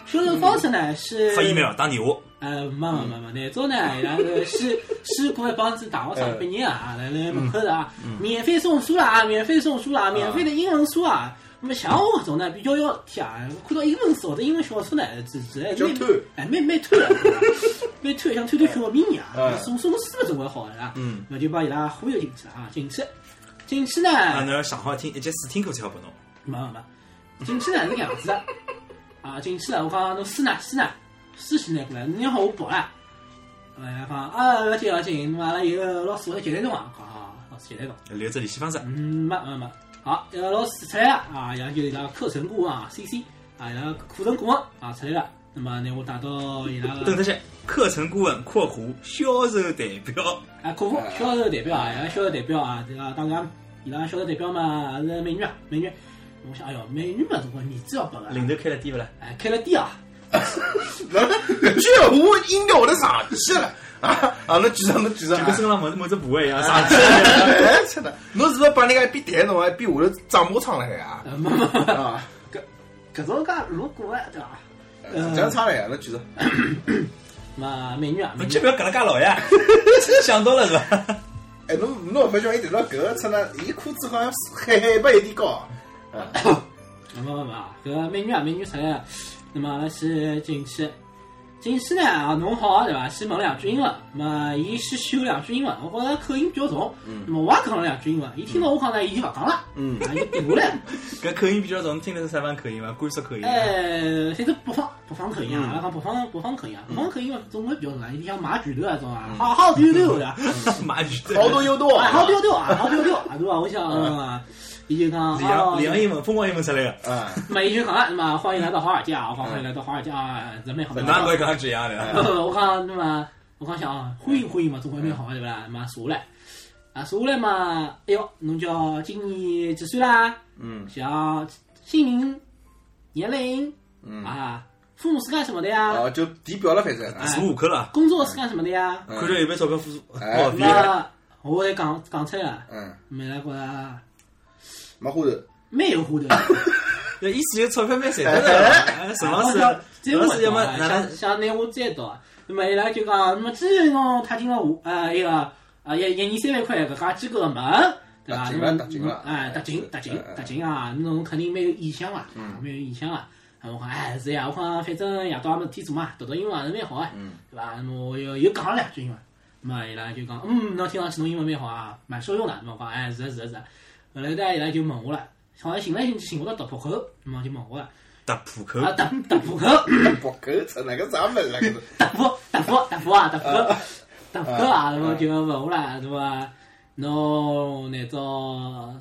S2: 销售方式呢是
S5: 发 email 打电话，
S2: 呃，没没没没，那早呢，然后先先过来帮子大学生毕业啊，来来门口的啊，免费送书啦，免费送书啦，免费的英文书啊。那么像我这种呢，比较要贴啊，看到英文书或者英文小说呢，只只哎
S6: 叫
S2: 蛮
S6: 偷
S2: 哎蛮蛮偷的，对吧蛮偷像偷偷小秘密啊
S6: 嗯，
S2: 送送书嘛总归好的啦。嗯，那就把伊拉忽悠进去了啊，进去进去呢，
S5: 啊，侬要上好听，一节试听课才好拨侬。
S2: 没没没，进去呢是搿样子的，啊，进去了，我讲侬书呢书呢，书先拿过来，你要喊我跑啦。哎呀，讲啊，勿要紧勿要紧，那么阿拉有个老师会接待侬啊，讲啊，老师接待侬，
S5: 留着联系方式，
S2: 嗯，没没没，好，有个老师出来了啊，然后就伊拉课程顾问啊，C C 啊，伊拉课程顾问啊出来了，那么拿我带到伊 拉
S5: 等
S2: 个
S5: 特些课程顾问（括弧销售代表
S2: 啊客服销售代表啊，伊拉销售代表啊，这个当然伊拉销售代表嘛是美女啊，美女，我想哎哟，美女嘛，总归面子要拨个），，
S5: 领头开了低勿啦？
S2: 哎，开了店啊。
S6: 然后搿句闲话音调我都上去了啊！啊，侬继续，侬继续
S5: 就跟
S6: 啊！
S5: 身上某某只部位一样，上去。
S6: 哎，真的，侬是勿是帮人家一边抬侬，一边下头长马窗了海啊？
S2: 呃，没没没，
S6: 啊，
S2: 搿种介如果啊，对伐？
S6: 这样差了呀，侬继续。
S2: 嘛，美女啊，美
S5: 侬
S2: 女
S5: 就不要搿能介老呀， 想到了是吧？
S6: 哎，侬侬勿晓得伊谈到搿个出呢，伊裤子好像海海拔有点高啊。
S2: 没没没，搿美女啊，美女出来了，那么阿拉先进去，进去呢啊，弄好对伐？先问两句英文，嘛，伊先秀两句英文，我觉着口音比较重，那么我也讲了两句英文，伊听到我讲呢，伊就勿讲了，
S6: 嗯
S2: 啊，伊停下来，
S5: 搿口音比较重，听得是台湾口音伐？甘肃口音伐。
S2: 哎，反正北方北方口音啊，阿拉讲北方北方口音啊，北方口音嘛，总归比较重啊，伊像马拳头那种啊，好好丢丢的。
S5: 马语对
S6: 好多有 多
S2: 啊，
S6: 啊，
S2: 好丢丢啊，好丢丢啊， 对吧？我想，啊伊就讲，
S5: 李阳
S2: 啊
S5: 李，阳英文疯狂英文出来个，
S6: 啊，
S2: 那么伊就讲了，那么欢迎来到华尔街啊，欢迎来到华尔街啊，人蛮好的。
S5: 哪能会讲这样的？
S2: 我讲那么，我讲想啊，欢迎欢迎嘛，总归蛮好的对不啦？那么坐下来，啊坐下来嘛，哎哟，侬叫今年几岁啦？
S6: 嗯
S2: 想姓名、年龄
S6: 嗯，
S2: 啊，父母是干什么的呀？
S6: 哦，就地表了，反正 啊
S5: 是户口了，
S2: 工作是干什么的呀？
S5: 看着有没有钞票付哦
S6: 哎
S5: 报费了？
S2: 那我也讲讲出来了，
S6: 嗯，
S2: 没来过啦，
S6: 没花头。
S2: 没有糊的。
S5: 那意思就钞票蛮赚得了。哎沈老师，沈老师要么哪
S2: 想
S5: 能？
S2: 想拿我再到，那么伊拉就讲，那么既然侬踏进了我啊一个啊一一年三万块搿家机构个门，对伐？
S6: 踏进了
S2: 那
S6: 踏进
S2: 么
S6: 了
S2: 哎，踏进踏进踏进啊，侬肯定蛮有意向啊，
S6: 嗯
S2: 蛮有意向啊。啊我讲哎是呀，我讲反正夜到也没事体做嘛，读读英文也是蛮好个，啊
S6: 嗯
S2: 对伐？那么我又又讲了两句英文，那么伊拉就讲，嗯，侬听上去侬英文蛮好啊，蛮受用的。那么我讲哎是啊是啊是啊，后来呢伊拉就问我了，好像寻来寻去寻勿到突破口，那么就问我了，
S5: 搭浦口
S2: 啊突突破 口。
S6: 不狗吃那个啥物事那个？
S2: 大夫，大夫，大夫啊，大夫，大夫啊，那么就问我啦，对伐？侬那种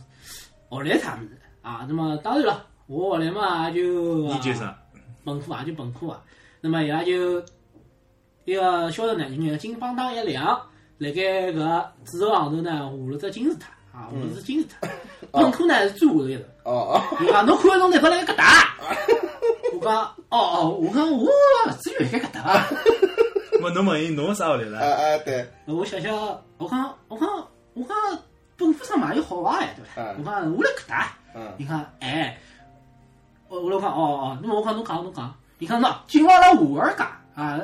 S2: 学历啥物事啊？那么当然了，我学历嘛也就啊
S5: 研究生，
S2: 本科啊，就本科啊。那么伊拉就一个销售呢，月薪帮当一两，辣盖搿指头行头呢下了只金字塔啊，下了只金字塔。本科呢是最下头一层。
S6: 哦哦，
S2: 伊讲侬看侬拿到来搿搭，我讲哦哦，我讲我勿至于辣盖搿搭。
S5: 我侬问伊侬啥学历
S6: 啊
S5: 了？
S6: 啊对，
S2: 我想想，我讲，我讲，我讲，本科生嘛有好坏呀，对伐
S6: 嗯？
S2: 我讲，我来搿搭，
S5: 啊
S6: 嗯
S2: 伊讲哎，我我就讲哦哦，那么我讲侬讲侬讲，伊讲喏，今朝阿拉华尔街啊，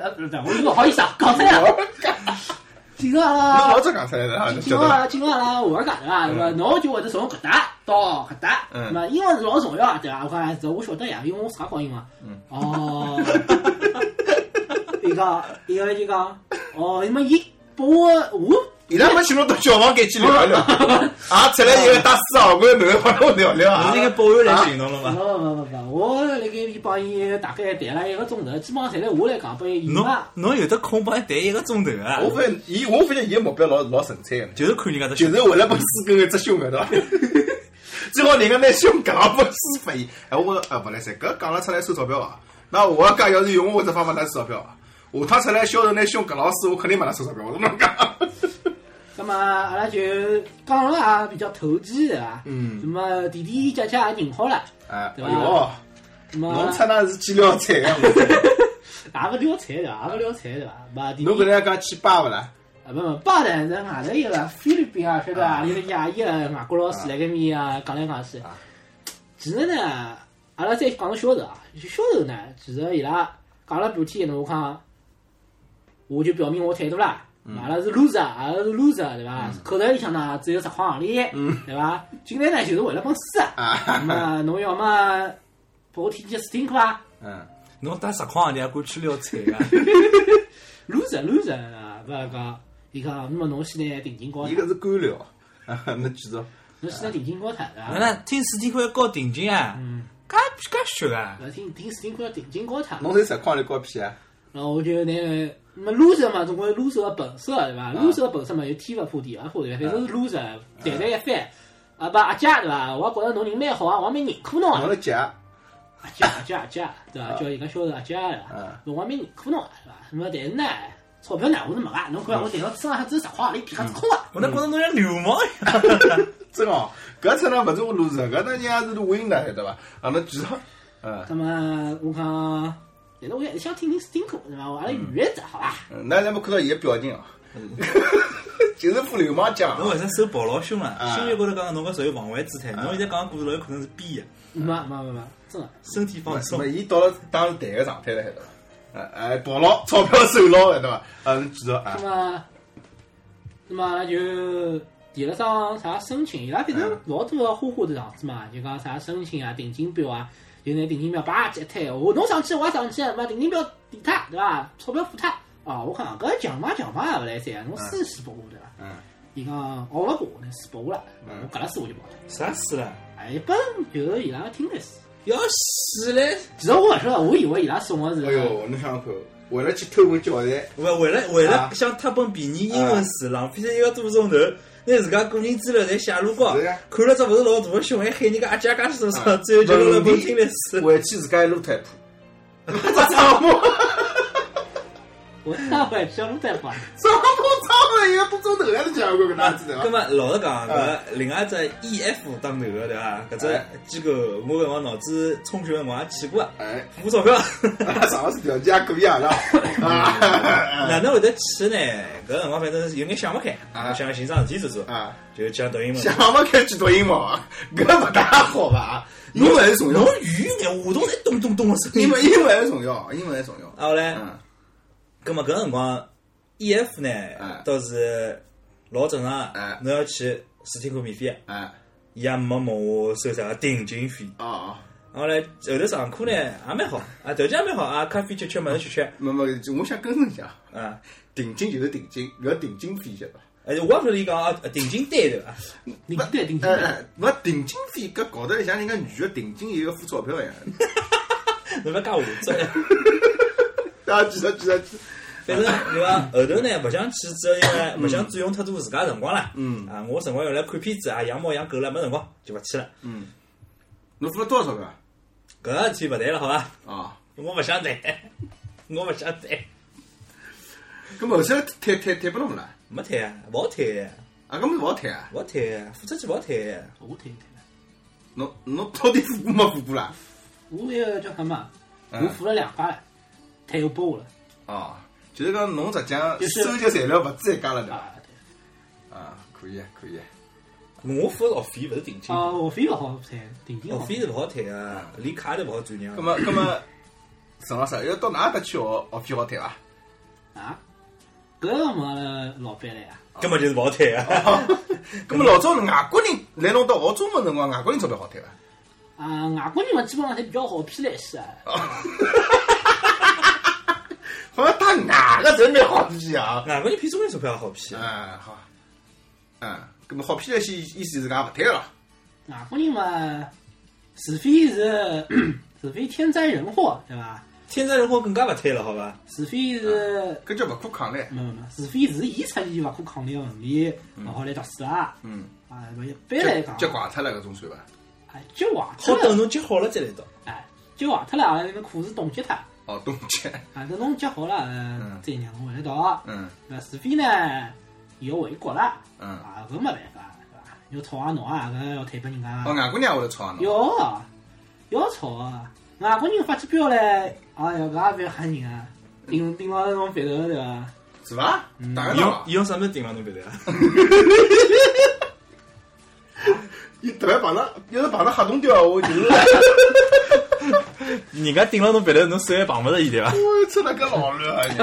S2: 呃对，我不好意思啊，讲错了， 今朝阿
S6: 侬
S2: 拉
S6: 老早讲出来了，
S2: 今
S6: 晓
S2: 朝
S6: 得
S2: 阿
S5: 啊
S6: 伐？
S2: 拉今朝阿拉华尔街对伐？对伐？侬就会得从搿搭到搿搭，
S6: 嗯
S2: 那么英文是老重要对伐？我讲这我晓得呀，因为我自家搞英文。哦，伊讲伊讲伊讲，哦，那么伊拨我我。
S6: 伊拉没请侬到小房间去聊一聊， 啊，出来一个打四号棍，能帮我聊聊啊
S5: 侬是一？个保安来寻侬了
S2: 不
S5: 吗？
S2: 不不不，我辣盖伊帮伊大概谈了一个钟头，基本上侪是我来讲拨伊
S5: 侬
S2: 嘛。
S5: 侬有得空帮伊谈一个钟头啊？
S6: 我发现伊，我发现伊个目标老老纯粹个，
S5: 就是看人家的
S6: 就是为了把四根一只胸个，对伐？ 最好人家拿胸讲拨施法伊，哎，我讲啊，不来塞，搿讲了出来收钞票啊。那我要讲，要是用我这方法来收钞票啊，下趟出来销售拿胸搿老师，我肯定没他收钞票，我跟侬 讲。
S2: 那么阿拉就讲了也比较投机对伐？
S6: 嗯
S2: 那么弟弟姐姐也认好了，
S6: 哎，
S2: 对
S6: 哎
S2: 吧
S6: 哟，
S2: 那么
S6: 侬出那是去撩菜个，我跟
S2: 也勿聊菜对伐？也勿聊菜对伐？嘛弟
S6: 你
S2: 弟
S6: 侬搿能介讲去巴勿啦？
S2: 啊不不，爸呢在外头一个菲律宾啊，晓得啊，有个亚裔啊，外国老师来搿面啊讲来讲去
S6: 啊。
S2: 其实呢，阿拉再讲到销售啊，销售呢，其实伊拉讲了半天，我讲，我就表明我态度啦。阿拉是 loser，阿拉是 loser，对伐？口头里向呢只有十块行钿，对伐？进来呢就是为了帮输啊。那
S6: 啊，
S2: 么侬要么拨我听节试听课伐
S6: 嗯，
S5: 侬打十块行钿还敢去撩菜啊？
S2: ？loser loser 啊，勿讲，伊讲，那么侬先拿定金高
S6: 嗯伊
S2: 头，
S6: 搿是官僚， 啊侬继续。
S2: 侬先拿定金高头，对伐
S5: 那？听四天课要交定金啊？介介血啊？
S2: 勿听听听看定金高头，
S6: 侬才十块钿高屁啊？
S2: 然后我就拿那么 loser 嘛，总归 loser 的本色对伐？loser 的本色嘛，就天勿怕地勿怕对伐？反正是 loser，谈谈一番。啊把阿姐对伐？我也觉着侬人蛮好啊，我还蛮认可侬
S6: 侬
S2: 啊。
S6: 来借，
S2: 阿姐阿姐阿姐，对伐？叫伊个销售阿姐对伐？我还蛮认可侬啊，对伐？那么但是呢，钞票呢我是没个，侬看我谈到身上只有十块钿，皮卡子空啊。
S5: 我那觉着侬像流氓一样。
S6: 真哦，搿出呢勿是我路人，搿当然也是 winner 晓得伐？啊，侬继续。嗯，
S2: 那么我讲，但是我也想听听听课对伐？我阿拉预约着好伐？
S6: 嗯那咱们看到伊个表情哦，
S5: 嗯
S6: 就是副流氓讲
S5: 侬
S6: 哦。
S5: 勿是手抱老凶了
S6: 啊，
S5: 新闻高头讲侬搿属于防卫姿态，侬现在讲个故事老有可能是编的，
S2: 没没没没，真个。
S5: 身体放松
S6: 那。伊到了当时谈个状态了，晓得伐？哎哎，跑牢钞票手牢，晓得伐？啊，侬继续啊
S2: 那。么，那么就提了张啥申请，伊拉反正老多个花花的场子嘛，就讲啥申请啊、定金表啊，就拿定金表叭一推，我侬上去我也上去，把定金表抵他，对伐？钞票付他啊！我讲搿强嘛强嘛也勿来三，侬私死拨我对伐？
S6: 嗯，
S2: 伊讲学勿过，那死拨我了，我搿拉书我就跑了。
S5: 啥事了？
S2: 哎，一本就是伊拉个听力书，
S5: 要死嘞！
S2: 其实我勿晓得，我以为伊拉送个是
S6: 哎哟，侬想想看，为了去偷本教材，
S5: 为为了为了
S6: 啊
S5: 想脱本便宜英文书，浪费了一个多钟头，拿自家个人资料侪写路高
S6: 是呀，
S5: 看了只勿是老大个胸，还喊人家阿姐介许多
S6: 啊
S5: 少， 最后就弄了本听力书。
S6: 回去自家一路摊 铺，只账目，
S2: 我上回小路在跑，
S6: 账目账了一个多钟头还是讲过搿哪子对
S5: 啊那
S6: 伐？
S5: 么老实讲，搿
S6: 啊
S5: 另外一只 EF 当头个对伐？搿只
S6: 哎
S5: 机构我搿往脑子充血，我也去过啊，
S6: 哎，啊
S5: 付钞票。
S6: 上个是条件也可以啊，是吧？啊
S5: 哪能会得去呢？搿辰光反正有眼想勿开，
S6: 啊
S5: 想寻桩事体做做，
S6: 啊！
S5: 就讲抖音嘛。
S6: 想勿开去读音乐啊，搿勿大好吧？英文是重要
S5: 侬，语音眼话筒侪咚咚咚个声
S6: 英
S5: 音。
S6: 文英文是重要，英文是重要。
S5: 啊后
S2: 哎
S5: 来，
S6: 嗯
S5: 葛末搿辰光 EF
S6: 哎
S5: 呢倒是老正常
S6: 哎
S5: 个，侬要去试听课免费的，
S6: 哎，
S5: 啊伊也没问我收啥定金费。
S6: 哦哦，
S5: 后来后头上课呢也蛮好，啊条件也蛮好啊，咖啡吃吃，物事吃吃
S6: 那么就我想更正一下，
S5: 啊。
S6: 定金就是定金，勿要定金费晓得伐？
S5: 而且我也勿晓得伊讲啊 定金单对伐？
S2: 定金对定金
S6: 哎
S2: 对。
S6: 哎，勿定金费搿搞得像人家女的定金也要付钞票一样。
S5: 侬勿要讲下作呀。
S6: 啊，继续继续继续，
S5: 反 正对伐？后头呢，勿想去，只因为勿想占用太多自家辰光啦。
S6: 嗯
S5: 啊，我辰光用来看片子啊，养猫养狗了，没辰光就勿去了。
S6: 侬付了多少钞票啊？
S5: 搿个事体勿谈了，好伐？
S6: 啊，
S5: 我勿想谈， 我勿想谈，
S6: 搿么后头退退退拨侬勿啦？
S5: 没谈啊，勿好谈啊，
S6: 啊，搿么勿好退啊？
S5: 勿好谈啊，付出去勿好谈啊。
S2: 我推推。
S6: 侬侬到底付过没付过啦？
S2: 我那个叫什么？
S6: 嗯
S2: 我付了两块了，他又拨我了
S6: 哦，就是讲侬实际上
S2: 就是
S6: 收集材料勿止一家了对伐？
S2: 啊！
S6: 啊，可以可以。
S5: 我付的学费勿是定金，
S2: 啊，学费勿好赚，定金
S5: 学
S2: 好
S5: 费是勿好退啊，连卡都勿好转让。
S6: 那么，那么，陈老师要到哪搭去学学费好谈伐？
S2: 啊。搿个没阿拉老板来啊，
S5: 根本就是勿好退 啊。
S6: 那么老早外国人来侬到学中文辰光，外国人钞票好谈伐？
S2: 啊，外国人嘛，基本上侪比较好骗来些啊。
S6: 好像打外个人蛮好骗啊。
S5: 外国人骗中国人钞票也好啊骗，
S6: 嗯，好，嗯，那么好骗来些意思是讲勿谈了。
S2: 外国人嘛，除非是 除非天灾人祸，对伐？
S5: 天灾人祸更加勿退了，好伐？
S2: 除非是
S6: 搿叫勿可抗力。
S5: 嗯
S2: 没没没，除非是伊出现勿可抗力个问题，勿好来读书啊。
S6: 嗯，
S2: 啊，那么一般来
S6: 结
S2: 讲，
S6: 结怪脱了搿种算伐？
S2: 哎，就坏脱
S5: 好等
S2: 了，
S5: 侬接好了再来读。
S2: 哎，就坏脱了，阿拉那个课是冻结脱。
S6: 哦，东结。
S2: 啊，等侬接好了，呃再让侬回来读。
S6: 嗯
S2: 那除非呢，伊要回国了，
S6: 嗯，
S2: 啊，搿没办法，对伐？要吵啊闹啊，搿要退拨人家啊。
S6: 哦，外国人也会来吵侬。
S2: 要啊，要吵啊！外国人发起飙来，哎呀，搿也勿要吓人啊！顶顶牢侬鼻头对伐？
S6: 是伐？大家
S5: 伊
S6: 闹
S5: 用
S6: 啊！
S5: 伊用啥物事顶牢侬鼻头啊？
S6: 伊突然碰上，要是碰上黑洞掉，我就是
S5: 人家顶牢侬鼻头，侬手还碰勿着伊 对伐？
S6: 我出了个老卵啊！你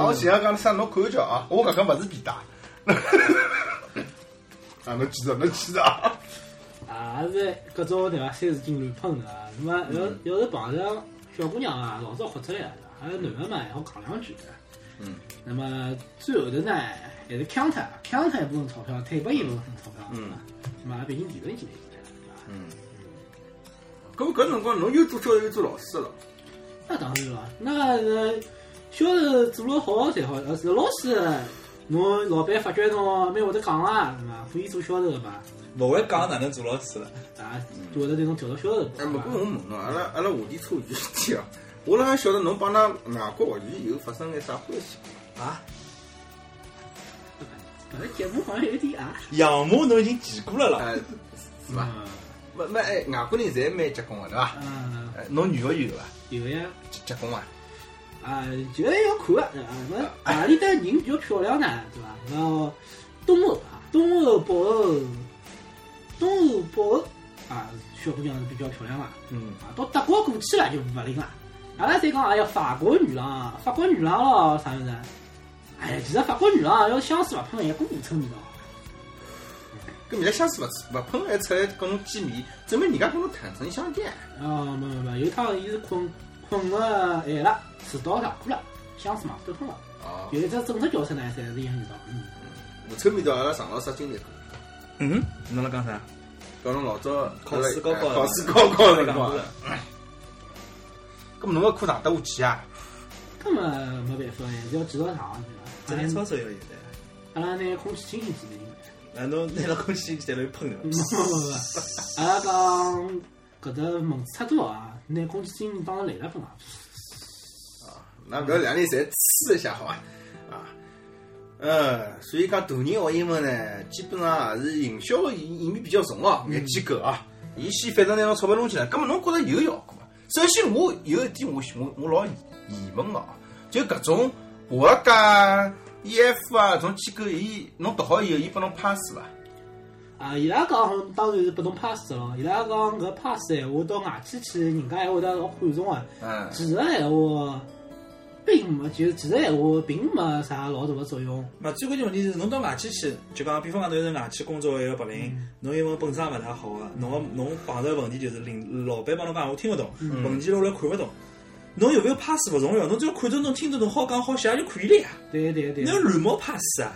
S6: 啊，我前下讲了啥？侬看一瞧啊，我搿个勿是皮带。 啊，侬记着，侬记着啊！
S2: 啊，也是搿种对伐？三字经乱喷的啊。那么要
S6: 嗯
S2: 要是碰上小姑娘啊，老早豁出来了，还有男的嘛，还好扛两句的。
S6: 嗯。
S2: 那么最后头呢，还是抢他，抢他一部分钞票，退拨一部分钞票，对伐？那么也毕竟提成起来一点了，对
S6: 嗯，搿
S2: 伐？
S6: 搿辰光侬又做教育又做老师了，
S2: 那当然了，那是销售做了好才好。呃，是老师，侬老板发觉侬蛮会得讲啊，是嘛？可以做销售的嘛？
S5: 勿会讲哪能做老师了？
S2: 啊，就会得对侬调到销售部。
S6: 嗯哎，勿过我问侬，阿拉阿拉话题扯远点啊，我辣想晓得侬帮㑚外国学习以后发生眼啥欢喜？
S5: 啊，
S2: 搿个节目好像有点啊。
S5: 养母侬已经见过了啦。
S6: 哎，是伐？没没哎，外国人侪蛮结棍个对伐？
S2: 嗯，
S6: 哎，侬女个有伐？
S2: 有呀。
S6: 结结棍伐？
S2: 啊，就要看啊，对伐？那哪里搭人比较漂亮呢？对伐？然后东欧啊，东欧、北欧、东欧、北欧啊，小姑娘是比较漂亮啊。
S5: 嗯，
S2: 啊，到德国过去了就勿灵了。阿拉再讲，哎呀，法国女郎啊，法国女郎咯，啥物事啊？哎呀，其实法国女郎啊，要香水勿喷，一股狐臭味道。
S6: 搿人家相处勿勿喷还出来跟侬见面，证明人家跟侬坦诚相见。
S2: 哦，没没没，有趟伊是困困个晚了，哎迟到上课了，香水嘛都喷了。
S6: 哦，
S2: 有一只正式教室呢，侪是一样味道。嗯，
S6: 狐臭味道阿拉常老师也经历过，
S5: 嗯，侬辣讲啥？
S6: 讲侬老早
S5: 考试高考
S6: 哎考试高考辰光
S5: 讲过了，
S6: 搿么侬个课上得下去啊？
S2: 根本没办法，还是要继续上
S5: 这
S2: 对
S5: 连
S2: 伐？
S5: 操守要有的。
S2: 阿拉拿空气清新几遍。
S5: 啊，侬拿了空气在那里喷
S2: 没
S5: 的。
S2: 没没，阿拉讲搿搭蚊子太多啊，拿空气清新当成雷了喷啊。
S6: 那搿两年侪试一下好伐？啊，呃，所以讲大人学英文呢，基本上也是营销个意味比较重哦，眼机构啊，伊先反正拿侬钞票弄进来，葛末侬觉着有效果伐？首先我有一点我我我老疑问个哦，就搿种华尔街啊 EF 啊搿种机构，伊侬读好以后，伊拨侬 pass 伐？
S2: 啊，伊拉讲当然是拨侬 pass 咯，伊拉讲搿 pass 闲话到外地去，人家闲话得老看重啊。
S6: 嗯
S2: 其实闲话，并没就其实闲话并没啥老大个作用。
S5: 嘛，最关键问题是，侬到外企去，就讲，比方讲，侬是外企工作一个白领，侬英文本身也勿大好个，侬个侬碰着问题就是领老板帮侬讲，我听勿懂，文件拿来看勿懂，侬有没有 pass 勿重要，侬只要看得懂、听得懂、好讲好写就可以了呀。
S2: 对对对
S5: 侬，要乱毛 pass 啊？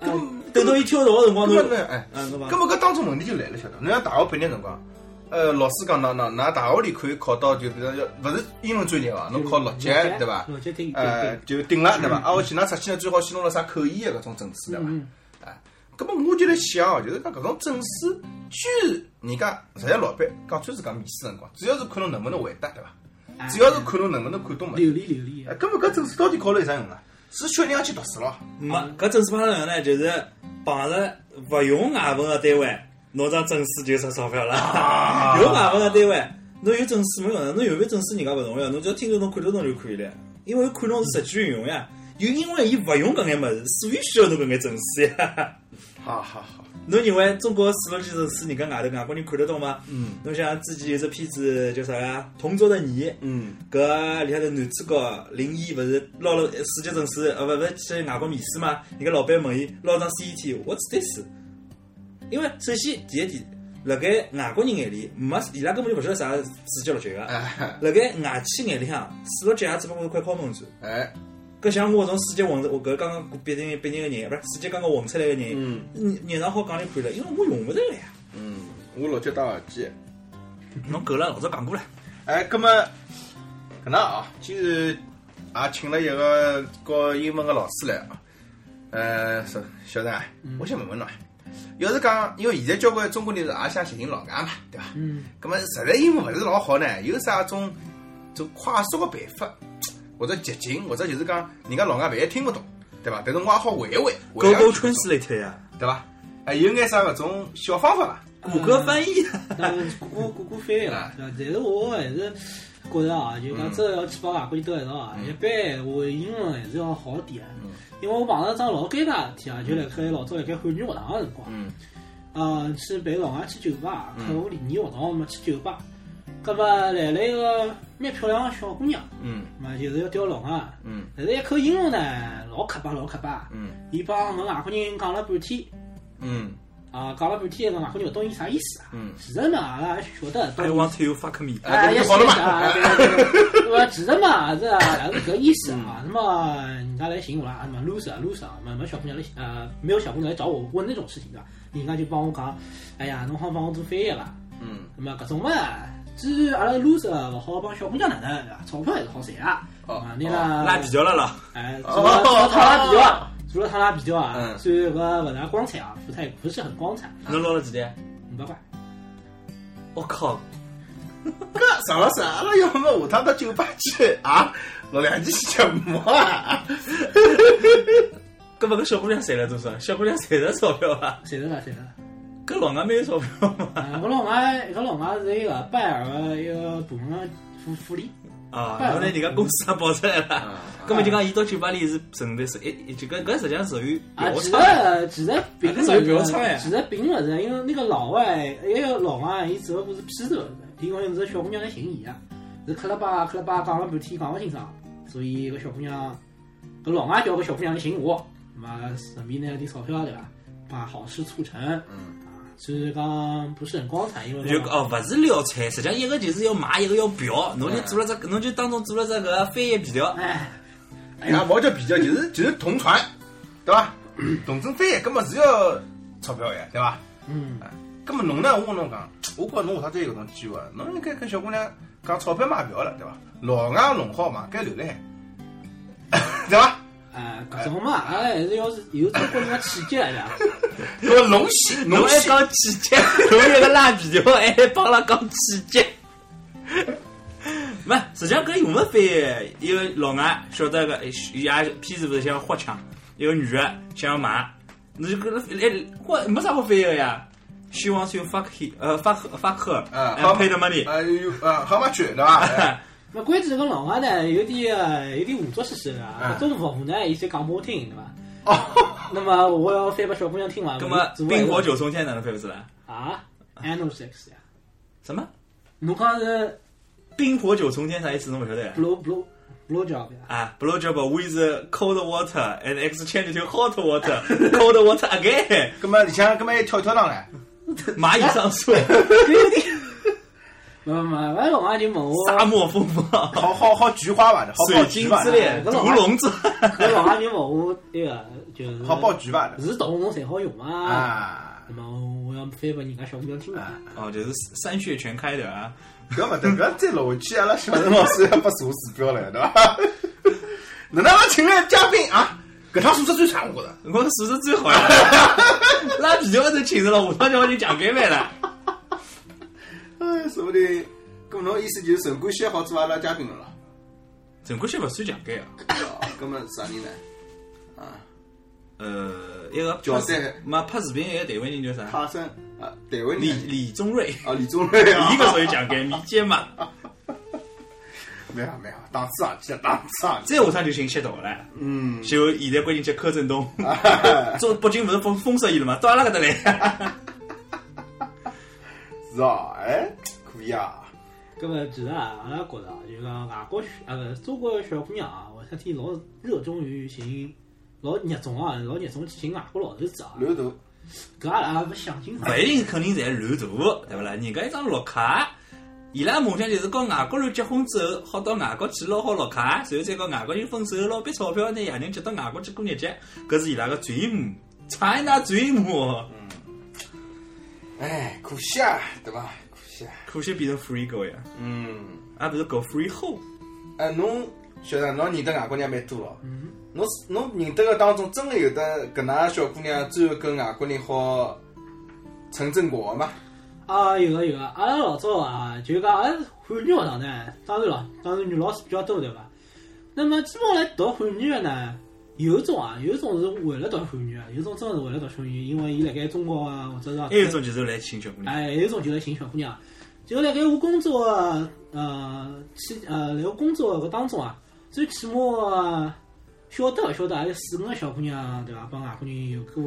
S2: 啊
S5: 等到伊听勿懂个辰光，
S6: 葛
S5: 侬
S6: 末
S2: 嗯
S6: 呢，哎。
S5: 啊，侬
S6: 咁
S5: 讲
S6: 么搿当中问题就来了，晓得伐？侬像大学毕业辰光，呃，老师讲㑚㑚㑚大学里可以考到，就比如要勿是英文专业伐？
S2: 嗯
S6: 侬考六级对伐？
S2: 六级对对
S6: 呃
S2: 对，，
S6: 就顶了对伐？啊，我去㑚出去呢，最好先弄了啥口译的搿种证书对伐？
S2: 嗯，
S6: 咁么我就来想哦，就是讲搿种证书，居然人家实际老板讲穿是讲面试辰光，主要是看侬能不能回答对伐？
S2: 哎
S6: 主要是看侬能不能看懂物事。
S2: 流利流利
S6: 哎，。咁么搿证书到底考了有啥用啊？是小人要去读书咯？
S5: 没搿证书帮上用呢，就是碰着勿用外文个单位，拿张证书就值钞票 了。有外文个单位，侬有啊证书没用的，侬有没有证书人家勿重要，侬只要听得懂、看得懂就可以了。因为看懂是实际运用呀。又因为伊勿用搿眼物事，所以需要侬搿眼证书呀。
S6: 好好好，
S5: 侬认为中国史料记证书人家外头外国人看得懂吗？
S6: 嗯，
S5: 侬像之前有只片子叫啥呀？同桌的你，
S6: 嗯，
S5: 搿里向头男主角林一勿是捞了世界证书，呃，勿勿去外国面试嘛？人家老板问伊捞张 CET，what's this？因为首先第一点，辣盖外国人眼里，没伊拉根本就勿晓得啥是主角六绝个。
S6: 哎
S5: 辣盖外企眼里向，史六绝也只不过是块敲门砖。
S6: 哎，
S5: 搿像我搿种世界混，我搿刚刚毕竟毕竟个人，勿是世界刚刚混出来个人
S6: 嗯，
S5: 热闹好讲里看了，因为我用勿着了呀。
S6: 嗯，我老脚戴耳机。
S5: 侬够了，老早讲过了。
S6: 哎，葛么搿能啊，今日也请了一个教英文个老师来啊。呃，小小陈啊，我想问问侬啊，要是讲，因为现在交关中国人是也想寻寻老外嘛，对伐？
S2: 嗯。
S6: 葛么实在英文勿是老好呢，有啥种种快速个办法，或者捷径，或者就是讲人家老外万一听勿懂，对伐？但是我也好回一回，回一
S5: Google
S6: 回
S5: Translate 呀，
S6: 对伐？哎，有眼啥搿种小方法伐？
S5: 谷歌翻译。
S2: 但是谷歌谷歌翻译啦，对吧？但是我还是觉着啊，就讲真的要去帮外国人斗一道啊，一般我英文还是要好点啊。
S6: 嗯
S2: 因为我碰着一桩老尴尬的事体啊，就辣盖老早辣盖汉语学堂个辰光，
S6: 嗯
S2: 啊，去陪老外去酒吧，看我联谊学堂嘛去酒吧，葛么来了一个蛮漂亮个小姑娘，
S6: 嗯
S2: 嘛就是要钓老外，
S6: 嗯
S2: 但是一口英文呢老磕巴老磕巴，
S6: 嗯
S2: 伊帮搿外国人讲了半天。
S6: 嗯
S2: 啊，讲了半天，搿外国人勿懂伊啥意思啊？
S6: 嗯
S2: 其实嘛，阿拉也晓得
S5: I
S2: 懂
S5: want you fuck me。
S6: 哎啊
S2: 也
S6: 就好了嘛
S2: 啊，对 吧？其实嘛，是啊，也是搿意思啊。那么人家来寻我啦，那么 loser loser，没没小姑娘来呃，没有小姑娘来找我问那种事情对啊吧？人家就帮我讲，哎呀，侬好帮我做翻译啦。
S6: 嗯
S2: 那么搿种嘛，既然阿拉 loser 勿好帮小姑娘哪能对伐？钞票还是好赚啊。
S6: 哦
S2: 啊，拿拉
S5: 拉皮条了啦，
S2: 哎，除
S6: 哦
S2: 了除了烫拉皮条啊，除了烫拉皮条啊，
S6: 嗯
S2: 虽然搿勿大光彩啊，不太不是很光彩，嗯
S5: 侬捞了几钿？
S2: 五百块。
S5: 我靠！
S6: 搿常老师，阿拉要么下趟到酒吧去啊，录两期节目啊。
S5: 搿么搿小姑娘赚了多少？小姑娘赚了钞票伐？
S2: 谁得了，谁得了。
S5: 搿老外没有钞票嘛？
S2: 啊，搿老外，搿老外是一个拜耳的一个部门的副副理，
S5: 啊，然后呢，人家公司也跑出来
S6: 啊
S5: 了。搿么就讲，伊到酒吧里是纯粹是一一就搿搿实际上属于
S2: 啊，
S5: 嫖
S2: 其
S5: 娼。
S2: 实其实并不
S5: 啊这属于嫖
S2: 是
S5: 娼呀，
S2: 其实并不是，因为那个老外，一个老外，伊只不过是批斗的，因为是小姑娘来寻伊啊，是磕了巴磕了巴讲了半天讲勿清爽，所以搿小姑娘，搿老外叫搿小姑娘来寻我，嘛顺便拿了点钞票对伐？把好事促成，
S6: 嗯
S2: 啊，虽然讲不是很光彩，因为
S5: 就哦，勿是撩菜，实际上一个就是要买，一个要嫖，侬就做了只，侬就当中做了只搿翻译皮条。
S2: 哎，
S6: 哎呀，勿好叫比较，就是就是同船，对 伐？同舟翻译，搿么是要钞票呀，对伐？
S2: 嗯。
S6: 搿么侬呢？我跟侬讲，我觉着侬下趟再有搿种机会，侬应该跟小姑娘讲钞票买勿要了，对伐？老外弄好嘛，该留辣海，对伐？
S2: 啊，搿种嘛，阿拉还是要是有中国人的气节 来的。
S6: 搿 龙戏，
S5: 侬
S6: 龙
S5: 还
S6: 戏，
S5: 讲季节， 侬一个拉皮条，还帮拉讲季节。 勿，实际上搿用勿翻译，一个老外晓得个，哎伊也片子勿是想花腔，一个女个想要买，侬就搿个哎，花没啥好翻译个呀。She wants you fuck he，呃，fuck fuck her，
S6: 啊
S5: and pay the money。
S6: 啊有啊，好嘛去，对伐？ 哎
S2: 那关键搿老外呢，有点呃有点胡作非事的啊。
S6: 嗯
S2: 搿种服务呢，伊就讲拨我听，对伐？
S6: 哦，
S2: 那么我要翻拨小姑娘听嘛。
S5: 葛么
S2: 嗯做
S5: 冰火九重天哪能翻勿出来？
S2: 啊，anal sex 呀。
S5: 什么？
S2: 侬讲是
S5: 冰火九重天啥意思？侬勿晓得呀？
S2: blow blow blow job 呀？
S5: 啊，blow job with cold water and exchange to hot water，cold water again。
S6: 搿么里向搿么还跳跳糖唻？
S5: 蚂蚁上树，
S2: 没没没，哎搿老外就问我，
S5: 沙漠风暴，
S6: 好好好菊花伐？好爆
S5: 水
S6: 菊
S5: 晶
S6: 伐
S5: 之？恋，
S2: 搿老
S5: 毒龙之，
S2: 搿哎老外就问我，那个就是
S6: 好爆菊伐？
S2: 是动物侬才好用嘛？
S6: 啊
S2: 那，么我要翻拨人家小姑娘听嘛
S6: 啊。
S5: 哦，就是三穴全开的啊。
S6: 搿勿对，搿再落去，阿拉小陈老师要拨查指标了，对伐？哪能阿拉请来嘉宾啊？搿趟素质最差，我觉着。
S5: 我素质最好呀，拉皮条都请着了，下趟就要去强改版了。
S6: 哎，说不定，搿么侬意思就是陈冠希好做阿拉嘉宾了啦？
S5: 陈冠希勿算强改啊，
S6: 搿么啥人呢？啊，
S5: 呃，一个
S6: 乔
S5: 拍
S6: 丹
S5: 视嘛拍视频一个台湾人叫啥？
S6: 卡森啊，台湾
S5: 李
S6: 人
S5: 李宗瑞，
S6: 啊，李宗瑞啊，
S5: 伊搿属于强改，民间嘛。
S6: 蛮好蛮好，档次上去了，档次上去
S5: 再下趟就寻吸毒了。嗯，就现在关键叫柯震 东，
S6: 了，
S5: 中北京勿是封封杀伊了嘛，到阿拉搿搭来。
S6: 是哦，哎，可以啊，
S2: 搿么其实啊，阿拉觉着啊就讲外国啊勿是中国的小姑娘啊，我想天老热衷于寻，老热衷啊，老热衷去寻外国老头子啊。
S6: 乱涂，
S2: 搿阿拉也勿想清楚。
S5: 勿一定肯定侪乱大，对勿啦？人家一张绿卡，伊拉梦想就是跟外国人结婚之后，好到外国去捞好绿卡，然后再跟外国人分手，捞笔钞票拿爷娘接到外国去过日节，搿是伊拉个 dream。China dream，哦
S6: 嗯哎，可惜啊，对伐？可惜啊，
S5: 可惜变成 free girl 呀，
S6: 嗯。
S5: 也勿是搞 free hoe。
S6: 哎，侬晓得，侬认得外国娘蛮多哦。侬是侬认得个当中，真个有的搿能介小姑娘最后跟外国人好成正果个嘛？
S2: 啊，有个有个，阿拉老早啊，就是讲阿拉汉语学堂呢，当然了，当然女老师比较多对伐？那么基本上来读汉语的呢，有一种啊，有一种是为了读汉语啊，有一种真的是为了读汉语，因为伊辣盖中国啊，或者是
S5: 还有一种就是来请小
S6: 啊
S5: 姑娘，
S2: 哎，有一种就是寻小姑娘，就辣盖我工作啊呃去呃辣盖工作搿当中啊，最起码晓得勿晓得，还有四五个小姑娘对伐？帮外国人有过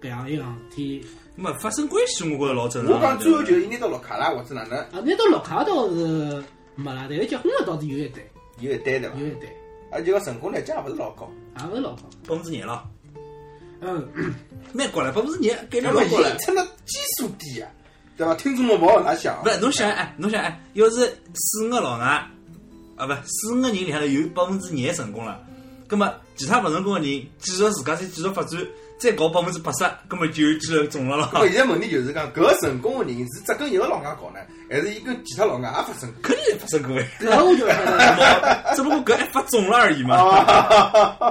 S2: 搿样一样事体。
S5: 那么发生关系，我觉着老正常。
S6: 我讲最后就
S5: 对
S6: 是
S5: 伐
S6: 伊拿到绿卡啦，或者哪能
S2: 啊，拿到绿卡倒是没啦，但是结婚了倒是有一对，
S6: 有一单对伐
S2: 有？一对，
S6: 而且个成功率也勿是老高。
S2: 也勿是老高。
S5: 百分之廿了，
S2: 嗯，
S5: 蛮高了，百分之廿概率
S6: 那
S5: 老
S6: 么
S5: 高了
S6: 伊。出了基数低啊，对伐？听众们勿好瞎想啊
S5: 不，。侬想哎，侬想哎，要是四五个老外，啊不，四五个人里向头有百分之廿成功了，葛么其他勿成功个人继续自家再继续发展，再搞百分之八十，葛么就有机会中了
S6: 那么
S5: 咯。
S6: 现在问题就是讲，搿成功个人是只跟一个老外搞呢，还是伊跟其他老外也发生？
S5: 肯定是发 生过的，
S2: 搿我就勿晓得了，
S5: 冇哦只不过搿一发中了而已嘛。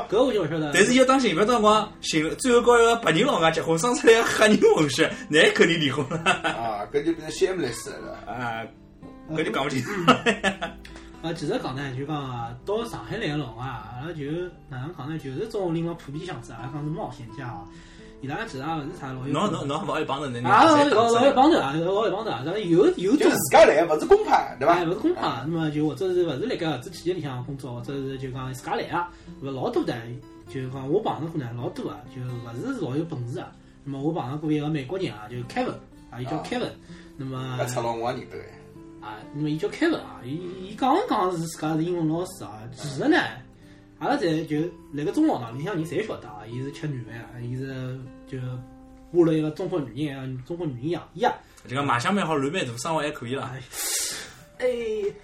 S2: 搿我就勿晓得了。
S5: 但是要当寻勿到辰光，寻最后搞一个白人老外结婚，生出来个黑人混血，那肯定离婚了。
S6: 啊，搿就变成 shameless 了。
S5: 啊，搿就讲勿清楚。
S2: 啊，其实讲呢，就讲啊，到上海来个老外啊，阿拉就哪能讲呢？就是种令人普遍相知，阿拉讲是冒险家啊。伊拉其实也勿是啥老有。
S5: 侬侬侬勿好一帮头，侬
S2: 啊，老老老一
S5: 帮。
S2: 帮头啊，老一帮头啊，但是有有
S6: 就
S2: 种
S6: 是自家来，勿是公派，对伐
S2: 哎，？勿是公派，那么就或者是勿是辣盖啊合资企业里向工作，或者是就讲自家来啊，勿老多的，就是讲我碰着过呢，老多啊，就勿是老有本事啊。那么我碰着过一个美国人啊，就是 Kevin 啊，伊叫
S6: 啊
S2: Kevin，那么
S6: 搿赤佬我也认得个。
S2: 啊，那么伊叫 Kevin 啊，伊伊讲讲是自家是英文老师啊，其实呢，阿拉侪就辣盖中学堂里向人侪晓得啊，伊是吃软饭啊，伊是就挖了一个中国女人啊，中国女人养伊啊，
S5: 就讲卖相蛮好，卵蛮大，生活还可以啦。
S2: 哎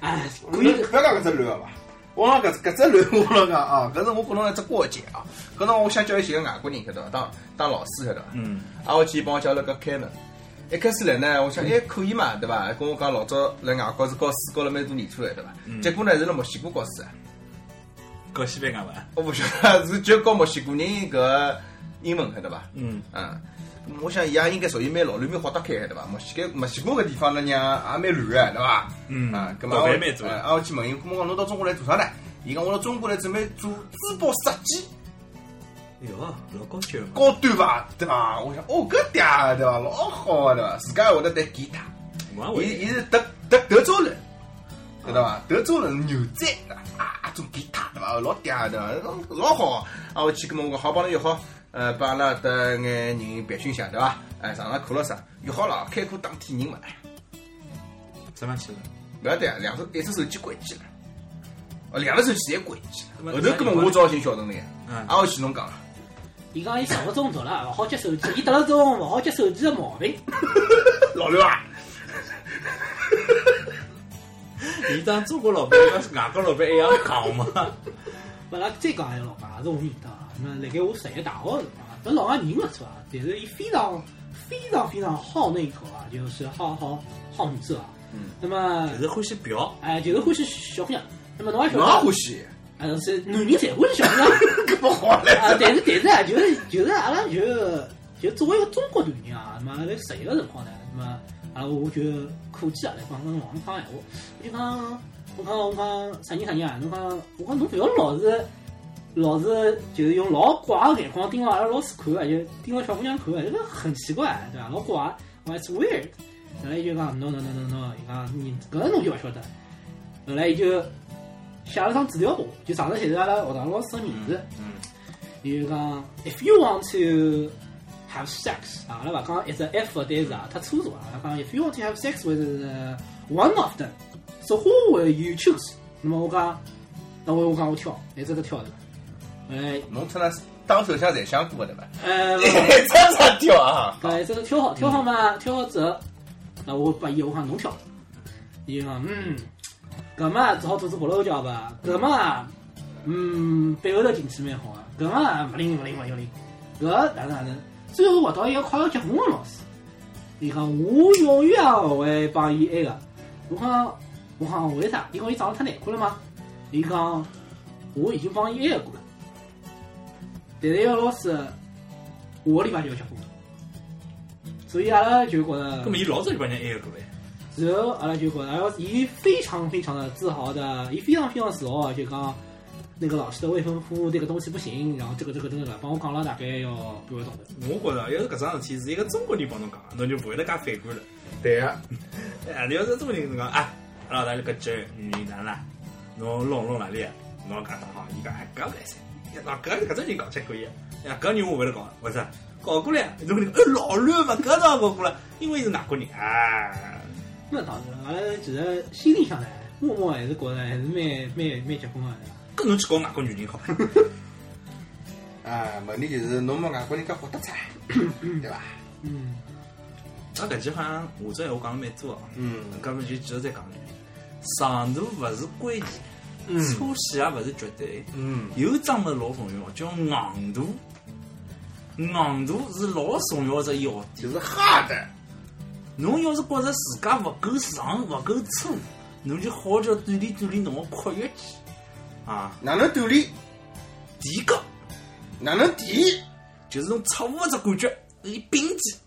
S2: 哎，
S6: 可
S2: 可
S6: 以
S2: 以。
S6: 不要讲搿只乱伐？我讲搿搿只乱，我讲 啊，搿是我跟侬一只过节啊。搿辰光我想叫伊寻个外国人晓得伐？当当老师晓得伐？
S5: 嗯。
S6: 啊，我去伊帮我叫了个 Kevin。一开始来呢，我想哎可以嘛，对伐？跟我讲老早来外国是教书教了蛮多年数了，对伐？结果呢是辣墨西哥教书啊，
S5: 搞西班牙文。
S6: 我勿晓得是就教墨西哥人搿英文晓得伐？
S5: 嗯，
S6: 嗯，我想伊也应该属于蛮老乱蛮好搭开个对伐？墨西哥墨西哥搿地方呢，让也蛮乱个对伐？
S5: 嗯
S6: 啊，
S5: 倒
S6: 搿么
S5: 霉
S6: 我
S5: 蛮多
S6: 哎啊，我去问伊，搿么我讲侬到中国来做啥呢？伊讲我到中国来准备做珠宝设计
S5: 哎哟，老高级了。
S6: 高端伐，对伐？我想哦，搿嗲对伐？老好个对伐？自家也会得弹吉他，
S5: 啊我
S6: 伊
S5: 为
S6: 伊是德德德州人，晓得伐？德州人牛仔对伐啊，做吉他对伐？老嗲对伐？老好啊！我去搿么我讲好帮侬约好，呃，帮阿拉得眼人培训一下对伐？哎，上上课了啥？约好了，开课当天人没来。
S5: 怎么去了？
S6: 勿要对啊，两只一只手机关机了，哦，两个手机侪关机了。后头根
S5: 那
S6: 本
S5: 你
S6: 我只好寻小陈了呀
S5: 嗯，
S6: 啊，我去侬讲了，
S2: 伊讲伊上个钟头了，勿好接手机，伊得了种勿好接手机的毛病。
S6: 老刘啊，
S5: 你当中国老板跟外国老板一样讲嘛？
S2: 勿拉再讲一个老外，也是我认得啊。那么辣盖我实习大学个辰光，搿老外人勿错啊，但是伊非常非常非常好那一口啊，就是好好好女色啊。嗯。那么
S5: 但是欢喜表，
S2: 哎，就是欢喜小姑娘。那么侬也晓
S6: 侬也
S2: 得，
S6: 欢喜，
S5: 嗯
S2: 呃，是男人侪欢喜小 姑娘。
S6: 搿么好嘞，
S2: 啊，但是但是啊，就是就是阿拉就就作为一个中国男人啊，那么辣实习个辰光呢，那么啊，我就科技啊来帮跟老公讲闲话，我就讲我讲我讲啥人啥人啊，侬讲我讲侬勿要老是老是就是用老怪个眼光盯牢阿拉老师看啊，就盯牢小姑娘看啊，这个很奇怪，对伐？老怪，我 it's weird。后来伊就讲 no no no no no，伊讲你搿侬就勿晓得。后来伊就写了一张纸条簿，就上头写着阿拉学堂老师个名字。嗯，伊就讲，if you want to have sex，啊，阿拉勿讲 is a if 但是啊，太粗俗啊，阿拉讲 if you want to have sex with uh, one of them，so who will you choose？那么我讲，那我我讲我挑，还是个挑的。哎，
S6: 侬出来当首相侪想过 的吧？
S2: 呃，
S6: 这啥调啊？
S2: 哎，这个挑好，挑好嘛，挑好之后，那我把伊我讲侬挑，伊讲嗯，搿嘛只好组织跑楼桥吧，搿嘛嗯背后头进去蛮好啊，搿嘛勿灵勿灵勿灵勿灵，搿哪能哪能，最后活到一个快要结婚个老师，伊讲我永远也勿会帮伊埃个，我讲我讲为啥？伊讲伊长得太难看了吗？伊讲我已经帮伊埃个过了，但是一个老师下个礼拜就要结婚了。所以阿拉就觉得
S5: 那，么伊老早就帮人挨了过来，
S2: 然后阿拉就觉得，然后伊非常非常的自豪的，伊非常非常自豪的就讲，那个老师的未婚夫这个东西不行，然后这个这个这个，帮我讲了大概要半个钟头。
S5: 我觉着要是搿桩事体是一个中国人帮侬讲，侬就勿会得介反感了。
S6: 对啊，
S5: 哎，你要是中国人跟侬讲啊，阿拉哪里搿节女人哪啦，侬弄弄哪里啊？侬搿搭好，伊讲哎搿勿来塞，那搿搿种人搞结可以，呀哎搿人我勿会得搞，为啥？搞过来，侬搿哎老乱嘛，搿当然搞过来，因为是外国人啊。
S2: 那当然，阿拉其实心里向呢，默默还是觉得还是蛮蛮蛮结棍的。
S5: 搿侬去搞外国女人好伐？
S6: 啊，问题就是侬没外国人家活得出来， 对伐？
S2: 嗯，
S5: 那搿集好像下周闲话讲了蛮多哦。
S6: 嗯
S5: 搿么就继续再讲嘞。长度勿是关键，粗细也勿是绝对。
S6: 嗯，
S5: 有一桩物事老重要，叫硬度。硬度是老重要的一个要点。
S6: 就是哈的，
S5: 侬要是觉着自家勿够长、勿够粗，侬就好好叫锻炼锻炼侬个括约肌。啊，
S6: 哪能锻炼，
S5: 第一个
S6: 哪能提，
S5: 就是侬侧卧只感觉，你并肩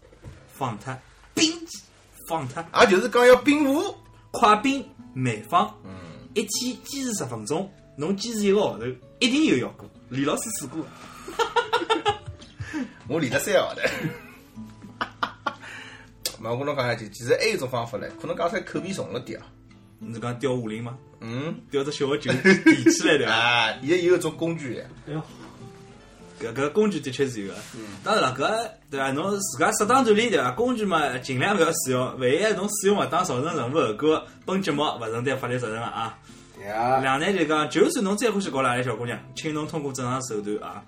S5: 放脱，并肩放脱。
S6: 也就是讲要并步。
S5: 快兵慢放，一天坚持十分钟，侬坚持一个号头，一定有效果。李老师试过，啊
S6: 我练了三个号头。嘛，我跟侬讲一句，其实还有一种方法嘞，可能讲出来口味重了点啊。
S5: 你是讲吊哑铃吗？
S6: 嗯，
S5: 吊只小个球提起来对伐？
S6: 啊，现在有一种工具呀，
S2: 哎呦，
S5: 搿搿工具的确是有个，啊当然了，搿对伐？侬自家适当锻炼对伐？工具嘛，尽量勿要使用，万一侬使用勿当造成任何后果，本节目勿承担法律责任啊。
S6: 对啊，
S5: 两难就讲，就算侬再欢喜搞阿拉小姑娘，请侬通过正常手段啊。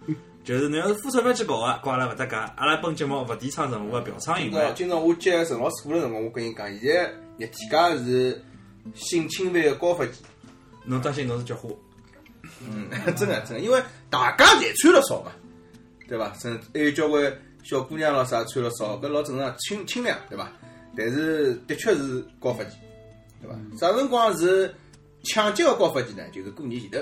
S5: 就是侬要是付钞票去搞个，搞阿拉勿搭界，阿拉本节目勿提倡任何个嫖娼行
S6: 那
S5: 为。
S6: 今朝我接陈老师过来辰光，我跟伊讲，现在热天家是性侵犯的高发期，
S5: 侬当心侬是菊花。
S6: 嗯， 真的真的，因为大家侪穿了少嘛，对伐？真还有交关小姑娘咯啥穿了少，搿老正常，清清凉对伐？但是的确是高发期，对伐？啥辰光是抢劫的高发期呢？就是过年前头，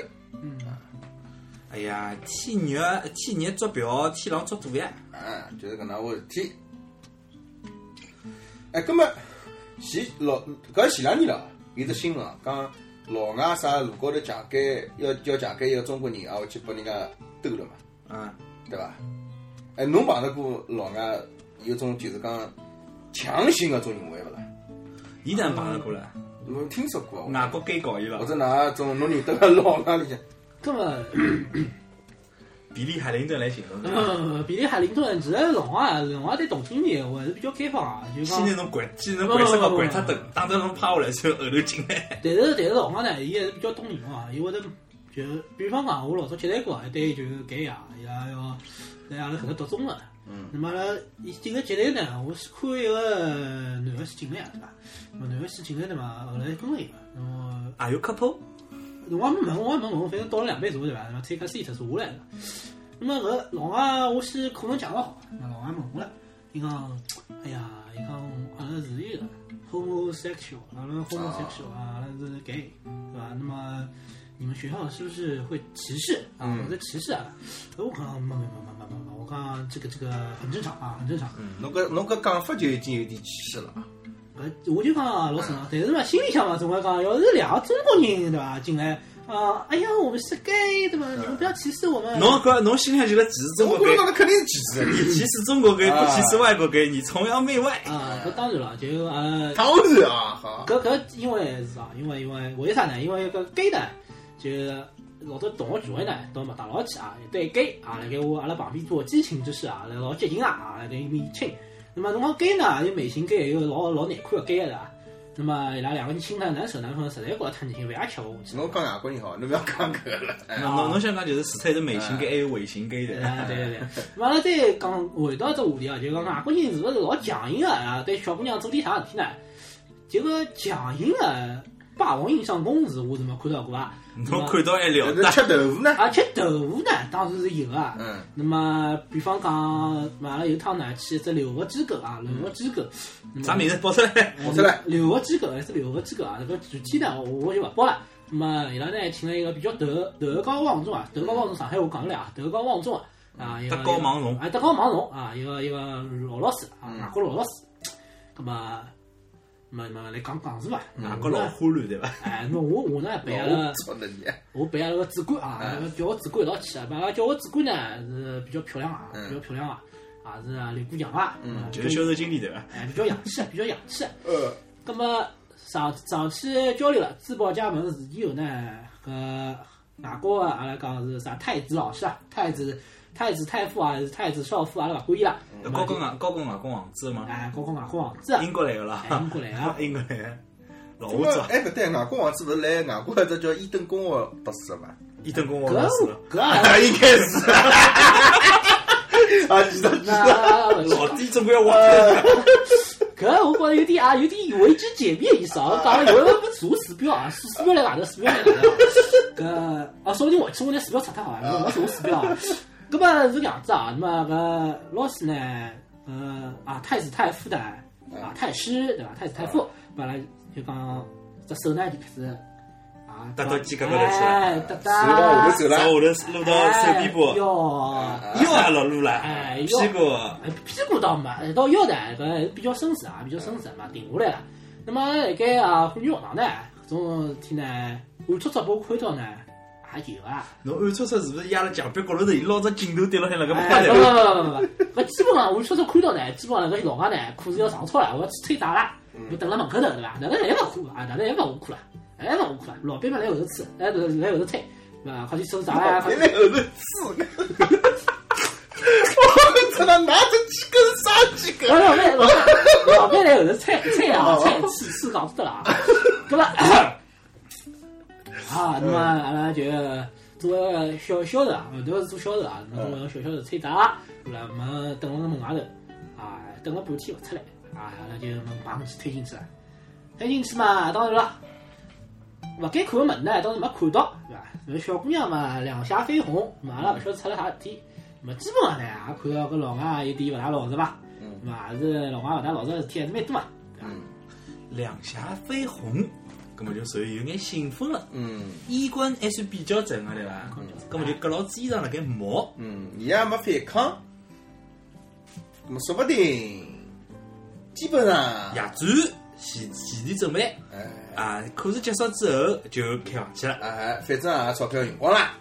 S5: 哎呀，天热天热捉表，天冷捉肚皮。
S6: 啊，就是搿能回事体。哎，葛末前老搿前两年了，有只新闻啊讲老外啥路高头强奸，要要强奸一个中国人，啊，回去拨人家兜了嘛，
S5: 嗯，
S6: 对伐？哎，侬碰着过老外有种就是讲强行个种行为勿啦？
S5: 伊哪能碰着过来？
S6: 侬听说过啊？
S5: 外国奸搞伊
S6: 或
S5: 了，
S6: 者哪种侬认得个老外里向？
S2: 那么。
S5: 比利海林顿来寻侬
S2: 不。不不，比利海林顿其实老外老外对同性恋我还是比较开放啊，就讲
S5: 先。拿侬掼，先拿侬掼死个掼他等，打到侬趴下来，就后头进来。
S2: 但是但是老外呢，伊还是比较懂人嘛，伊会得就比方讲，我老早接待过啊一对就是搿呀，伊拉要在阿拉搿搭读中了。嗯。那么阿拉伊进来接待呢，我是看一个男个先进来对伐？那么男个先进来的嘛，后来跟了伊嘛，那么。
S5: Are you couple？
S2: 我也没问，我也没问，反正倒了两杯茶对伐？然后 take a seat 坐下来了。那么搿老外，我先可能讲得好，那老外问我了，伊讲，哎呀，伊讲阿拉是一个 homosexual，阿拉 homosexual 啊，阿拉是 gay，对伐？那么你们学校是不是会歧视啊？
S6: 嗯
S2: 我在歧视啊？我讲没没没没没没，我讲这个这个很正常啊，很正常。
S6: 嗯侬搿侬搿讲法就已经有点歧视了啊。
S2: 搿我就讲啊，老沈啊，但是嘛，心里向嘛，总归讲，要是两个中国人对伐进来啊，哎呀，我们是 gay 对伐？你们不要歧视我们。
S5: 侬搿侬心里就是歧视中
S6: 我
S5: 国
S6: 跟
S5: 奸
S6: 侬讲，，那肯定是歧视
S5: 你
S6: 的。
S5: 歧视中国奸，不歧视外国奸，你崇洋媚外。
S2: 啊，搿当然了，就 呃，
S6: 当然啊，好。
S2: 搿搿因为是啥？因为因为为啥呢？因为搿 gay 呢，就是老早同学聚会呢，到麦当劳去啊，有对鸡啊，辣盖我阿拉旁边桌鸡请之士啊，辣老接近啊，啊辣盖伊面请。那么侬讲鸡呢，有美型鸡，也有老老难看的鸡的是吧？那么伊拉两个人亲呢，难受难分，实在觉着太难心，饭也吃勿下去。
S6: 侬讲外国人好，侬不要讲搿个了。哎
S5: 侬侬想讲就是除脱有美型跟还有伪型跟 的，
S2: 啊，对对对，咁阿拉再讲回到只话题啊，就讲外国人是勿是老强硬个啊？对小姑娘做点啥事体呢？这个强硬个霸王硬上弓是我是没看到过啊。
S5: 侬看到还了
S6: 哦那
S5: 得？
S6: 吃豆腐呢？
S2: 而且豆腐呢，当然是有啊。
S6: 嗯。
S2: 那么，比方讲，阿拉有趟呢去一只留学机构啊，留学机构，那么
S5: 啥名字报出来？
S6: 我出来，
S2: 留学机构还是留学机构啊？那个具体呢，我就不报了。那么，伊拉呢请了一个比较德德高望重啊，德高望重，上海话讲了啊，德高望重啊，啊，一个
S5: 嗯德高望重
S2: 啊，德高望重啊，一个一个老老师啊，
S5: 嗯
S2: 外国老老师。那么，那么那么来讲讲是吧？
S5: 外国老花乱对伐？
S2: 哎，那我我 呢陪阿拉
S6: 我。操那你！
S2: 我陪阿拉个主管啊，
S5: 哎
S2: 阿拉叫我主管一道去啊，阿拉叫我主管呢是比较漂亮啊，
S6: 嗯
S2: 比较漂亮啊，啊是啊刘姑娘啊，啊
S5: 就是销售经理对伐？
S2: 哎比较洋气，比较洋气。啊
S6: 呃，
S2: 那么上上去交流了自报家门事以后呢，搿外国啊阿拉讲是啥太子老师啊，太子太子太傅啊，还是太子少傅啊阿拉勿管伊啦，
S5: 高跟外高跟外国王子嘛，
S2: 哎高高外国王子啊，
S5: 嗯 英国来个啦，
S2: 哎英国来 啊
S5: 英国来的，老
S6: 这
S5: 胡子
S6: 个
S5: 啊，
S6: 哎不对，外国王子勿是来外国一只叫伊顿公学读书嘛？
S5: 伊顿公王
S2: 搿
S5: 老师了。
S2: 搿 阿拉
S6: 哎应该是。啊，记得记得。
S2: 那
S5: 老弟总归要挖出 来，
S2: 搿我觉着有点啊，有点维基解密的意思啊。我讲了，有人查鼠标啊，鼠鼠标在哪头，鼠标在哪头。搿啊，说不定回去我拿鼠标拆掉好了，我没查鼠标啊。搿么 是搿样子啊，那么搿老师呢，呃啊，太子太傅的啊，太师对伐？太子太傅本来就讲啊这手呢就开始啊，
S5: 搭到肩胛高头去了
S2: 哎，搭搭，
S6: 手往下头走
S5: 从
S6: 了
S5: 下头撸到手臂部，
S2: 哟。
S6: 哎
S5: 腰也老撸了
S2: 哎，
S5: 屁
S2: 腰
S5: 股
S2: 哎，屁股倒没，到腰的搿比较绅士啊，比较绅士嘛，停下来了。那么辣盖啊，妇女学堂呢，搿种事体呢，暗戳戳拨我看到呢，也有啊。
S5: 侬暗搓搓是不是压了墙壁角落头？伊捞只镜头对牢海那个拍
S2: 哎，
S5: 的
S2: 不不，不不不不，搿基本上我悄悄看到呢，基本上搿老外呢，裤子要上错了，我要去推闸了，我等辣门口头对伐？哪能还勿哭啊？哪能还勿 哭了？哎还勿哭了？老板们来后头吃，哎，来后头推，对伐？快去收闸啦！快
S6: 你
S2: 去
S6: 来后头刺呢？我操！他拿着几根啥几根？
S2: 老老板，老板，老板来后头菜菜啊，菜气气搞死了啊！ 搿么啊，那么阿拉就作为小销售啊，后头是做销售啊，那么小销售菜打，对伐？没啊等了门外头啊，等了半天勿出来啊，阿拉就门把门去推进去了，推进去嘛，当然了。勿该看个物事呢，当然没看到，对伐？那小姑娘嘛，两颊绯红，嘛阿拉勿晓得出了啥事体，那么基本上呢，也看到搿老外有点勿大老实伐？那么也是老外勿大老实个事体还是蛮多嘛，对伐？
S5: 两颊绯红，葛么就属于有眼兴奋了。
S6: 嗯
S5: 衣冠还算比较正个啊对伐？
S2: 嗯
S5: 葛么就隔牢子衣裳辣盖磨，
S6: 嗯，伊也没反抗，那么说不定，基本上
S5: 夜，战前前天准备
S6: 哎
S5: 啊，考试结束之后就开房去了。
S6: 哎，反正也钞票用光啦，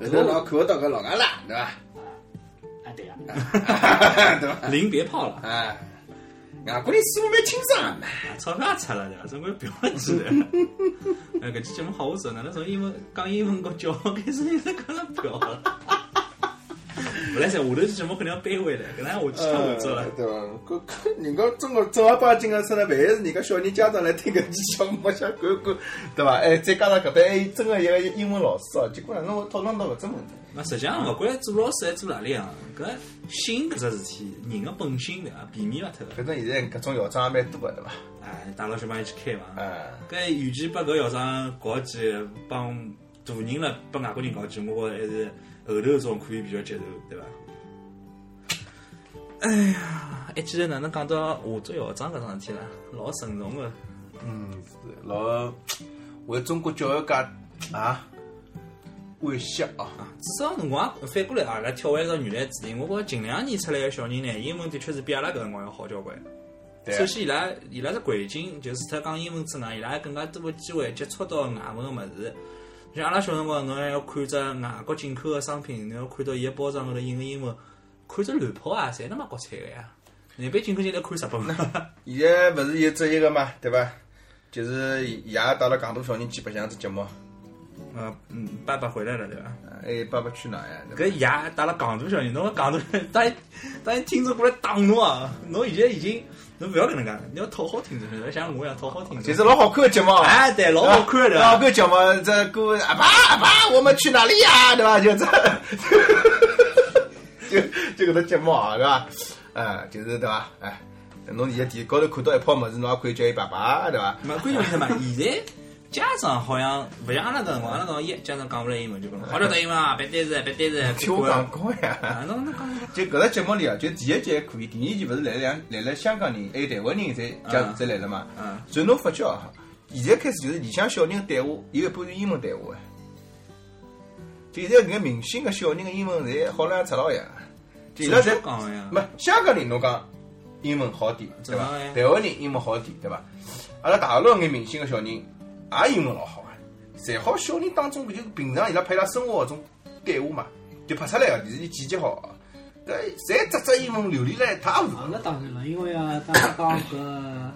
S6: 对吧后头老看不到搿老外啦，对伐？
S2: 啊对啊，
S6: 对
S2: 嗯
S6: 伐？
S5: 临别炮了，
S6: 哎，外国人似乎蛮清爽的嘛。
S5: 钞票也出了对伐？总归不要紧的。哎，搿期节目好好做，哪能从英文讲英文跟教学开始一直讲了表了？本来想下头期节目肯定要搬回来，搿能我去趟合作了。
S6: 呃 对伐？搿搿人家正儿正儿八经个出来，万一是人家小人家长来听搿期节目，想看看，对伐？哎，再加上搿搭还有真个一个英文老师哦，结果哪能会讨论到搿种问题？
S5: 那实际上，勿管做老师还做哪里行，搿性搿只事体，人个本性对伐，避免勿脱个。
S6: 反正现在搿种校长也蛮多个，对伐？
S5: 哎，带牢小朋友去开房，
S6: 哎，
S5: 搿与其把搿校长搞起，帮大人了，帮外国人搞起，我觉着还是后头种可以比较接受，对伐？哎呀，还记得哪能讲到下做校长搿桩事体啦？老慎重个，
S6: 嗯，是老为中国教育界啊惋惜哦。
S5: 至少辰光反过来啊，来跳回到原来主题，我觉着近两年出来个小人呢，英文的确是比阿拉搿辰光要好交关。
S6: 对啊
S5: 首，先，伊拉伊拉只环境，就是除脱讲英文之外，伊拉还更加多个机会接触到外文个物事。像阿拉小辰光，侬还要看只外国进口个商品，侬要看到伊个包装高头印个英文，看只乱跑啊，侪他妈国产个呀！难边进口进来看日 本个，
S6: 现在勿是有只一个嘛，对伐？就是爷带了戆大小人去白相只节目，
S5: 呃，嗯，爸爸回来了，对伐？
S6: 哎，爸爸去哪儿呀？
S5: 搿爷带了戆大小人，侬个戆大，当当听众过来打侬啊！侬现在已经，侬勿要搿能介，你要讨好听众，要像我一样讨好听众。
S6: 其实老好看的节目啊，
S5: 哎对老好看的
S6: 老好看的节目，这歌阿爸阿爸，我们去哪里呀？对吧？就这， 就就搿个节目啊，对吧？哎，就是对吧？哎，侬现在电高头看到一泡么子，侬也可以叫伊爸爸，对吧？
S5: 嘛，关键问题嘛，现在家长好像勿像阿拉搿辰光，阿拉搿辰光一家长讲勿来英文就讲，好了打英文啊，别单词，别单词，
S6: 听我讲过
S5: 啊，
S6: 呀。
S5: 侬侬讲
S6: 就搿个节目里啊，就第一集还可以，第二集勿是来了两来了香港人还有台湾人侪加
S5: 嗯
S6: 侪来了嘛
S5: 嗯？
S6: 所以侬发觉啊，现在开始就是里向小人的对话，有一半是英文对话啊。就现在搿眼明星个小人个英文侪好了出老呀，就伊拉侪
S5: 正常讲呀
S6: 没香港人侬讲英文好点对
S5: 正
S6: 伐
S5: 常呀？
S6: 台湾人英文好点对伐？阿拉大陆眼明星个小人也英文老好啊，侪好小人当中就平常伊拉配合生活搿种对话嘛，就拍出来个，就是剪辑好啊。搿侪只只英文流利了一塌糊涂
S2: 啊，，那当然了，因为啊，大家讲搿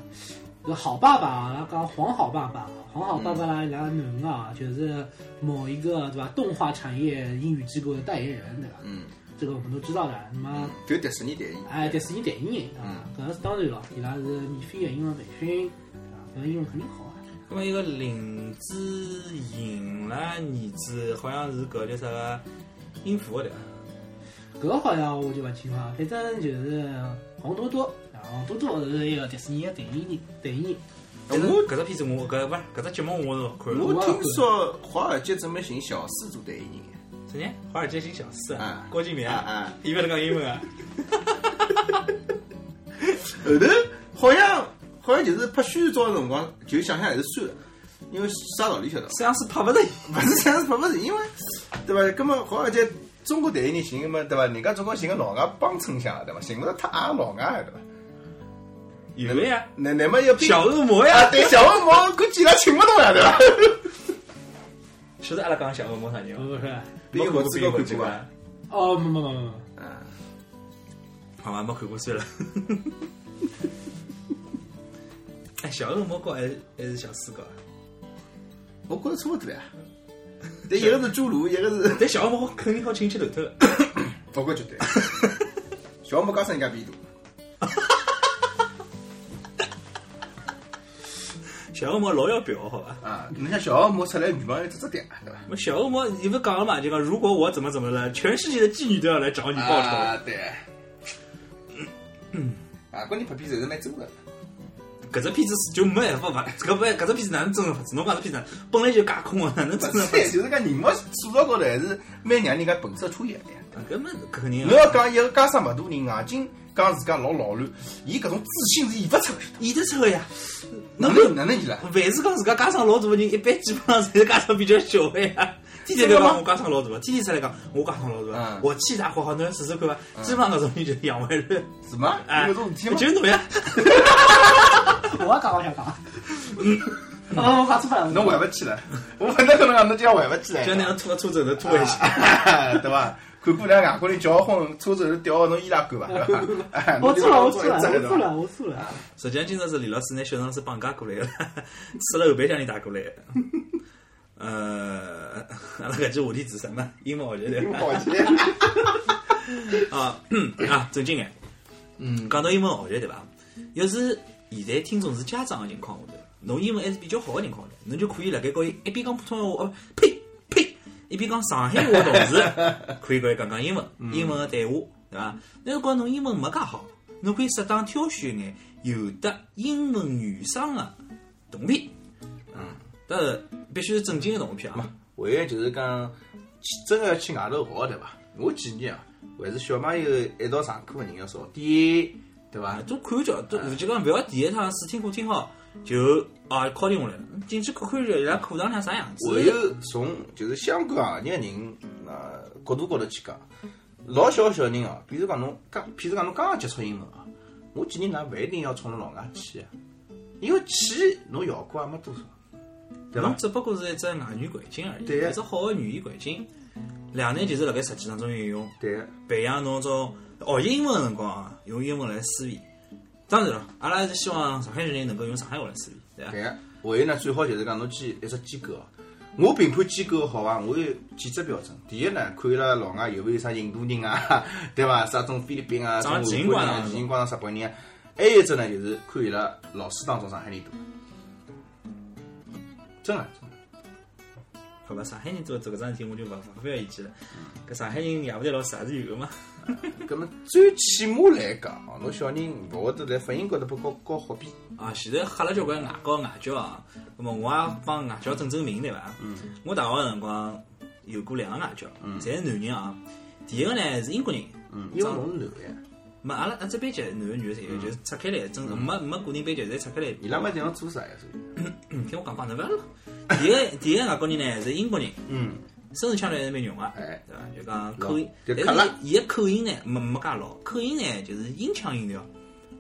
S2: 搿好爸爸啊，拉讲黄好爸爸，黄好爸爸啦，伊拉囡儿啊，就是某一个对吧，动画产业英语机构的代言人，对吧？
S6: 嗯，
S2: 这个我们都知道的。那么，
S6: 就迪士尼电影。
S2: 哎，迪士尼电影人啊，搿是当然了，伊拉是免费的英文培训，啊，搿英文肯定好啊。
S5: 搿么一个林志颖啦，儿子好像是搿叫啥个音符的对伐？
S2: 搿好像我就勿清爽，反正就是黄多多，啊，黄多多是一个迪士尼的代言人，代言人。
S5: 但是搿只片子我搿勿是搿只节目我是勿看的。
S6: 我啊听说华尔街准备寻小四做代言人，
S5: 谁呢？华尔街新小四啊
S6: 啊，
S5: 郭敬明
S6: 啊啊，
S5: 伊勿能讲英文啊。
S6: 后头好像好像就是拍宣传照的辰光，就想想还是算了，因为啥道理 晓得伐？
S5: 摄像师拍勿着伊，
S6: 勿是这样子拍勿是，因为对伐？根本华尔街中国代言人寻个嘛，对伐？人家总归寻个老外帮衬一下，对伐？寻勿着太矮老外，对伐？
S5: 有个呀，
S6: 那那么要比
S5: 小恶魔
S6: 啊，
S5: 呀。
S6: 对，小恶魔估计伊拉请勿动呀，对伐？
S5: 晓得阿拉讲小恶魔啥人哦
S2: 不
S5: 伐？
S2: 不是，
S6: 比嗯我
S5: 自
S6: 自
S5: 己
S6: 个看过
S5: 伐
S6: 啊？
S2: 哦，没没没没。
S6: 嗯，
S5: 好吧，没看过算了。 哎，小恶魔高还是还是小四高啊？
S6: 我觉着差勿多 呀。但一个是侏儒，一个是
S5: 但小恶魔肯定好亲戚头头的。
S6: 不过绝对。 小恶魔刚生人家比大。
S5: 小恶魔老要表好吧？
S6: 啊，侬像小恶魔出来女朋友只只点，啊对吧？
S5: 我小恶魔，你不讲了嘛？就讲如果我怎么怎么了，全世界的妓女都要来找你报仇。
S6: 啊，对。啊，关键拍片子还是蛮真的。
S5: 搿只片子是就没办法 伐？搿不搿只片子哪能真的法子？侬讲只片子本来就架空啊，哪能真
S6: 不
S5: 的
S6: 是
S5: 法子？
S6: 就是讲人物塑造高头还是蛮让人家本色出演的呀。
S5: 啊搿么肯定啊
S6: 侬。要讲一个家生勿大人，硬劲讲自家老老卵，伊搿种自信是演勿出的。
S5: 演得出个呀，
S6: 哪能哪能演啦？
S5: 凡是讲自家家长老大个人，一般基本上侪是家长比较小个 呀。天天在讲我家长老大，天天出来讲我家长老大
S6: 嗯，
S5: 我气大好好，侬试试看伐？基本上搿种人就是养坏 了，
S6: 什么？
S5: 哎，
S6: 有搿种事体吗？
S5: 就是侬 呀，
S2: 我也讲我想讲， 啊，我讲错了，
S6: 侬还勿起来， 我勿能跟侬讲，侬就要还勿起来。
S5: 就那样拖个车子头拖一下。
S6: 啊 对伐？看过两外国人结婚，车子头掉到侬伊拉管伐？对伐哎
S2: 我
S6: 侬就
S2: 错了，我
S6: 做
S2: 错
S6: 一
S2: 了，
S6: 只
S2: 我
S6: 对伐
S2: 错了，我错了。
S5: 实际上，今朝是李老师拿小张是绑架过 来个，吃了后备箱里带过来 的。呃，阿拉搿期话题是什么？英文学习对伐？
S6: 抱歉，
S5: 啊啊，正经眼。嗯，讲到英文学习对伐？要是现在听众是家长个情况下头，侬英文还是比较好个情况下头，侬就可以辣盖高伊一边讲普通话，哦呸呸，一边讲上海话的同时， 可以高伊讲讲英文，英文个对话，对伐？那如果侬英文没介好，侬可以适当挑选眼有得英文原声个动片，嗯，但是必须是正经个动片啊。
S6: 唯一就是讲，去真的要去外头学，对伐？我建议啊，还是小朋友一道上课的人要少点，对伐
S5: 啊，？都看叫，都就讲勿要第一趟试听课听好就啊敲定下来了，进去看看就伊拉课堂像啥样子。
S6: 还有从就是啊相关行业的人呃角度高头去讲，老小小人啊，比如讲侬刚，譬如讲侬刚刚接触英文啊，我建议㑚勿一定要冲着老外去啊，因为去侬效果也没多少，对伐
S5: 侬？只不过是一只外语环境而已，
S6: 对呀
S5: 一只好的语言环境。两难就是辣盖实际当中运用，
S6: 对啊，
S5: 培养侬种学习英文个辰光啊，用英文来思维。当然了，阿拉是
S6: 哎
S5: 希望上海人能够用上海话来思维，对伐？
S6: 对啊。还有呢，最好就是讲侬去一只机构啊，我评判机构好伐？啊我有几只标准。第一呢，看伊拉老外有没有啥印度人啊， 对伐？啥种菲律宾啊，
S5: 长
S6: 种
S5: 得奇
S6: 韩
S5: 形
S6: 国
S5: 怪
S6: 人
S5: 状
S6: 啊、
S5: 的
S6: 奇形怪状日本人啊。还有一只呢，就是看伊拉老师当中上海人多，真个真的。
S5: 好吧，上海人做做搿桩事体，我就勿勿发表意见了。搿上海人也勿对老师也是有个嘛。
S6: 咁么最起码来讲，哦侬小人勿会得在发音高头被搞搞好比。
S5: 啊，现在吓了交关外教外教啊，那么我也帮外教证证名对伐？嗯，我大学个辰光有过两个外教，侪是男人啊。第一个呢是英国人，
S6: 嗯，因为侬是男个，
S5: 没阿拉阿只班级男个女个侪
S6: 嗯
S5: 有，就是拆开来，真的没没固定班级，侪拆开来。
S6: 伊拉没讲侬做啥呀？所以
S5: 嗯，听我讲帮侬勿要了。第一个第一个外国人呢是英国人，
S6: 嗯，
S5: 身世腔调还是蛮重个，
S6: 哎
S5: 对伐？就讲口音，
S6: 老就
S5: 但
S6: 卡
S5: 是
S6: 了
S5: 伊伊个口音呢没没介老，口音呢就是音腔音调。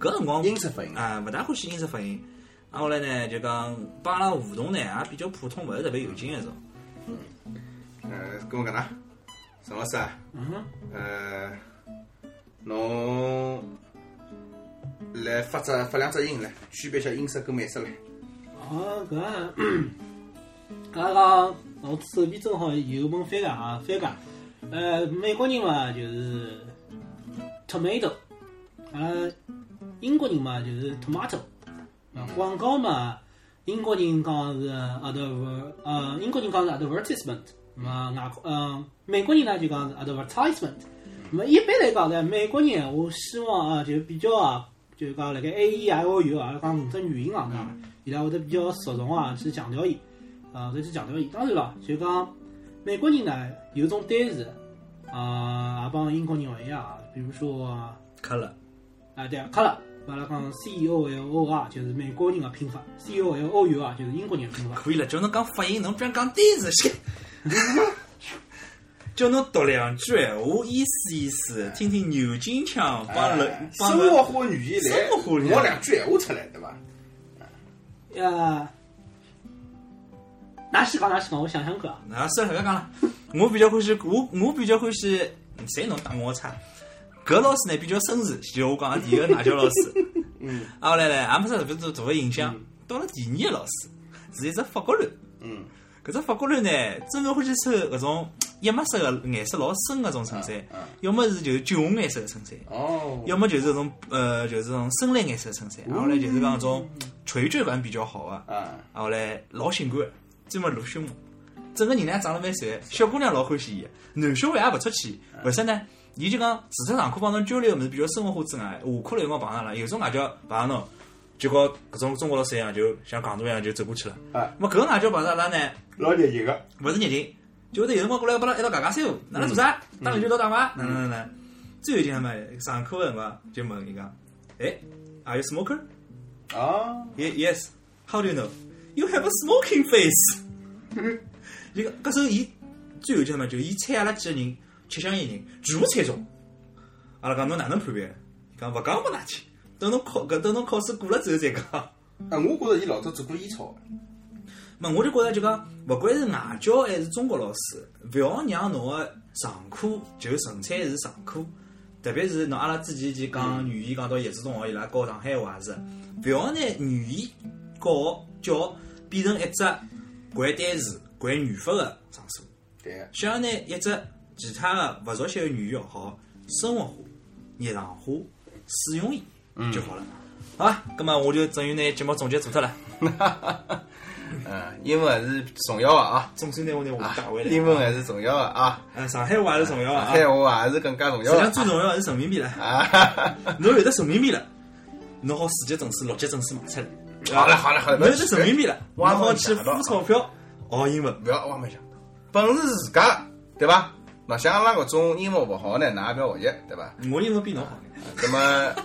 S5: 搿辰光
S6: 嗯英式发音
S5: 啊，勿大欢喜英式发音。啊，后来呢就讲帮阿拉互动呢也比较普通，勿是特别有劲一种。
S6: 呃，跟我讲哪？沈老师啊，呃，侬来发只发两只音来，区别一下音色跟美色来。
S2: 哦，搿啊搿讲侬手边正好有本番茄啊，番茄，呃，美国人嘛就是 tomato，呃，英国人嘛就是 tomato，啊，广告嘛，英国人讲是 adver，呃，英国人讲是 advertisement，嘛外国，呃，美国人呢就讲是 advertisement。那么一般来讲呢，美国人我希望啊，就比较啊，就是讲辣盖 A E I O U 啊，讲五只语言行当，伊拉会得比较着重啊去强调伊，啊，会得去强调伊。当然了，就讲美国人呢有种单词，啊，也帮英国人勿一样啊，比如说啊，
S5: 卡了，
S2: 啊对啊，color，阿拉讲 C E O L O R 就是美国人的拼法，C O L O U 啊就是英国人的拼法。
S5: 可以了，叫侬讲发音，侬居然讲单词，先叫侬读两句闲话，意思意思，听听牛津腔帮楼
S6: 哎
S5: 帮
S6: 生
S5: 楼
S6: 活化语言来，
S5: 生活化语言
S6: 我两句闲话出来，对伐？
S2: 呃，哪西讲哪西讲，我想想看啊。
S5: 啊，算了，勿要讲了。我比较欢喜，我我比较欢喜，谁能打我差？搿老师呢比较绅士，就我讲的第一个外教老师。嗯。 啊，后来呢，也没啥特别大个印象。到了第二个老师，是一只法国佬。
S6: 嗯。
S5: 搿只法国佬呢，真个欢喜抽搿种一墨色个颜色老深个种衬衫
S6: 嗯嗯，
S5: 要么是就是酒红颜色个衬衫，
S6: 哦，
S5: 要么就是搿种呃就是搿种深蓝颜色个衬衫，然后来就是讲搿种垂坠感比较好个、
S6: 啊，
S5: 啊，后来老性感，专门露胸毛，整个人呢长得蛮帅，小姑娘老欢喜伊，男小孩也勿出去，为啥呢？伊就讲，除脱上课帮侬交流个物事比较生活化之外，下课了有辰光碰上了，有种外教碰上侬，就和搿种中国老师一样，就像戆大一样就走过去了。
S6: 啊
S5: 咹搿个外教碰上阿拉呢，
S6: 老热情个，
S5: 勿是热情，就会得有辰光过来帮阿拉一道讲讲三胡，哪能做啥？打篮球、打打牌，哪能哪能。最有劲嘛，上课个辰光就问伊讲，哎，Are you smoker？
S6: 啊，
S5: Ye- Yes. How do you know? You have a smoking face. 一个搿时候伊最有劲嘛，就是伊猜阿拉几个人吃香烟人全部猜中。阿拉讲侬哪能判别？伊讲勿讲没哪去，等侬考搿等侬考试过了之后再讲。
S6: 啊，我觉着伊老早做过烟草的，
S5: 么我就觉着就讲，勿管是外教还是中国老师，勿要让侬个上课就纯粹是上课，特别是侬阿拉之前就讲语言讲到叶子中学伊拉教上海话也是，勿要拿语言教教变成一只管单词、管语法个场所，
S6: 对个，
S5: 想要拿一只其他个勿熟悉个语言学好生活化、日常化使用伊就好了。好吧，咁么我就等于拿节目总结做脱了，
S6: 嗯，英文还是重要个啊，
S5: 总算拿我拿我带回来。
S6: 英文还是重要个啊，
S5: 啊，上海话还是重要啊！
S6: 上海话还是更加重
S5: 实
S6: 要
S5: 际
S6: 的
S5: 上最重要的是人民币了。
S6: 啊。哈哈
S5: 侬有得人民币了，侬好四级证书、六级证书买出来。
S6: 好了好了好了
S5: 侬有得人民币了，侬
S6: 呃我还没
S5: 好去
S6: 想到
S5: 付钞票学英文。
S6: 勿要往没想到，本事是自家的，对伐？喏，像阿拉搿种英文勿好呢，㑚也勿要学习，对伐？
S5: 我英文比侬好眼。
S6: 那么，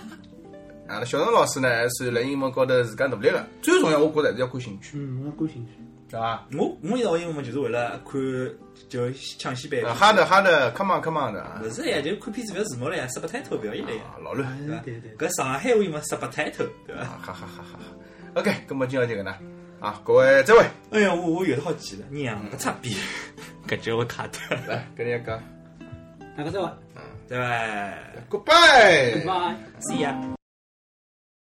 S6: 阿拉小陈老师呢，还算辣英文高头自家努力了。最重要，我觉着还是要看兴趣，
S2: 嗯，我感兴趣。
S6: 对伐？
S5: 我我一直学英文嘛，就是为了看就抢戏班
S6: 呃，，哈的哈的，come on come on 的啊
S5: 不，是呀，就看片子不要字幕了呀，subtitle 不要一类呀
S6: 啊，老乱，啊
S5: 对吧？
S2: 对对
S5: 搿上海话嘛，subtitle 对吧？
S6: 哈哈哈哈哈。OK，那么今朝就搿能啊，各位再会。
S5: 哎呀，我我有得好记了，娘
S6: 嗯
S5: 个擦逼，搿就会卡 掉，
S6: 来，跟人家
S2: 大家再会
S5: 对吧
S6: 讲，Goodbye。
S2: ，Goodbye。
S5: ？See ya。